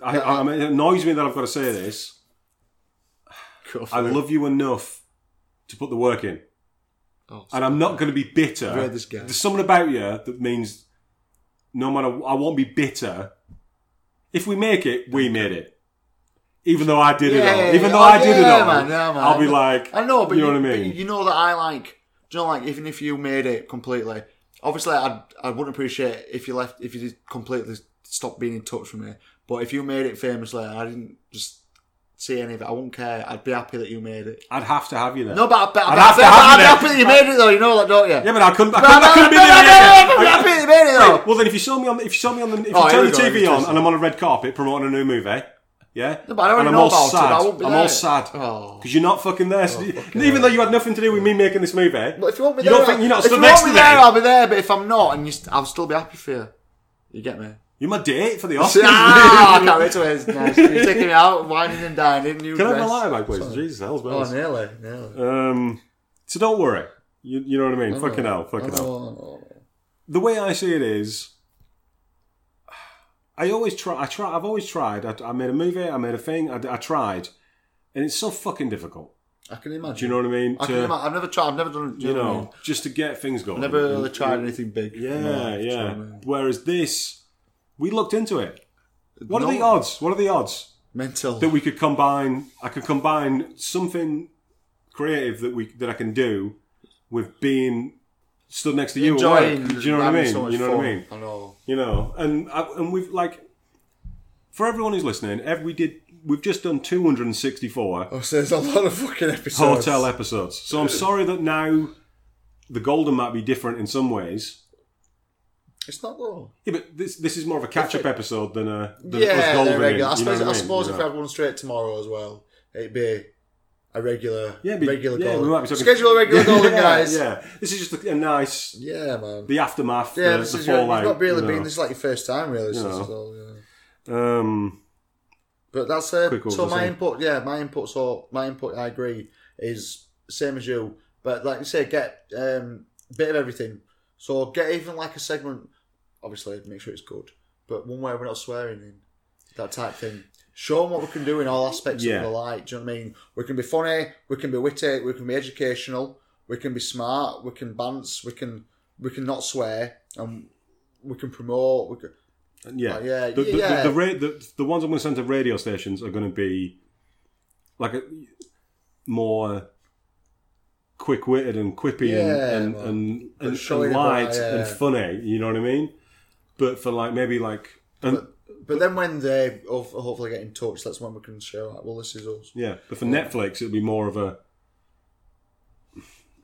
B: I, I, I mean, it annoys me that I've got to say this.
A: Go for
B: I
A: it.
B: love you enough to put the work in,
A: Oh,
B: and I'm not going to be bitter.
A: read this guy.
B: There's something about you that means no matter. I won't be bitter. If we make it, we made it. Even though I did it all,
A: Yeah,
B: even though
A: oh,
B: I did
A: yeah,
B: it all,
A: man, yeah, man.
B: I'll be like,
A: I know, but
B: you know what I mean.
A: but You know that I like. Do you know, like even if you made it completely, obviously I I wouldn't appreciate if you left if you did completely stop being in touch with me. But if you made it famously, and I didn't just see any of it. I wouldn't care. I'd be happy that you made it.
B: I'd have to have you there.
A: No, but, I, but,
B: I'd have to
A: but
B: have
A: I'm
B: you
A: happy
B: there.
A: that you made it though. You know that, don't you?
B: yeah, but I couldn't. I
A: But
B: couldn't, I
A: I'm
B: couldn't
A: happy
B: be there.
A: that you made it though.
B: Well, then, if you saw me on, if you saw me on the, if you
A: Oh, here
B: turn
A: we
B: the
A: go,
B: TV
A: here we
B: on
A: go.
B: and I'm on a red carpet promoting a new movie, yeah,
A: No, but I don't
B: and I'm
A: know
B: all
A: about it,
B: sad.
A: I won't be
B: I'm
A: there.
B: all sad
A: Oh.
B: because you're not fucking there. So even though you had nothing to do with me making this movie,
A: But if you want me
B: You
A: there,
B: don't think you're not
A: if
B: stood
A: you
B: next
A: want me
B: to me?
A: there, I'll be there. But if I'm not, and you, st- I'll still be happy for you. You get me?
B: you're my date for the Oscars. *laughs*
A: Ah, *laughs* I can't wait to wear his nice. You're taking me out, whining and dining. New
B: Can I have
A: dress.
B: my light back, please? Jesus, hell's
A: Oh,
B: bells.
A: nearly, nearly.
B: Um, so don't worry. You, you know what I mean? Fucking hell, fucking hell.
A: Oh.
B: the way I see it is, I always try. I try. I've always tried. I, I made a movie. I made a thing. I, I tried, and it's so fucking difficult.
A: I can imagine.
B: Do you know what I mean?
A: I can
B: To-
A: imagine. I've never tried. I've never done. it, Do
B: you
A: what I
B: know,
A: mean?
B: just to get things going.
A: I've never really tried anything big. in my
B: Yeah,
A: life, do you know
B: yeah.
A: what I mean?
B: Whereas this, we looked into it. What
A: No.
B: are the odds? What are the odds
A: Mental.
B: that we could combine? I could combine something creative that we that I can do with being stood next to you. at work.
A: Enjoying.
B: Do you know what I
A: having
B: mean?
A: so much
B: you know what I
A: fun.
B: mean?
A: I know.
B: you know and I- and we've like for everyone who's listening ev- we did we've just done 264
H: Oh, so there's a lot of fucking episodes.
B: hotel episodes so i'm sorry that now the golden might be different in some ways
H: It's not though.
B: yeah, but this this is more of a catch-up episode than a than us
H: Yeah,
B: golden
H: they're
B: in,
H: regular. I
B: you know
H: suppose,
B: what
H: I
B: mean?
H: suppose
B: You
H: if
B: know.
H: we had one straight tomorrow as well, it'd be a regular,
B: yeah, be-
H: regular
B: yeah,
H: goal.
B: we might be talking-
H: Schedule a regular goal,
B: *laughs* yeah,
H: guys. Yeah,
B: Yeah, this is just a, a nice
H: man.
B: the aftermath.
H: Yeah,
B: the,
H: this
B: the
H: is your, you've
B: fallout.
H: not really
B: you
H: been.
B: know.
H: This is like your first time, really. So
B: You
H: this
B: know.
H: is all, yeah.
B: Um,
H: But that's uh,
B: Quick
H: so my
B: oversight.
H: input. Yeah, my input. So my input. I agree is same as you. But like you say, get um, bit of everything. So get even like a segment. Obviously, make sure it's good. But one where we're not swearing in that type thing. Show 'em what we can do in all aspects
B: Yeah.
H: of the light. Do you know what I mean? We can be funny. We can be witty. We can be educational. We can be smart. We can bance. We can we can not swear and we can promote. We can,
B: Yeah,
H: Like, yeah,
B: The, the,
H: yeah.
B: The, the, ra- the, the ones I'm going to send to radio stations are going to be like a, more quick witted and quippy
H: Yeah,
B: and
H: well,
B: and and, and,
H: showing
B: and
H: it,
B: light
H: yeah.
B: and funny. You know what I mean? But for like maybe like and
H: But then when they ho- hopefully get in touch, that's when we can show like, well, this is us.
B: yeah, but for Netflix it'll be more of a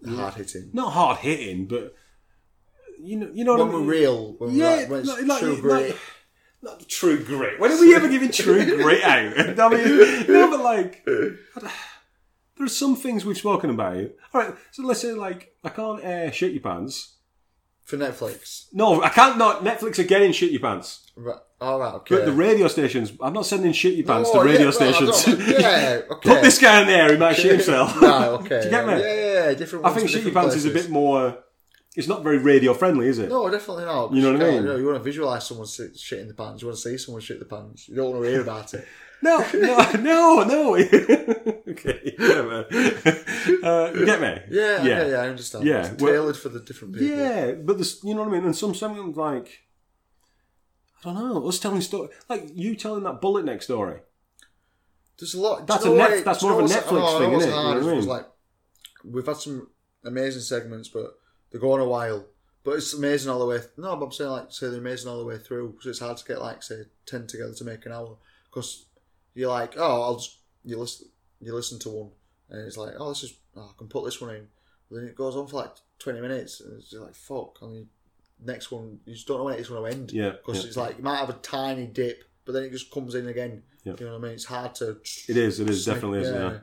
H: Hard hitting.
B: not hard hitting, but you know you know
H: When
B: what I
H: we're
B: mean?
H: real, when we're like, when it's true grit.
B: Like, not true grit. When are we ever giving true
H: *laughs*
B: grit out? I mean, no, but like, *sighs* I d- there are some things we've spoken about. All right, so let's say like I can't air shit your pants.
H: for Netflix.
B: No, I can't. Not Netflix are getting shit your pants,
H: Right. All right, okay.
B: but the radio stations. I'm not sending shit your pants
H: Oh,
B: to radio
H: yeah, well, I don't-
B: stations.
H: yeah, okay.
B: *laughs* Put this guy in there; he might
H: *laughs*
B: shit himself.
H: Right, okay.
B: Do you get me?
H: Yeah, yeah, yeah, different.
B: *laughs* I
H: ones
B: think
H: for
B: shit your
H: different
B: pants is a
H: places.
B: bit more. It's not very radio friendly, is it?
H: No, definitely not.
B: You know what I
H: Yeah,
B: mean?
H: You, want to visualise someone sit- shit in the pants. You want to see someone shit the pants. You don't want to hear about it.
B: No,
A: *laughs*
B: no, no, no. *laughs* okay, yeah, man. Uh, you get me?
A: Yeah, yeah, yeah, I
B: *laughs*
A: understand.
B: Yeah,
A: it's
B: well-
A: tailored for the different people.
B: Yeah, but there's, you know what I mean. And some something like I don't know, us telling story like you telling that bullet neck story.
A: There's a lot. do
B: That's
A: you
B: a
A: know
B: Net-
A: what it-
B: that's
A: do you
B: more
A: know
B: of a
A: what's- oh, I know,
B: Netflix
A: I know
B: thing,
A: what's
B: innit? You
A: hard
B: know what I
A: is
B: mean?
A: like we've had some amazing segments, but they're going a while. But it's amazing all the way. No, but I'm saying like say they're amazing all the way through. So it's hard to get like say ten together to make an hour because you're like, oh, I'll just you listen you listen to one and it's like, oh, this is oh, I can put this one in. But then it goes on for like twenty minutes and it's just like fuck. I mean, next one you just don't know when it's going to end.
B: Yeah,
A: because
B: yeah.
A: it's like you might have a tiny dip, but then it just comes in again. You know what I mean? It's hard to.
B: It is, it is definitely is, yeah.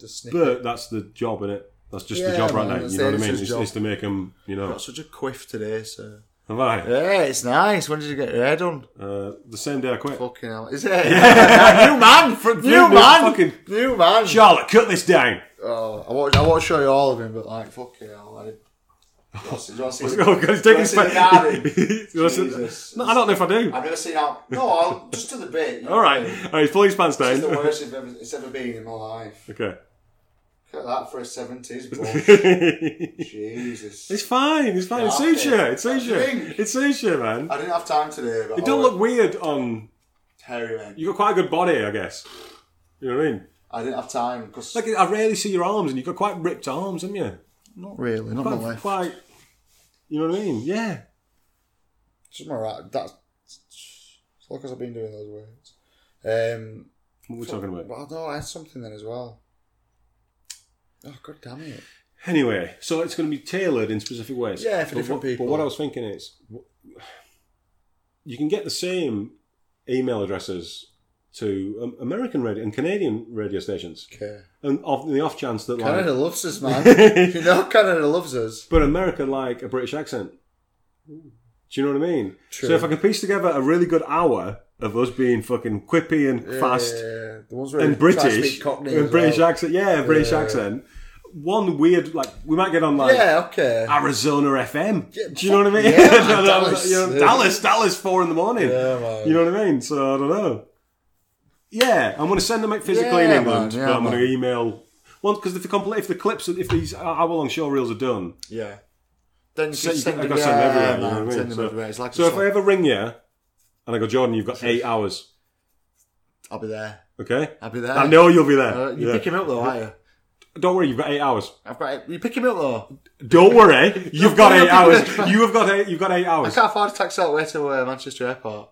A: Just sneak
B: But that's the job in it. That's just the
A: Yeah,
B: job right
A: man,
B: now.
A: that's
B: You know
A: it,
B: what I
A: it's
B: mean?
A: his
B: It's,
A: job.
B: it's to make them, you know.
A: Got such a quiff today, so.
B: Have I?
I: Yeah, it's nice. When did you get your hair done?
B: Uh, the same day I quit.
A: Fucking hell. Is it? Yeah. *laughs*
I: new man, new
B: *laughs* Fucking-
I: man.
B: Fucking
A: New man.
B: Charlotte, cut this down. *laughs*
A: Oh, I won't, I won't show you all of him, but like, fucking hell. Like, do you want to- do you want to see
B: Oh
A: the-
B: God, he's
A: do you
B: taking
A: want to
B: his
A: see the
B: *laughs*
A: garden?
B: You wanna see-
A: Jesus.
B: No, I don't know if I do.
A: I've never seen how. No, I'll just do the bit. you know
B: All
A: what I
B: right,
A: mean?
B: all right. He's pulling his pants
A: It's the
B: down.
A: worst it's ever, it's ever been in my life.
B: *laughs* Okay.
A: Look at that for a 70s
B: *laughs*
A: bush. Jesus.
B: It's fine. It's fine. It
A: Yeah,
B: suits
A: okay.
B: you. It suits you.
A: Pink.
B: It suits you, man.
A: I didn't have time today, but
B: You don't look weird on.
A: hairy, man.
B: You got quite a good body, I guess. You know what I mean?
A: I didn't have time because
B: Like I rarely see your arms, and you've got quite ripped arms, haven't you?
A: not really, not
B: Quite, quite. You know what I mean? Yeah.
A: Just my right. That's as long as I've been doing those words. Um,
B: What we're talking about.
A: but no, I had something then as well. Oh god damn it!
B: Anyway, so it's going to be tailored in specific ways.
A: Yeah, for
B: But
A: different
B: what-
A: people.
B: But what I was thinking is, w- you can get the same email addresses to um, American radio and Canadian radio stations,
A: Okay.
B: and off the off chance that like
A: Canada loves
B: *laughs*
A: us, man. you know, Canada loves us.
B: But America like a British accent. Do you know what I mean?
A: True.
B: So if I can piece together a really good hour of us being fucking quippy and fast
A: Yeah, Uh, the ones where
B: and
A: they try to
B: British
A: speak Cockney
B: and
A: as
B: British
A: well.
B: accent, yeah, British accent. One weird like we might get on like
A: Yeah, okay.
B: Arizona FM.
A: Yeah,
B: Do you know what I mean?
A: yeah,
B: *laughs* I
A: man,
B: don't know,
A: Dallas.
B: you know,
A: Yeah.
B: Dallas, Dallas, four in the morning.
A: Yeah, man.
B: You know what I mean? So I don't know. Yeah, I'm going to send them out physically in
A: Yeah,
B: England,
A: man, yeah,
B: but I'm going
A: man.
B: to email. Well, because if the compl- if the clips, if these hour-long show reels are done,
A: Yeah. Then you
B: so
A: can
B: you
A: send
B: can, I
A: them
B: got send them everywhere.
A: everywhere.
B: you know what I
A: man,
B: mean?
A: Send them
B: so,
A: everywhere. It's like
B: so
A: so
B: if I ever ring you and I go, Jordan, you've got eight hours,
A: I'll be there.
B: okay?
A: I'll be there.
B: I know you'll be there.
A: Uh, you
B: Yeah.
A: pick him up though, are you?
B: Don't worry, you've got eight hours.
A: I've got. You pick him up though.
B: Don't
A: *laughs*
B: worry, you've got
A: worry,
B: eight
A: I'll pick
B: hours.
A: it *laughs* up.
B: You have got eight. You've got eight
A: I *laughs*
B: hours.
A: can't afford a taxi all the way to uh, Manchester Airport.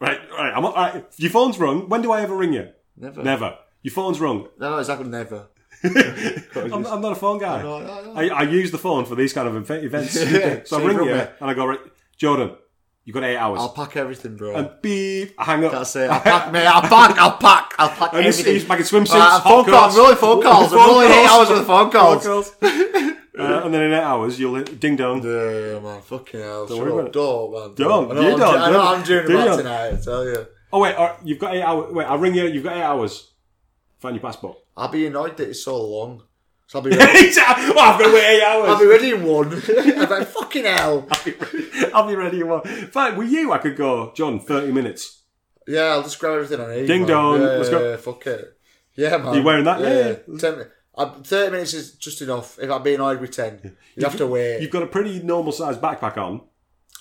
B: Right, right. I'm all right. Your phone's rung. When do I ever ring you?
A: Never.
B: Never. Your phone's
A: *laughs*
B: rung.
A: No, no, exactly. Never.
B: I'm, I'm not a phone guy.
A: No, no, no.
B: I, I use the phone for these kind of ev- events.
A: *laughs* Yeah,
B: so I
A: so
B: ring
A: you rung
B: you
A: me.
B: and I go, right, Jordan, you've got eight hours.
A: I'll pack everything, bro.
B: and beep, I hang up.
A: That's it. I'll pack, mate. I'll pack. I'll pack. I'll pack
B: And this
A: everything.
B: is back in swimsuits.
A: Uh,
B: hot
A: phone calls.
B: girls.
A: I'm rolling phone calls. I'm
B: *laughs* Phone
A: rolling eight
B: calls.
A: hours worth of phone calls.
B: Uh, and then in eight hours, you'll hit ding dong.
A: Yeah, man. Fucking hell. Don't,
B: worry
A: Shut
B: about
A: up.
B: it.
A: don't
B: Don't.
A: man. I know
B: You
A: I'm,
B: don't,
A: I know
B: don't.
A: I'm doing
B: Do
A: a lot
B: you?
A: tonight, I tell you.
B: Oh wait, all right, you've got eight hours. Wait, I'll ring you. You've got eight hours. Find your passport. *laughs*
A: I'll be annoyed that it's so long. 'Cause I'll be ready.
B: oh, I've got to wait eight hours.
A: I'll be ready in one. *laughs* I'm like, fucking hell.
B: *laughs* I'll be ready in one. Fine, with you, I could go, John, 30 minutes.
A: Yeah, I'll just grab everything I need.
B: Ding
A: man.
B: dong,
A: Yeah,
B: let's go.
A: yeah, fuck it. Yeah, man.
B: You wearing that?
A: Yeah.
B: Yeah.
A: Ten mi- uh, Thirty minutes is just enough. If I'm being annoyed with ten, you have to wait.
B: You've got a pretty normal sized backpack on.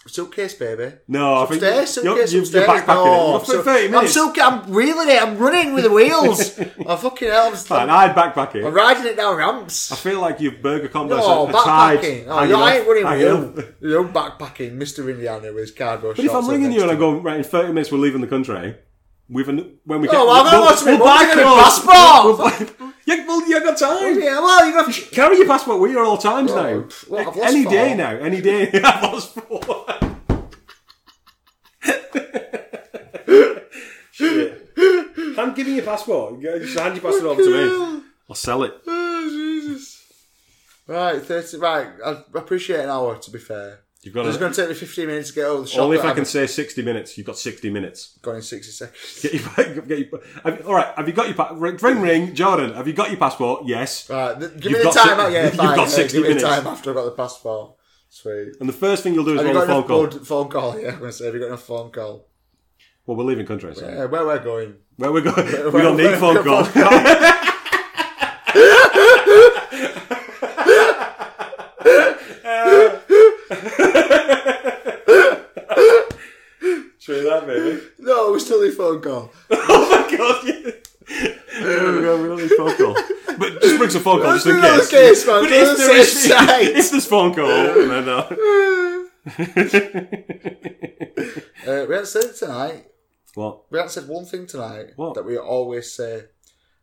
A: Suitcase, baby.
B: No, I
A: Upstairs,
B: think you're,
A: suitcase,
B: you're,
A: upstairs.
B: you're backpacking
A: No,
B: it.
A: I'm
B: You're
A: so-
B: 30
A: I'm
B: minutes.
A: so I'm reeling it. I'm running with
B: *laughs*
A: the wheels. I'm fucking hell. I'm, just,
B: Fine,
A: I'm,
B: I'd backpack it.
A: riding it down ramps.
B: I feel like you've burger combos
A: No,
B: are tied.
A: backpacking. Oh,
B: hanging
A: you
B: off-
A: ain't running with
B: hanging off.
A: you. You're *laughs* backpacking, Mr. Indiana, with his cardboard
B: But if I'm
A: shots on
B: ringing
A: next
B: you and
A: to
B: I
A: him.
B: go right in 30 minutes, we're leaving the country. We've an, when we
A: Oh,
B: get,
A: well, I'm gonna watch my mum get a passport.
B: We'll, *laughs* yeah, well, you got time.
A: Yeah,
B: *laughs*
A: well, you have to.
B: Carry your passport with you at all times
A: Well,
B: now.
A: pff, well, I've lost
B: any day
A: four.
B: now. Any day. *laughs* I've lost four. *laughs* Shit. Hand give me your passport. You Just hand your passport over to me. I'll sell it.
A: Oh, *laughs* Jesus. Right, thirty. Right, I appreciate an hour. To be fair,
B: You've got
A: it's
B: to,
A: going to take me fifteen minutes to get over the shop.
B: only if
A: that
B: I
A: I've
B: can say 60 minutes. You've got 60 minutes.
A: gone in sixty seconds.
B: Get your, pa- *laughs* get your, have, you- all right. Have you got your pa- ring? Ring, Jordan. Have you got your passport? Yes.
A: Right, th- give
B: You've
A: me the
B: got
A: time
B: si-
A: out.
B: *laughs*
A: Yeah,
B: you've
A: fine.
B: got
A: yeah,
B: 60
A: give
B: minutes.
A: me the time after I got the passport. Sweet.
B: And the first thing you'll do is
A: Have you
B: roll a
A: got
B: phone call.
A: enough *laughs* phone, phone call? Yeah, I'm going to say, have you got enough phone call?
B: Well, we're leaving country, so
A: Yeah, where we're going.
B: where *laughs* we going? we don't need phone calls. *laughs* True that, baby.
A: *laughs* No, we still need phone call.
B: Oh my god! yeah. There we go. We don't need phone call. *laughs* But just brings a phone call
A: Let's
B: just
A: do
B: in
A: another
B: case.
A: case, man.
B: But
A: Do
B: if
A: another
B: there is, *laughs*
A: side.
B: if there's phone call, no, no. *laughs*
A: Uh, we haven't said tonight.
B: What?
A: We haven't said one thing tonight
B: What?
A: that we always say,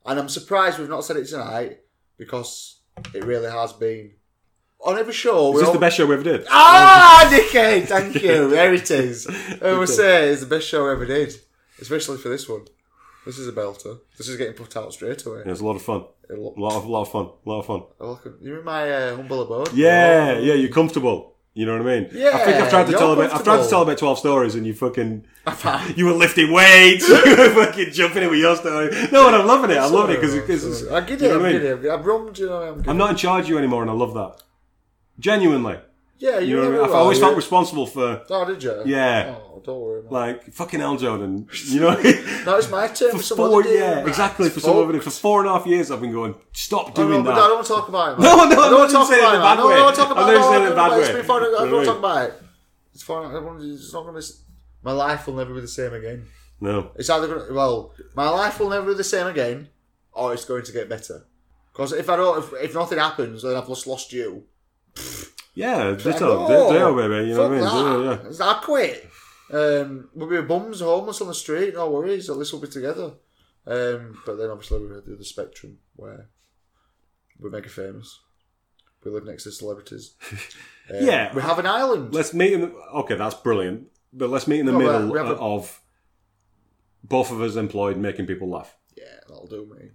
A: and I'm surprised we've not said it tonight because it really has been on every show.
B: Is
A: we
B: this the
A: al-
B: best show we ever did? *laughs*
A: Ah, dickhead! Thank you. There it is. I must say, it's the best show I ever did, especially for this one. This is a belter. This is getting put out straight away.
B: Yeah, it was a lot of fun.
A: A lo-
B: A lot of, lot of fun. A lot of fun.
A: a lot of- You're in my uh, humble abode. Oh.
B: Yeah, yeah, you're comfortable. You know what I mean? I think I've
A: Yeah,
B: tried to
A: you're
B: tell about I've tried to
A: comfortable.
B: tell about twelve stories, and you
A: *laughs*
B: fucking you were lifting weights, *laughs* you were fucking jumping in with your story. No, and I'm loving it. I'm loving it because it's,
A: I get
B: you
A: it.
B: know what
A: I
B: I
A: get
B: mean?
A: it. I'm rummed. You know, I'm, good.
B: I'm not in charge of you anymore, and I love that. Genuinely,
A: Yeah,
B: you
A: you,
B: know
A: know.
B: what I mean? I always felt responsible for
A: Oh, did you?
B: Yeah.
A: Oh, don't worry. Man.
B: like fucking hell, Jordan. You know. *laughs*
A: now it's my turn for,
B: For
A: someone
B: four,
A: to do it.
B: yeah,
A: Right,
B: exactly. For
A: it's
B: some
A: fucked.
B: of it, for four and a half years, I've been going. Stop
A: No,
B: doing
A: no, but
B: that.
A: I don't talk about it. Man.
B: *laughs* No, no,
A: I don't
B: I
A: want
B: wasn't
A: to talk
B: saying it in
A: about
B: a bad
A: man. No, I don't
B: way.
A: want to talk
B: I
A: about it.
B: wasn't saying it in a bad
A: It's
B: way.
A: been fine. I don't
B: No,
A: want
B: no.
A: to talk about it. It's fine. I don't- It's not gonna. s- My life will never be the same again.
B: No,
A: It's either gonna well, my life will never be the same again, or it's going to get better. Because if I don't, if, if nothing happens, then I've just lost you.
B: yeah,
A: I
B: ditto,
A: go,
B: ditto, baby. You know
A: fuck
B: what I mean?
A: that.
B: Yeah, yeah.
A: I quit. Um, we'll be bums, homeless on the street. No worries. At least we'll be together. Um, but then obviously we're at the other spectrum where we're mega famous. We live next
B: *laughs*
A: to celebrities. Um,
B: Yeah.
A: we have an island.
B: Let's meet in. The, okay, that's brilliant. But let's meet in the
A: No, but
B: middle
A: Oh, we have a-
B: of both of us employed making people laugh.
A: yeah, that'll do me.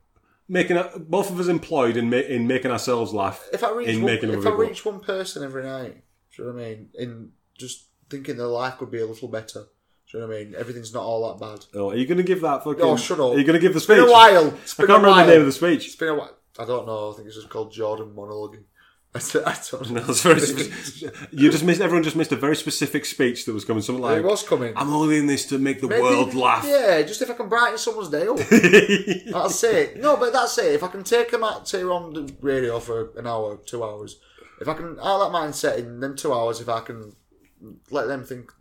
B: Making both of us employed in ma- in making ourselves laugh.
A: If I reach
B: in
A: one,
B: making
A: if
B: other
A: I
B: people-
A: reach one person every night, do you know what I mean? In just thinking their life could be a little better. Do you know what I mean? Everything's not all that bad.
B: Oh, are you going to give that fucking?
A: Oh, shut up.
B: Are you going to give the
A: It's been
B: speech?
A: a while. It's
B: I
A: been
B: can't remember
A: a while.
B: the name of the
A: It's
B: speech. *laughs*
A: been a while. I don't know. I think it's just called Jordan monologuing. *laughs* I don't, I don't
B: No,
A: know.
B: it's very
A: *laughs*
B: specific. you just missed. Everyone just missed a very specific speech that was coming. Something like,
A: it was coming.
B: "I'm only in this to make the
A: Maybe-
B: world laugh."
A: Yeah, just if I can brighten someone's day
B: *laughs*
A: up. that's it. No, but that's it. If I can take them out, say, on the radio for an hour, two hours. If I can, out that mindset in them two hours, if I can let them think,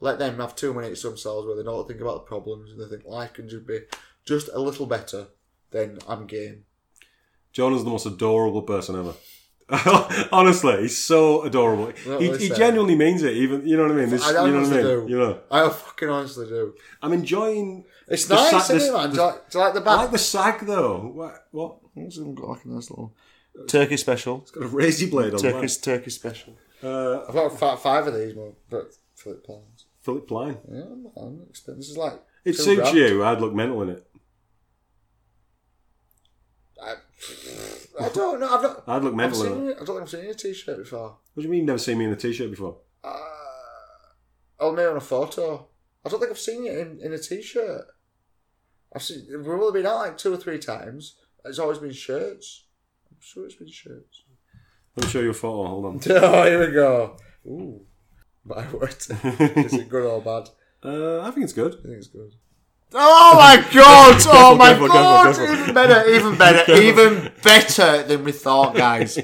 A: let them have two minutes to themselves where they don't think about the problems and they think life can just be just a little better, then I'm game.
B: Jonah's the most adorable person ever. *laughs* Honestly, he's so adorable.
A: Well,
B: He, he
A: listen.
B: genuinely means it. Even you know what I mean. This,
A: I
B: you know what I
A: honestly
B: mean.
A: do.
B: You know,
A: I fucking honestly do.
B: I'm enjoying.
A: It's
B: The
A: nice,
B: sa-
A: isn't
B: the-
A: it, man? Do
B: the-
A: you like, do you like the
B: I
A: back?
B: like the sag though. What? what?
J: It's got like a nice little turkey special.
B: It's got a razor blade on.
J: Turkey,
B: it.
J: turkey special.
B: Uh,
A: I've got fi- five of these, man, but Philip Plans.
B: Philip Line.
A: Yeah, I'm, I'm expensive. This is like
B: It
A: two
B: suits
A: grand.
B: you. I'd look mental in it.
A: I, I don't know. I've not.
B: I'd look
A: I've
B: mental in it.
A: seen, it- I don't think I've seen a t-shirt before.
B: What do you mean? You've never seen me in a t-shirt before?
A: Uh, oh, maybe on a photo. I don't think I've seen it in, in a t-shirt. I've seen. We've only been out like two or three times. It's always been shirts. I'm sure it's been shirts. *laughs*
B: Let me show you a photo. Hold on.
A: Oh, here we go. Ooh, my word. *laughs* is it good or bad?
B: Uh, I think it's good.
A: I think it's good.
J: Oh
A: *laughs*
J: my god! Oh my
B: careful,
J: god!
B: careful, careful.
J: Even better, even
A: *laughs*
J: better, even better than we thought, guys.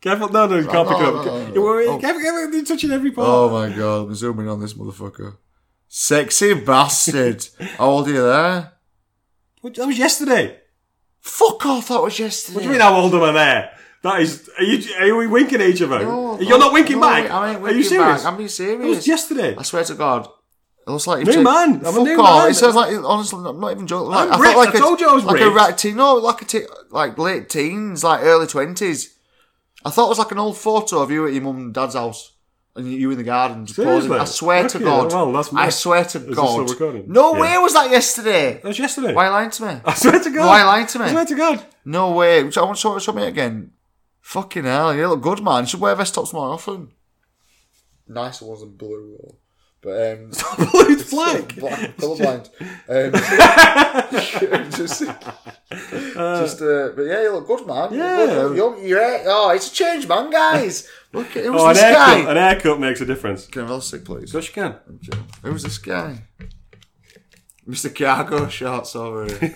B: Careful, no, no, you can't pick it up.
A: Oh, no, no, no.
B: You're worried. Careful, careful, you're touching every part.
J: Oh
A: my god, I'm zooming on this motherfucker.
J: Sexy bastard.
A: How old are you there?
B: What- That was yesterday.
J: Fuck off! That was yesterday.
B: What do you mean? How old am I there? That is. Are you? Are we winking at each other? you're not winking
J: no,
B: back.
J: I ain't
B: are you
J: winking
B: serious?
J: Back. I'm being serious.
B: It was yesterday.
J: I swear to God, it looks like you've
B: New
J: taken-
B: man, I'm a
J: Fuck
B: new
J: off.
B: man.
J: It sounds like honestly, I'm not even joking. Like,
B: I'm
J: I felt
B: ripped.
J: like
B: I
J: a-
B: told you I was
J: like a
B: ripped.
J: rat teen. No, like a te- like late teens, like early twenties. I thought it was like an old photo of you at your mum and dad's house. And you in the garden, just posing.
B: Seriously?
J: I swear to
B: Fucking
J: God.
B: hell, that's
J: I
B: mad.
J: swear to
B: this still
J: God.
B: recording?
J: No
B: Yeah.
J: way was that yesterday.
B: That was yesterday.
J: Why are you lying to me?
B: *laughs* I swear to God.
J: Why lie to me?
B: I swear to God. *laughs*
J: No way. So I want to show, show me again. Fucking hell, you look good, man. You should wear vest tops more often.
A: Nicer ones than blue though. But um
J: *laughs*
B: Blue's black. *laughs*
A: black, colourblind. Um, *laughs* just, just, uh, but yeah, you look good, man. You look
B: Yeah.
A: good. You're, you're- oh, it's a change, man, guys. Look at who's
B: Oh, an
A: this guy?
B: haircut. An haircut makes a difference.
J: Can I have a sick, please?
B: Of course you can.
J: Who's this guy?
A: Mr. Cargo shorts over here.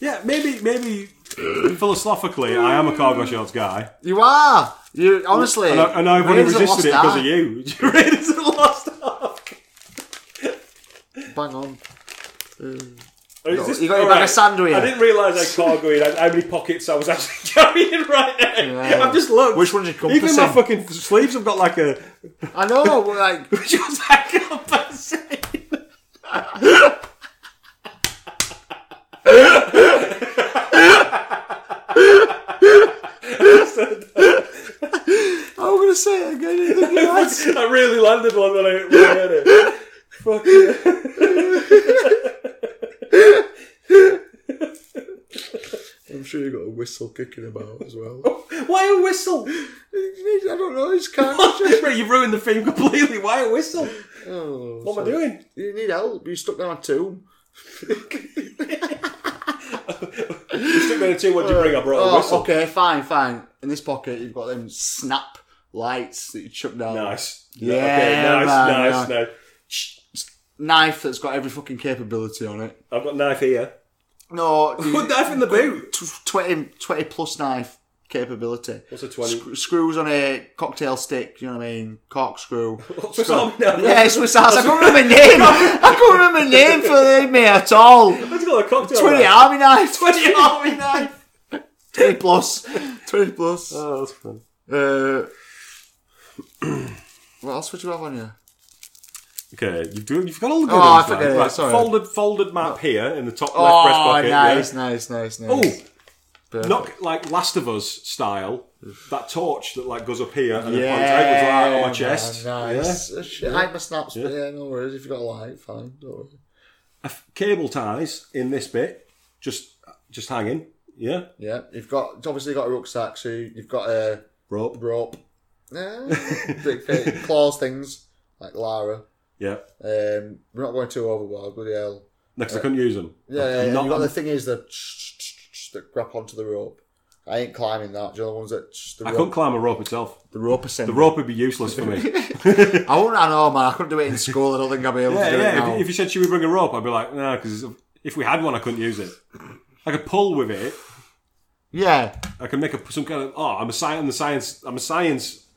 B: Yeah, maybe, maybe philosophically, I am a cargo shorts guy,
A: *laughs* you are. You honestly.
B: and, I, and I've only
A: Raiders of
B: resisted it
A: Lost
B: because of
A: Ark.
B: you. *laughs* Raiders of the Lost Ark.
A: Bang on.
B: Oh, Is this-
A: you got your
B: all
A: bag of sand with you.
B: I didn't realise I cargoed how how many pockets I was actually *laughs* carrying right now.
A: Yeah.
B: I've just looked.
A: Which one's your compass?
B: Even my
A: in?
B: fucking sleeves have got like a.
A: I know. but,
B: *laughs*
A: Like
B: Which one's that compass? in?
A: I'm gonna say it again.
B: I really landed one when I, when I heard it. Fuck yeah.
K: I'm sure you got a whistle kicking about as
A: *laughs*
K: well.
B: Why a whistle?
K: I don't know. It's kind
B: *laughs*
K: of.
B: Right, You've ruined the theme completely. Why a whistle?
K: Oh,
B: What am I doing?
K: You need help. You stuck down a tomb.
B: You stick me in two. What did you bring? I brought a
A: Oh,
B: whistle.
A: okay, fine, fine. In this pocket, you've got them snap lights that you chuck down.
B: Nice.
A: Yeah,
B: Okay, nice,
A: man,
B: nice,
A: yeah.
B: nice.
A: Knife that's got every fucking capability on it.
B: I've got knife here.
A: No,
K: *laughs*
B: Put knife in the boot.
A: t- 20, 20 plus knife capability.
B: What's a 20?
A: Sc- screws on a cocktail stick, you know what I mean?
B: *laughs*
A: Corkscrew.
B: Swiss Army knife.
A: yeah, Swiss Arts. I can't remember my name. I can't remember my name for me at all.
B: Let's go to a cocktail.
A: 20
B: knife.
A: army knife.
B: 20
A: *laughs*
B: army
A: knife. 20 plus. 20 plus.
B: Oh, that's fun.
A: Uh, *clears throat* what else would you have on you?
B: Okay, you've, do- you've got all the good
A: Oh,
B: ones,
A: I forget
B: man.
A: it,
B: Right,
A: sorry.
B: Folded, folded map here in the top left breast
A: Oh,
B: pocket.
A: nice, nice, nice,
B: Yeah.
A: nice.
B: Oh,
A: Perfect.
B: not like Last of Us style. That torch that like goes up here and then points outwards like that
A: yeah,
B: on my chest.
A: man, Nice. Uh, shit, Hide my snaps, but yeah, no worries. If you got a light, fine. Don't worry.
B: F- Cable ties in this bit, just just hanging. Yeah,
A: Yeah, you've got obviously got a rucksack, so you've got a
B: rope.
A: rope,
B: *laughs*
A: yeah, big thing, claws things like Lara.
B: Yeah,
A: Um, we're not going too overboard, bloody hell.
B: next I couldn't use them.
A: Yeah, yeah, yeah.
B: not-
A: you got the thing is the that grab onto the rope. I ain't climbing that. Do you know the ones that the
B: I couldn't
A: rope,
B: climb a rope itself.
A: the rope ascent?
B: The rope would be useless
A: *laughs*
B: for me. yeah,
A: I won't. I know, man. I couldn't do it in school. I don't think I'll be able to do it
B: yeah.
A: now.
B: If, if you said should we bring a rope, I'd be like no, because if we had one, I couldn't use it. I could pull with it.
A: yeah,
B: I can make a some kind of oh, I'm a science. I'm the science. I'm a science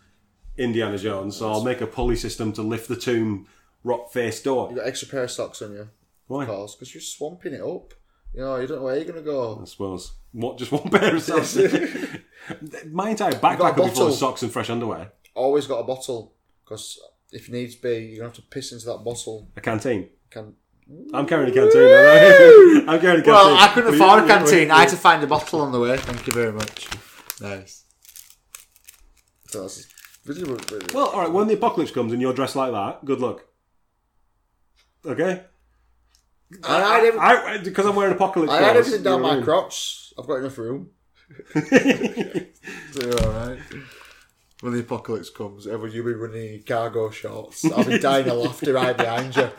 B: Indiana Jones. So I'll make a pulley system to lift the tomb rock face door.
A: you got extra pair of socks on you,
B: Why?
A: of course, because you're swamping it up. You know, you don't know where you're gonna go.
B: I suppose what just one *laughs* pair of socks. My entire backpack will be full
A: bottle.
B: of socks and fresh underwear.
A: Always got a bottle, because if needs be, you're gonna have to piss into that bottle.
B: A canteen.
A: Can
B: I'm carrying a canteen. aren't I? *laughs* I'm carrying a canteen.
A: Well, I couldn't
B: Will you-
A: afford a
B: will you- will you-
A: canteen. I had to find a bottle on the way. Thank you very much. Nice.
K: So that's video. video.
B: Well, all right. When the apocalypse comes and you're dressed like that, good luck. Okay.
A: I, I, had
B: I because I'm wearing apocalypse.
K: I had
B: clothes,
K: everything down
B: you know what I
K: my
B: mean?
K: crotch. I've got enough room.
A: *laughs*
B: *laughs*
A: everything all right. When the apocalypse comes, ever you'll be running in cargo shorts.
B: *laughs*
A: I'll be dying of laughter right behind you.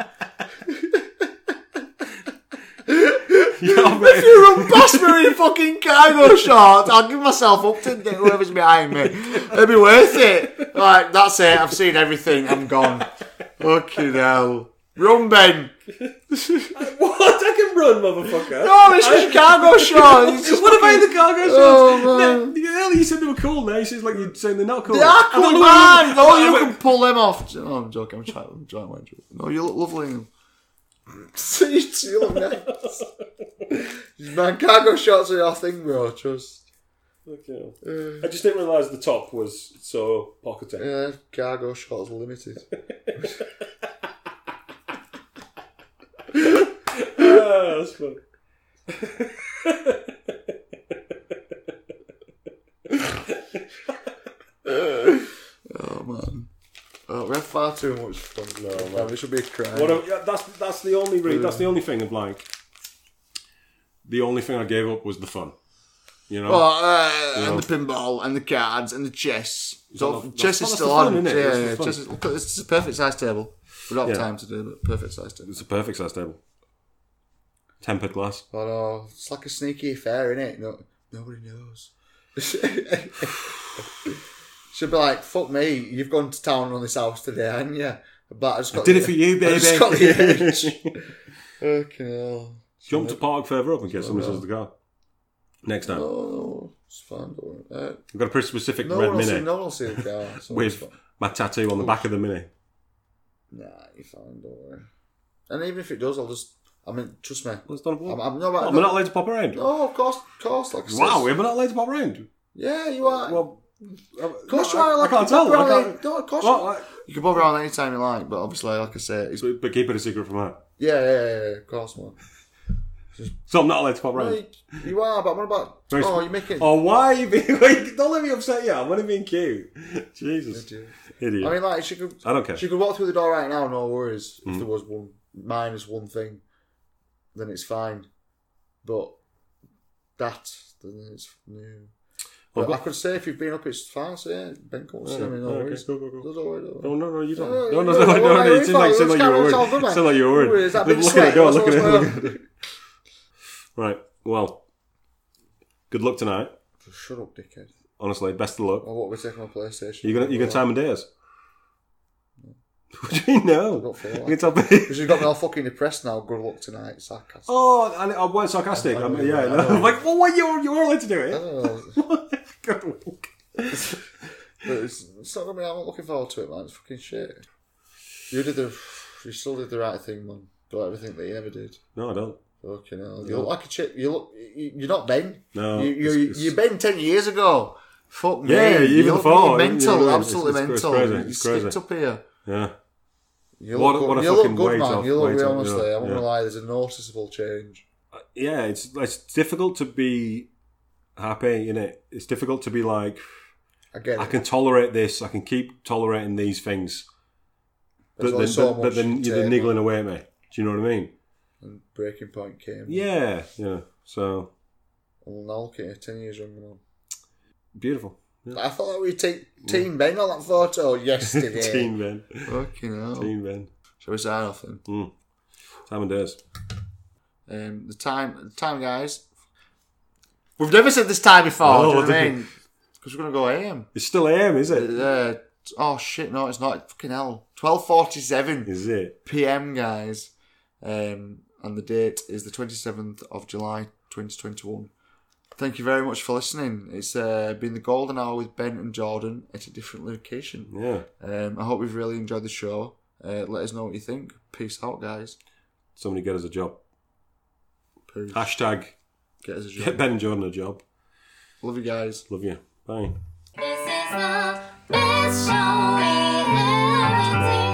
B: Yeah, but-
A: You run past me in fucking cargo shorts. I'll give myself up to whoever's behind me. It'll be worth it. Like that's it. I've seen everything. I'm gone. Fucking hell. Run, Ben.
B: What? I can run, motherfucker.
A: No, it's just cargo shorts. It's just
B: What about the cargo shorts?
A: Oh, man.
B: No, you know, you said they were cool. Now you said like you're saying they're not cool.
A: They are
B: I don't know
A: cool, man.
B: why
A: No,
B: you-
A: Oh, you can pull them off. No, I'm joking. I'm trying. I'm trying. I'm joking. No, you look lovely. *laughs* in them.
K: See, see, look nice. Man, cargo shorts are your thing, bro. Trust.
B: Okay. I just didn't realise the top was so pocketed. *laughs*
K: Yeah, cargo shorts limited.
B: Ah, that's fun.
A: Oh man.
K: Oh, we have far too much fun. No, man. This should be a crime.
B: What a- yeah, that's that's the only re- that's the only thing of like. The only thing I gave up was the fun. You know.
A: Oh, uh, and the pinball and the cards and the chess. So
B: that-
A: chess
B: that's-
A: is
B: that's
A: still
B: the fun,
A: on.
B: isn't it?
A: Yeah,
B: That's the
A: yeah,
B: fun.
A: chess is, look, this is a perfect size table. We don't have
B: Yeah.
A: time to do it, but perfect size table.
B: it's a perfect size table. Tempered glass.
K: I
A: uh,
K: know. It's like a sneaky affair, innit? No, nobody knows.
A: *laughs*
K: She'd be like, fuck me, you've gone to town on this house today, haven't you? But I just got
B: Did it for you,
K: I
B: baby. *laughs*
K: just got the itch.
A: Fucking hell.
B: Jump to park further up in case somebody says the car. Next time.
A: No, no, it's fine. Don't worry. Uh,
B: I've got a pretty specific
A: no,
B: red
A: one will see,
B: mini
A: no one will see
B: *laughs*
A: the car. So it's
B: with
A: fine.
B: my tattoo on the back of the mini.
A: Nah, you're fine. Don't worry. And even if it does, I'll just. I mean, trust me.
B: Well, it's not a
A: I'm,
B: problem.
A: I'm not.
B: What, am I not allowed to pop around?
A: No, of course, of course. Like I said.
B: Wow, am I not allowed to pop around?
A: Yeah, you are.
B: Well, uh,
A: of course, you are. Like,
B: I can't
A: you
B: tell. I
A: probably-
B: can't-
A: No, of course.
B: well,
A: you-
B: I-
A: you can bob around any time you like, but obviously, like I say, it's, yeah,
B: but, but keep it a secret from her.
A: yeah, yeah, yeah, of course, man.
B: So I'm not allowed to pop around.
A: Like, you are, but what about?
B: Very
A: Oh,
B: sp-
A: you're making. *laughs*
B: Oh, why are you being *laughs* like? Don't let me upset you. I'm only being cute. Jesus,
A: Idiot.
B: idiot.
A: I mean, like she could.
B: I don't care.
A: She could walk through the door right now, no worries.
B: Mm-hmm.
A: If there was one minus one thing, then it's fine. But that, then it's new.
B: Well,
A: But
B: Oh, go-
A: I could say if you've been up, it's fine. So yeah, Ben can't see me, no
B: okay,
A: worries.
B: go, go, go.
A: No, don't worry,
B: No,
A: don't worry.
B: no, no, you don't.
A: No,
B: No, no, no,
A: no,
B: no,
A: no,
B: no,
A: no,
B: you seem like,
A: it's
B: seem like you were
A: fine, it's all
B: worried.
A: good, mate.
B: Seem like you were
A: Ooh,
B: worried.
A: is that big
B: Look at it, *laughs*
A: sweat?
B: go on,
A: That's
B: look at it,
A: what's
B: look at it. Right, well, good luck tonight.
A: Shut up, dickhead.
B: Honestly, best of luck.
A: Well, what we taking on PlayStation?
B: Are you gonna, you gonna time and date us? What do you know? *laughs*
A: Not feel like
B: You can tell-
A: Because you've got me all fucking depressed now. Good luck tonight, sarcasm.
B: Oh, and I weren't sarcastic. I'm, yeah, no. I'm *laughs* like, well, what you you were allowed to do it. *laughs*
A: Oh,
B: Good luck.
A: but it's, it's not gonna be. I'm not looking forward to it, man. It's fucking shit. You did the, you still did the right thing, man. Got everything that you never did.
B: No, I don't.
A: Fucking hell. You look like a chip. You look. You, you're not Ben.
B: No,
A: You you
B: it's- it's-
A: you're Ben ten years ago. Fuck me.
B: Yeah, yeah, even
A: you look
B: before,
A: mental.
B: you know, it's-
A: absolutely
B: it's- it's
A: mental.
B: crazy,
A: You
B: it's
A: skipped
B: crazy.
A: up here.
B: Yeah.
A: You
B: What
A: look,
B: a-
A: good-
B: what a
A: you look
B: fucking
A: good,
B: weight
A: man.
B: off-
A: you look
B: weight
A: real,
B: off,
A: honestly.
B: yeah,
A: I won't
B: yeah.
A: lie. There's a noticeable change.
B: Uh, yeah, it's it's difficult to be happy in it. It's difficult to be like
A: I get
B: I
A: it.
B: can tolerate this. I can keep tolerating these things, but
A: There's
B: then,
A: only so
B: but,
A: much
B: but then
A: you
B: you're
A: take,
B: niggling
A: man.
B: away at me. Do you know what I mean?
A: And breaking point came.
B: Yeah, yeah. So
A: And now look at you, ten years younger, man. *laughs*
B: beautiful. Yeah.
A: I thought we'd take
B: Mm.
A: Team Ben on that
B: *laughs*
A: photo yesterday.
B: Teen Ben,
A: Fucking hell.
B: teen Ben.
A: Shall we sign off then?
B: Mm. Time and days.
A: Um, the time, the time, guys. We've never said this time before. do you know
B: No,
A: what I mean? Because we're gonna go AM.
B: It's still AM, is it?
A: Uh, oh shit! No, it's not. Fucking hell. Twelve forty-seven
B: Is it?
A: PM, guys. Um, and the date is the twenty-seventh of July, twenty twenty-one. Thank you very much for listening. It's uh, been the golden hour with Ben and Jordan at a different location.
B: Yeah.
A: Um, I hope we've really enjoyed the show. Uh, let us know what you think. Peace out, guys.
B: Somebody get us a job.
A: Peace.
B: Hashtag
A: Get us a job.
B: Ah. get Ben Jordan a job.
A: Love you guys.
B: Love you. Bye.
L: This is the best show we've ever seen.